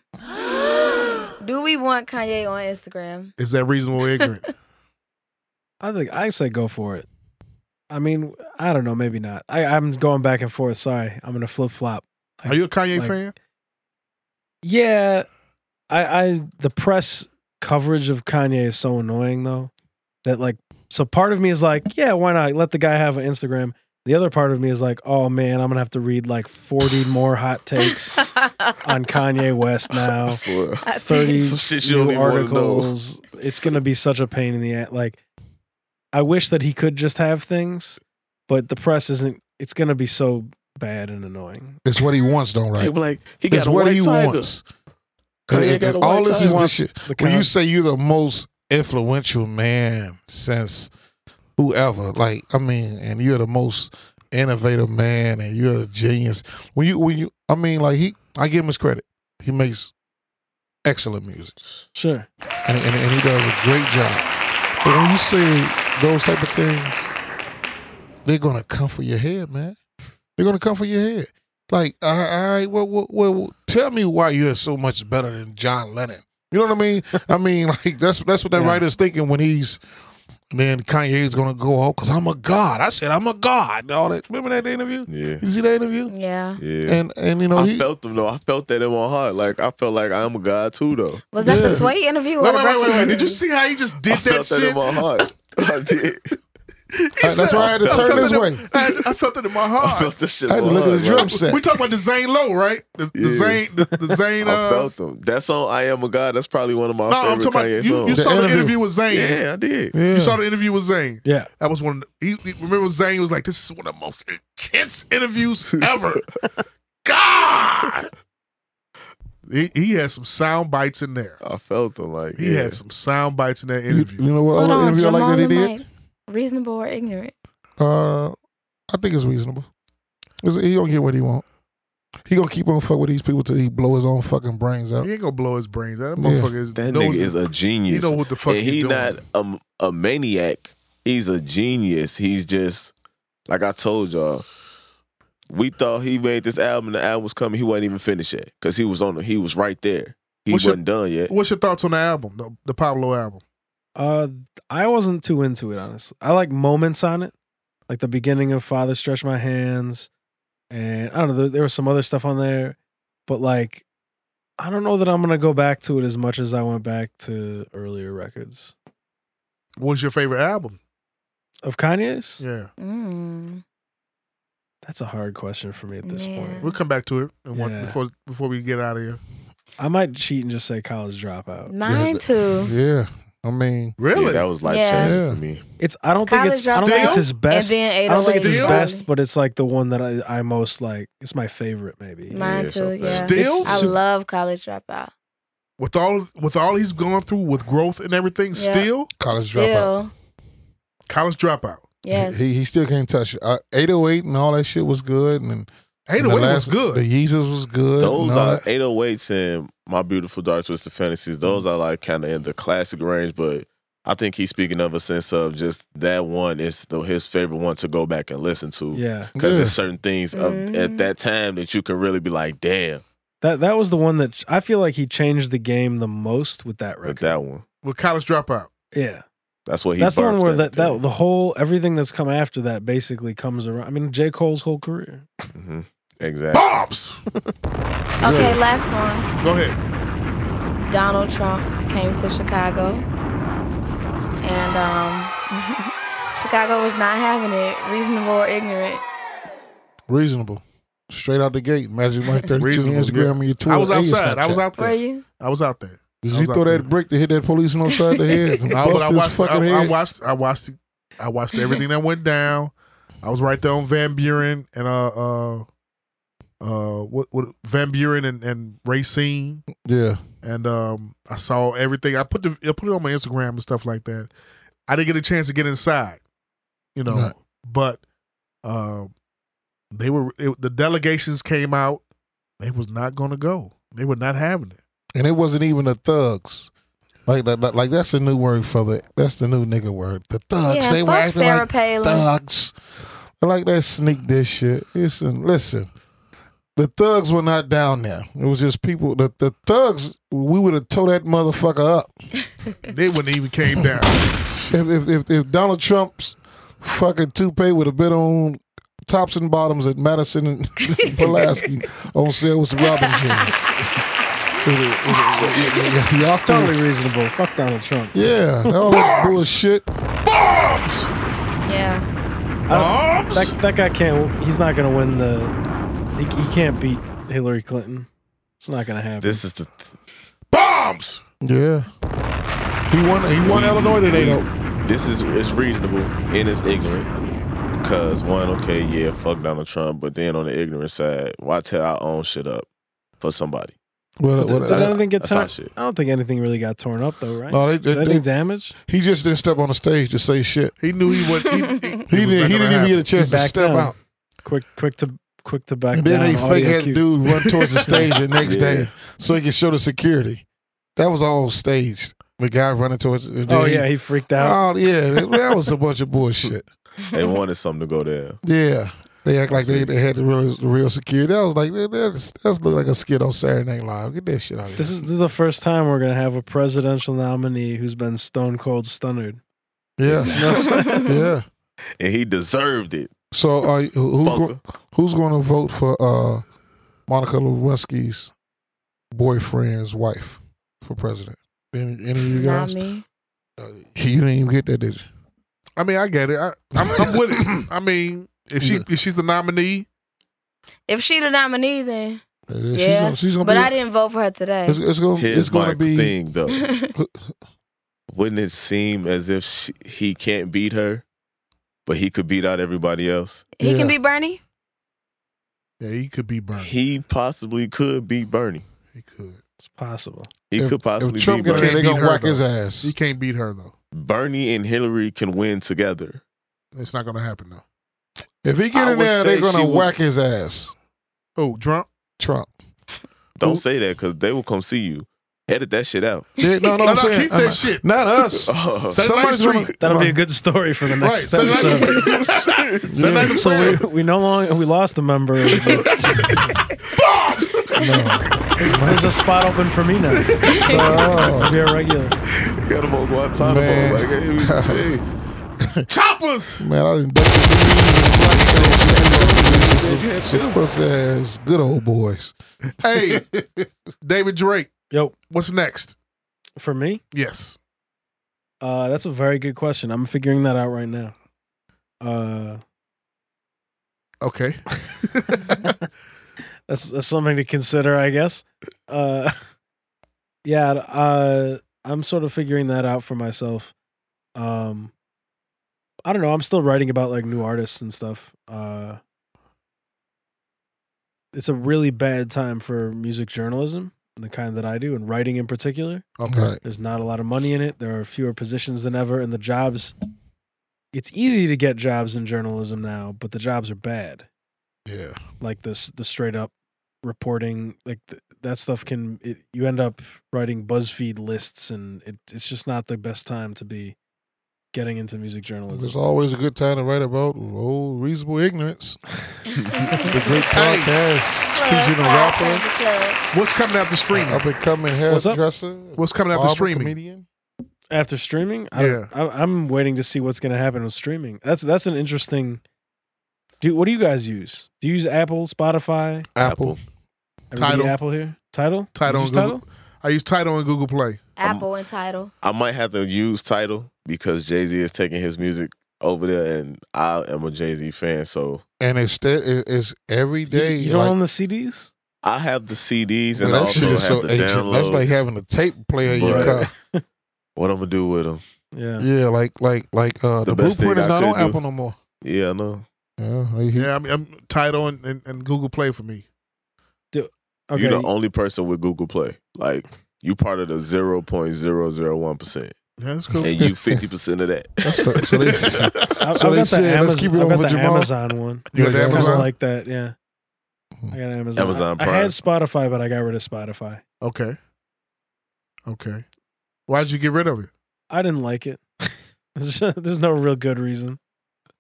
Do we want Kanye on Instagram?
Is that reasonable or ignorant?
I think I say go for it. I mean, I don't know, maybe not. I, I'm going back and forth. Sorry, I'm gonna flip flop.
Are you a Kanye
Like-
fan?
Yeah, I, I the press coverage of Kanye is so annoying though that like so part of me is like yeah why not let the guy have an Instagram. The other part of me is like oh man I'm gonna have to read like 40 more hot takes on Kanye West now.
I swear.
I
Uh, Thirty
Some shit you don't
new
even wanna know.
articles. It's gonna be such a pain in the ass. Like, I wish that he could just have things, but the press isn't. It's gonna be so bad and annoying.
It's what he wants, don't
They
right?
were like, he got
It's
a
what
white
he
tiger.
wants.
Kanye
And-
got a
and all
white
this
tiger.
is
He
the
wants
shit.
The
When you
con-
say you're the most influential man since whoever, like I mean, and you're the most innovative man, and you're a genius. When you, when you, I mean, like he, I give him his credit. He makes excellent music,
sure,
and and, and he does a great job. But when you say those type of things, they're gonna come for your head, man. They're gonna come for your head. Like, all right, all right well, well, well, tell me why you're so much better than John Lennon. You know what I mean? I mean, like that's that's what that
Yeah.
writer's thinking when he's. Then Kanye's gonna go off because I'm a god. I said I'm a god. and All that. Remember that interview?
Yeah,
You see that interview?
Yeah.
yeah.
And and you know
I
he.
felt them though. I felt that in my heart. Like I felt like I'm a god too though.
Was that
Yeah.
the Sway interview? Or
Wait,
the
wait, wait, wait,
Breakfast
wait. Did you
interview?
see how he just did
I
that
felt that
shit?
in my heart. I did.
that's why I had to
felt-
turn
felt
this
it in-
way.
I, had- I felt it in my heart.
I felt this shit
I had to
on
look at
her,
the
bro.
drum set.
We talking about the Zane Low, right? The, the
Yeah.
Zane, the, the Zane.
I
Uh,
felt them. That song, "I Am a God," that's probably one of my
no, I'm
favorite
talking about
Kanye
you. You
songs.
saw the
interview.
interview with Zane.
yeah, I did.
You saw the interview with Zane.
Yeah.
That was one. Of the, he, he- remember Zane was like, "This is one of the most intense interviews ever." God, he, he had some sound bites in there.
I felt them like
He
yeah.
had some sound bites in that
You,
interview.
you know what
Hold
other
on,
interview I
Jamal
like that he
and
did?
Mike. Reasonable or ignorant?
Uh, I think it's reasonable. It's- he gonna get what he want. He gonna keep on fuck with these people till he blow his own fucking brains out.
He ain't gonna blow his brains out. That
Mm-hmm. Yeah.
motherfucker is
That
knows-
nigga is a
He
genius.
know what the fuck
and
he
he
doing.
not a, a maniac. He's a genius. He's just like I told y'all. We thought he made this album. The album was coming. He wasn't even finished yet because he was on. The, he was right there. He
What's your-
wasn't done yet.
What's your thoughts on the album, the, the Pablo album?
Uh, I wasn't too into it, honestly. I like moments on it, like the beginning of Father Stretch My Hands, and I don't know. There, there was some other stuff on there, but like, I don't know that I'm gonna go back to it as much as I went back to earlier records
What's your favorite album?
of Kanye's.
Yeah,
Mm.
That's a hard question for me at this
Yeah.
point.
we'll come back to it and one,
Yeah.
before before we get out of here.
I might cheat and just say College Dropout.
Mine too.
Yeah, I mean,
Really?
Yeah, that was life changing
Yeah.
for me.
It's I don't think
College
it's I don't think it's
Dropout?
his best.
And then
I don't think it's his
808s.
best, but it's like the one that I, I most like. It's my favorite, maybe.
Mine
Yeah,
too.
so
Yeah.
fast.
Still?
I
Super-
love college dropout.
with all with all he's gone through with growth and everything,
Yeah.
still
college dropout.
Still,
college dropout.
yes.
He, he still can't touch it. Uh, 808 and all that shit was good, and, and
Hey, the
oh
the
way was
last-
good.
The Yeezus was good.
Those
and all
are
that.
808s and My Beautiful Dark Twisted Fantasies.
Mm.
Those are like kind of in the classic range, but I think he's speaking of a sense of just that one is the, his favorite one to go back and listen to.
Yeah.
Because
Yeah.
there's certain things of,
Mhm.
at that time that you can really be like, damn,
That that was the one that I feel like he changed the game the most with that
with
record.
that one.
with college dropout.
yeah.
That's what he
that's the one
birthed
where that, that
everything.
the whole everything that's come after that basically comes around. I mean, J. Cole's whole career.
Mhm. Exactly.
Bombs.
Okay, last one.
Go ahead.
Donald Trump came to Chicago, and um, Chicago was not having it. Reasonable or ignorant?
reasonable. Straight out the gate, Magic Mike 32 on
Reasonable,
Instagram
yeah.
and your Twitter.
I was
and your
outside. I was
Snapchat.
out
Were
there.
you?
I was out there.
Did
I
you
was
throw
out
that
there.
brick to hit that policeman upside the head? and
I, was-
bust
I
his
watched.
fucking
I, I
head.
watched. I watched. I watched everything that went down. I was right there on Van Buren and uh uh uh what what Van Buren and, and Racine
yeah,
and um I saw everything. I put the I put it on my Instagram and stuff like that. I didn't get a chance to get inside, you know,
Right.
but um they were it, the delegations came out. They was not going to go. They were not having it.
and it wasn't even the thugs. Like, like, like that's the new word for the. That's the new nigga word. The thugs.
yeah,
Uh, they were
fuck
acting
Sarah
like
Palin.
thugs. I like that sneak this shit. Listen, listen. The thugs were not down there. It was just people. The the thugs. We would have tore that motherfucker up
They wouldn't even came down.
if if if, if Donald Trump's fucking toupee would have been on tops and bottoms at Madison and Pulaski on sale with some Robin jeans. It was- it was- it was- y- y- y'all
It's totally reasonable. Fuck Donald Trump.
Yeah, all that
Bombs!
bullshit.
Bombs.
Yeah.
Bombs.
That that guy can't. He's not gonna win the. He, he can't beat Hillary Clinton. It's not gonna happen.
This is the th-
bombs.
Yeah, he won. He won Illinois today though.
this is it's reasonable and it's ignorant. Because one, okay, yeah, fuck Donald Trump, but then on the ignorant side, why tear our own shit up for somebody?
Well,
Did-
well,
did
that's-
anything get
that's our
torn?
shit.
I don't think anything really got torn up though, right?
No, they- they-
Did anything
they-
damage?
He just didn't step on the stage to say shit.
He knew he was. He, he,
He, didn't. He didn't even get a chance to
Back
step
down.
out.
Quick, quick to quick to back
And then
down.
they
Oh,
fake
yeah,
had
cute.
dude run towards the stage the next
Yeah.
day so he could show the security. That was all staged. The guy running towards. and then
Oh
he-
yeah, he freaked out.
Oh yeah, that- that was a bunch of bullshit.
They wanted something to go there.
Yeah, they act like they, they had the real the real security. That was like that, that's that's look like a skit on Saturday Night Live. Get that shit out of
This
here.
is this is the first time we're gonna have a presidential nominee who's been stone cold stunnered.
Yeah,
Mm-hmm.
yeah.
And he deserved it.
So are you- who, who's,
Bunker.
go, who's going to vote for uh, Monica Lewinsky's boyfriend's wife for president? Any, any of you
Not
guys? Uh,
me.
You didn't even get that, did you?
I mean, I get it. I, I'm, I'm with it. I mean, if she if she's the nominee,
If she the nominee, then
Uh,
Yeah,
yeah.
she's gonna- she's gonna
but
be-
I didn't vote for her today.
It's- it's gonna-
Here's my
be-
thing, though. Wouldn't it seem as if she, he can't beat her, but he could beat out everybody else?
he can be Bernie.
Yeah, he could be Bernie.
He possibly could beat Bernie.
He could.
It's possible.
He could possibly beat Bernie.
Can't beat her, though.
ass.
You can't beat her though.
Bernie and Hillary can win together.
It's not gonna happen though.
If he get
I
in
would
there,
say
they're gonna
she would-
whack his ass.
Oh, Trump.
Trump.
Don't say that because they will come see you. Edit that shit out.
Yeah, no, no, I'm saying,
keep that
uh,
shit.
Not us.
Oh.
Somebody's gonna,
That'll be a good story for the next
Right, so
episode.
So like the
so we, we no longer we lost a member. but There's a spot open for me now. I'll be a regular.
Got him on Guantanamo.
Man.
Like, hey, we- hey.
choppers.
man, I didn't duck Puss ass, good old boys.
Hey, David Drake.
Yo,
What's next?
for me,
Yes.
uh, that's a very good question. I'm figuring that out right now. Uh,
Okay.
that's, that's something to consider, I guess. Uh, yeah, uh, I'm sort of figuring that out for myself. Um, I don't know. I'm still writing about like new artists and stuff. Uh, it's a really bad time for music journalism, the kind that I do, and writing in particular.
Okay.
Right.
There's not a lot of money in it. There are fewer positions than ever, and the jobs. It's easy to get jobs in journalism now, but the jobs are bad.
Yeah.
Like this, the straight up reporting, like th- that stuff can. It, you end up writing BuzzFeed lists, and it, it's just not the best time to be getting into music journalism.
It's always a good time to write about old reasonable ignorance. the great
Hey.
podcast featuring a rapper,
What's coming after streaming?
up and coming
What's up?
hairdresser.
What's coming after
barber,
streaming?
Comedian.
after streaming I don't- I, i'm waiting to see what's going to happen with streaming that's that's an interesting do what do you guys use do you use apple spotify
Apple.
Everybody
Tidal.
apple here title
Tidal
You use
and Google. I use Tidal and Google Play.
Apple and Title.
I might have to use title because Jay Z is taking his music over there, and I am a Jay Z fan, so
And instead, it- it's every day.
you, you don't
like,
own the cd's
I have the CDs
well,
and I
that
also
shit
have
is so
the
ancient.
downloads.
That's like having a tape player in your
Right.
car.
what I'm gonna do with them?
yeah
Yeah, like like like uh, the,
The best
blueprint
thing
is
I
not on
could do.
Apple no more.
Yeah, I know.
Yeah, he- he-
Yeah, I mean, I'm Tidal and, and, and Google Play for me.
okay
You're the only person with Google Play. Like you part of the zero point zero zero one percent,
Yeah, that's cool.
and you fifty percent of that.
That's what- so they-
I,
so
I've
they
got the,
said,
Amazon,
let's keep it
I've
on
got
with
the
Jamal.
amazon one
You got
Yeah,
the
it's kind
Amazon?
of like that yeah i got amazon
Amazon
I, I
Prime.
had spotify but i got rid of spotify
Okay. Okay. Why'd you get rid of it?
i didn't like it there's no real good reason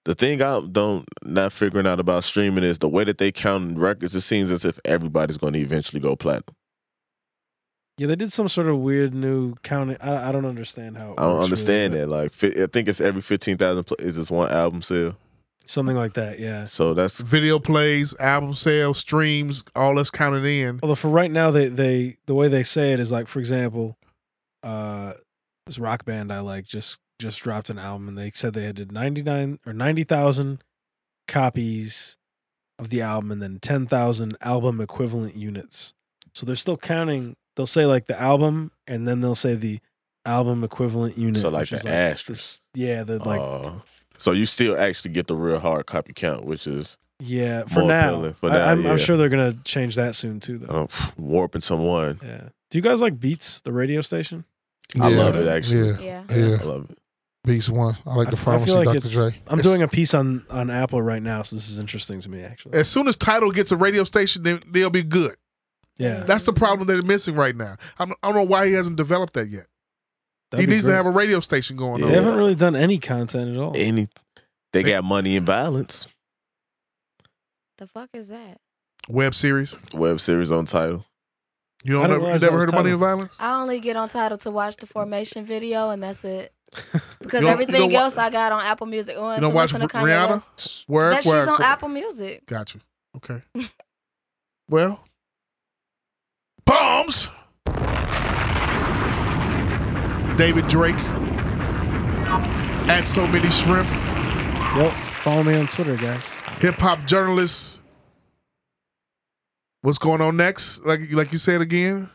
The thing I don't not figuring out about streaming is the way that they count records. It seems as if everybody's going to eventually go platinum.
yeah they did some sort of weird new counting i, I don't understand how it
I don't
works really,
understand
but-
that. Like, fi- I think it's every fifteen thousand pl- is this one album sale.
something like that yeah
So that's
Video plays, album sales, streams, all that's counted in.
Although for right now, they they the way they say it is like, for example, uh, this rock band I like just just dropped an album, and they said they had did ninety nine or ninety thousand copies of the album, and then ten thousand album equivalent units. So they're still counting. They'll say like the album, and then they'll say the album equivalent unit.
So, like,
which
the
is,
asterisk.
this- yeah, the like
uh, so you still actually get the real hard copy count, which is
yeah. For
more
now,
appealing. For
I,
now,
am
yeah.
I'm sure they're gonna change that soon too, though.
uh, pff, warping someone.
Yeah. Do you guys like Beats, the radio station?
I
yeah,
love it actually.
Yeah,
Yeah.
yeah.
I love it.
Beast one. I like
I
the
f- I
pharmacy,
feel like
Dr.
it's-
Dre.
I'm
It's-
doing a piece on on Apple right now, so this is interesting to me actually.
As soon as Tidal gets a radio station, then they'll be good.
Yeah,
That's the problem they're missing right now. I'm, I don't know why he hasn't developed that yet.
that'd
he
be
needs to
great.
have a radio station going
Yeah.
They
on.
haven't really done any content at all.
Any, they got money and violence.
The fuck is that?
Web series.
Web series on title.
You
I
don't
didn't
never, you
realize that
never
was
heard of Money
Tidal.
and Violence?
I only get on Title to watch the formation video, and that's it. Because
You don't- you don't
everything
wa-
else I got on Apple Music. Oh, and
You don't
to
watch
listen to
R-
Kanye
Rihanna?
West.
Work,
That
work,
shit's on
work.
Apple Music.
Gotcha. Okay. well, bombs. David Drake. At so many shrimp.
Yep. Follow me on Twitter, guys.
Hip hop journalists. What's going on next? Like like you said again,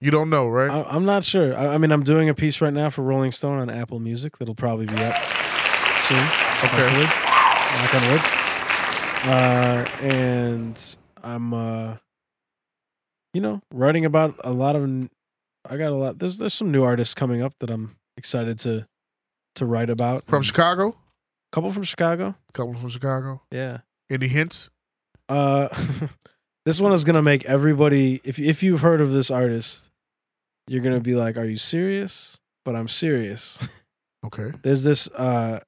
you don't know, right?
I, I'm not sure. I, I mean, I'm doing a piece right now for Rolling Stone on Apple Music that'll probably be up soon. Okay. Knock on wood. Uh, and I'm, uh, you know, writing about a lot of. n- I got a lot. There's there's some new artists coming up that I'm excited to to write about.
From Chicago?
couple from Chicago.
Couple from Chicago.
Yeah.
Any hints?
Uh, this one is gonna make everybody. If if you've heard of this artist, you're gonna be like, "Are you serious?" But I'm serious.
Okay.
There's this uh,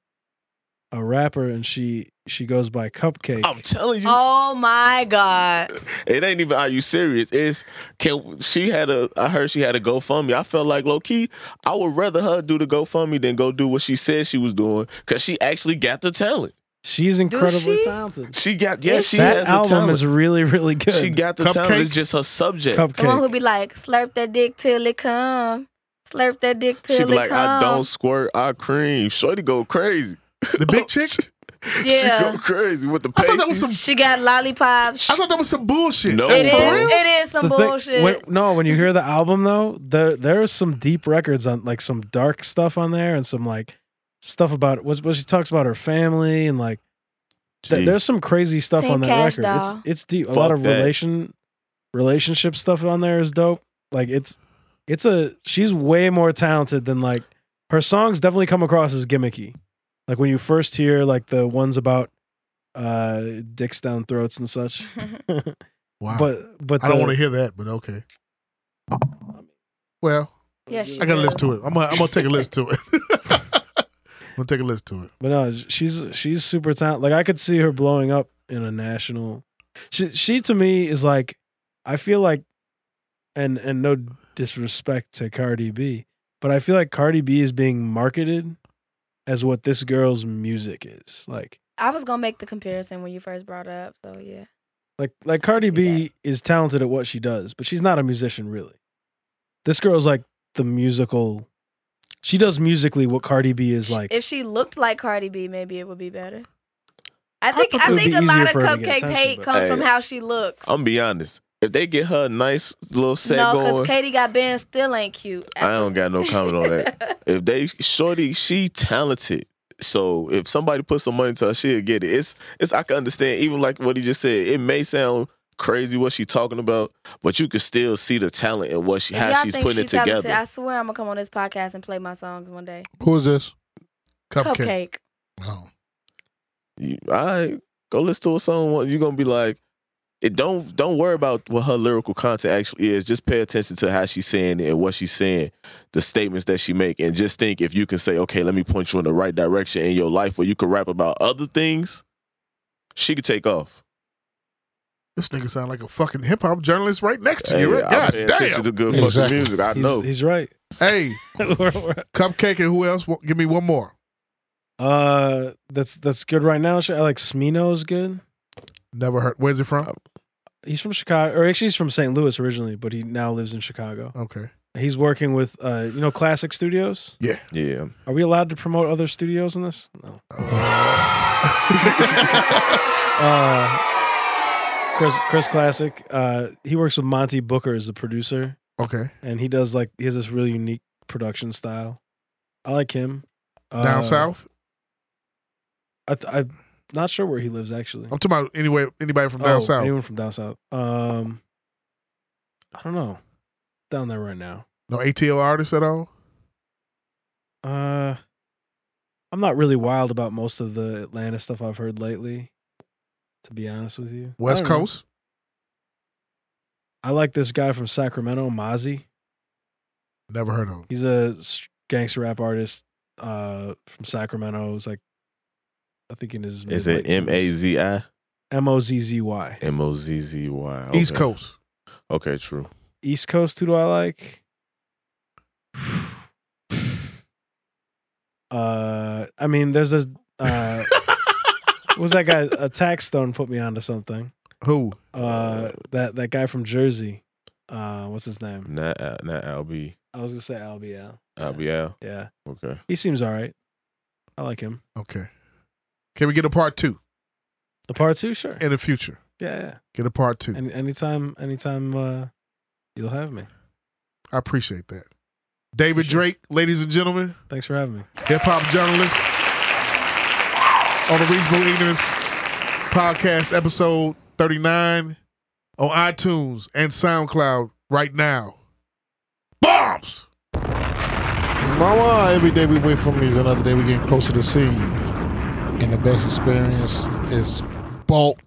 a rapper, and she she goes by Cupcake.
I'm telling you,
Oh my God.
it ain't even. Are you serious? It's can she had a? I heard she had a GoFundMe. I felt like low key. I would rather her do the GoFundMe than go do what she said she was doing because she actually got the talent.
She's incredibly
she?
talented.
She got yeah. She
that
has the
album
talent.
is really really good.
she got the talent.
Cupcake?
It's just her subject.
The one who
Cupcake.
be like, slurp that dick till it come. Slurp that dick till
She
it
be like,
come.
I don't squirt, I cream. Shorty go crazy.
The big chick?
She
Yeah.
go crazy with the
I
pasties.
thought that was some
She got lollipops.
I thought that was some bullshit.
No.
That's
It
for
is,
real?
it is some
The thing-
bullshit.
when- no, when you hear the album though, there there is some deep records on like some dark stuff on there, and some like stuff about what what she talks about her family and like Th-
Gee.
there's some crazy stuff
Team
on that
Cash
record. It's
Doll.
it's deep.
Fuck
a lot of
that.
relation relationship stuff on there is dope. Like it's it's a she's way more talented than like her songs definitely come across as gimmicky. Like when you first hear like the ones about uh dicks down throats and such.
Wow.
But but
I don't
the-
want to hear that, but okay. Well,
yeah, she
I gotta
do.
listen to it. I'm gonna, I'm gonna take a listen to it. I'm gonna take a listen to it.
But no, she's she's super talented. Like I could see her blowing up in a national. She she to me is like I feel like, and and no disrespect to Cardi B, but I feel like Cardi B is being marketed as what this girl's music is. Like
I was gonna make the comparison when you first brought it up, so yeah.
like like Cardi
see
B is talented at what she does, but she's not a musician really. This girl's like the musical. She does musically what Cardi B is like.
If she looked like Cardi B, maybe it would be better. I
I
think
thought
I,
it would
think
be
a
easier
lot of
for her to get
cupcakes
attention,
hate
but-
comes
Hey.
from how she looks.
I'm be honest. If they get her a nice little set
no,
going,
because Katie got Ben still ain't cute.
I don't got no comment on that. if they shorty, she talented. So if somebody put some money to her, she'll get it. It's it's I can understand. Even like what he just said, it may sound crazy what she's talking about, but you can still see the talent and what she
If
how
y'all
she's
think
putting
she's
it
talented,
together.
I swear I'm gonna come on this podcast and play my songs one day.
Who is this?
Cupcake.
Cupcake.
Oh.
you, all right, go listen to a song. one- You're gonna be like, it don't don't worry about what her lyrical content actually is. Just pay attention to how she's saying it and what she's saying, the statements that she make, and just think if you can say, okay, let me point you in the right direction in your life where you can rap about other things. She could take off.
This nigga sound like a fucking hip hop journalist right next to
Hey,
you. Right?
I
God
pay
damn.
attention to good fucking
Exactly.
music. I
he's,
know.
he's right.
hey, Cupcake and who else? Wa- Give me one more.
Uh, that's that's good right now. Sh- I like Smino's good.
Never heard. Where's it from?
He's from Chicago, or actually he's from St. Louis originally, but he now lives in Chicago.
Okay.
He's working with uh, you know, Classic Studios.
Yeah.
yeah.
Are we allowed to promote other studios in this? No. uh, Chris Chris Classic. Uh, he works with Monty Booker as the producer,
Okay.
and he does like he has this really unique production style. I like him. Uh,
Down south.
I th- I'm not sure where he lives actually.
I'm talking about anyway. Anybody from down
Oh,
south?
Anyone from down south? Um, I don't know. Down there right now.
No ATL artists at all.
Uh, I'm not really wild about most of the Atlanta stuff I've heard lately. To be honest with you, I
West
don't know.
Coast.
I like this guy from Sacramento, Mozzie.
Never heard of. 'em.
He's a s- gangster rap artist uh, from Sacramento. He's like, I think in his
Is it M A Z I?
M O Z Z Y
M O Z Z Y.
East Coast.
Okay, true.
East Coast? Who do I like? uh, I mean, there's this. Uh, what was that guy? A tax stone put me onto something.
Who?
Uh, that that guy from Jersey. Uh, what's his name?
Not Al- not Al B.
I was gonna say Al Bial.
Al B Al.
Yeah,
Okay.
he seems all right. I like him.
Okay. Can we get a part two
A part two, sure.
in the future?
Yeah, yeah.
Get a part two.
Any, anytime, anytime uh, you'll have me.
I appreciate that. David Drake, ladies and gentlemen,
Thanks for having me.
hip hop journalist on the Reasonable Ignorance podcast, episode 39 on iTunes and SoundCloud right now. Bombs!
Mama, every day we wait for me is another day we getting closer to seeing you. And the best experience is bulk.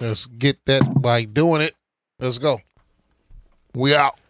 Let's get that by doing it. Let's go. We out.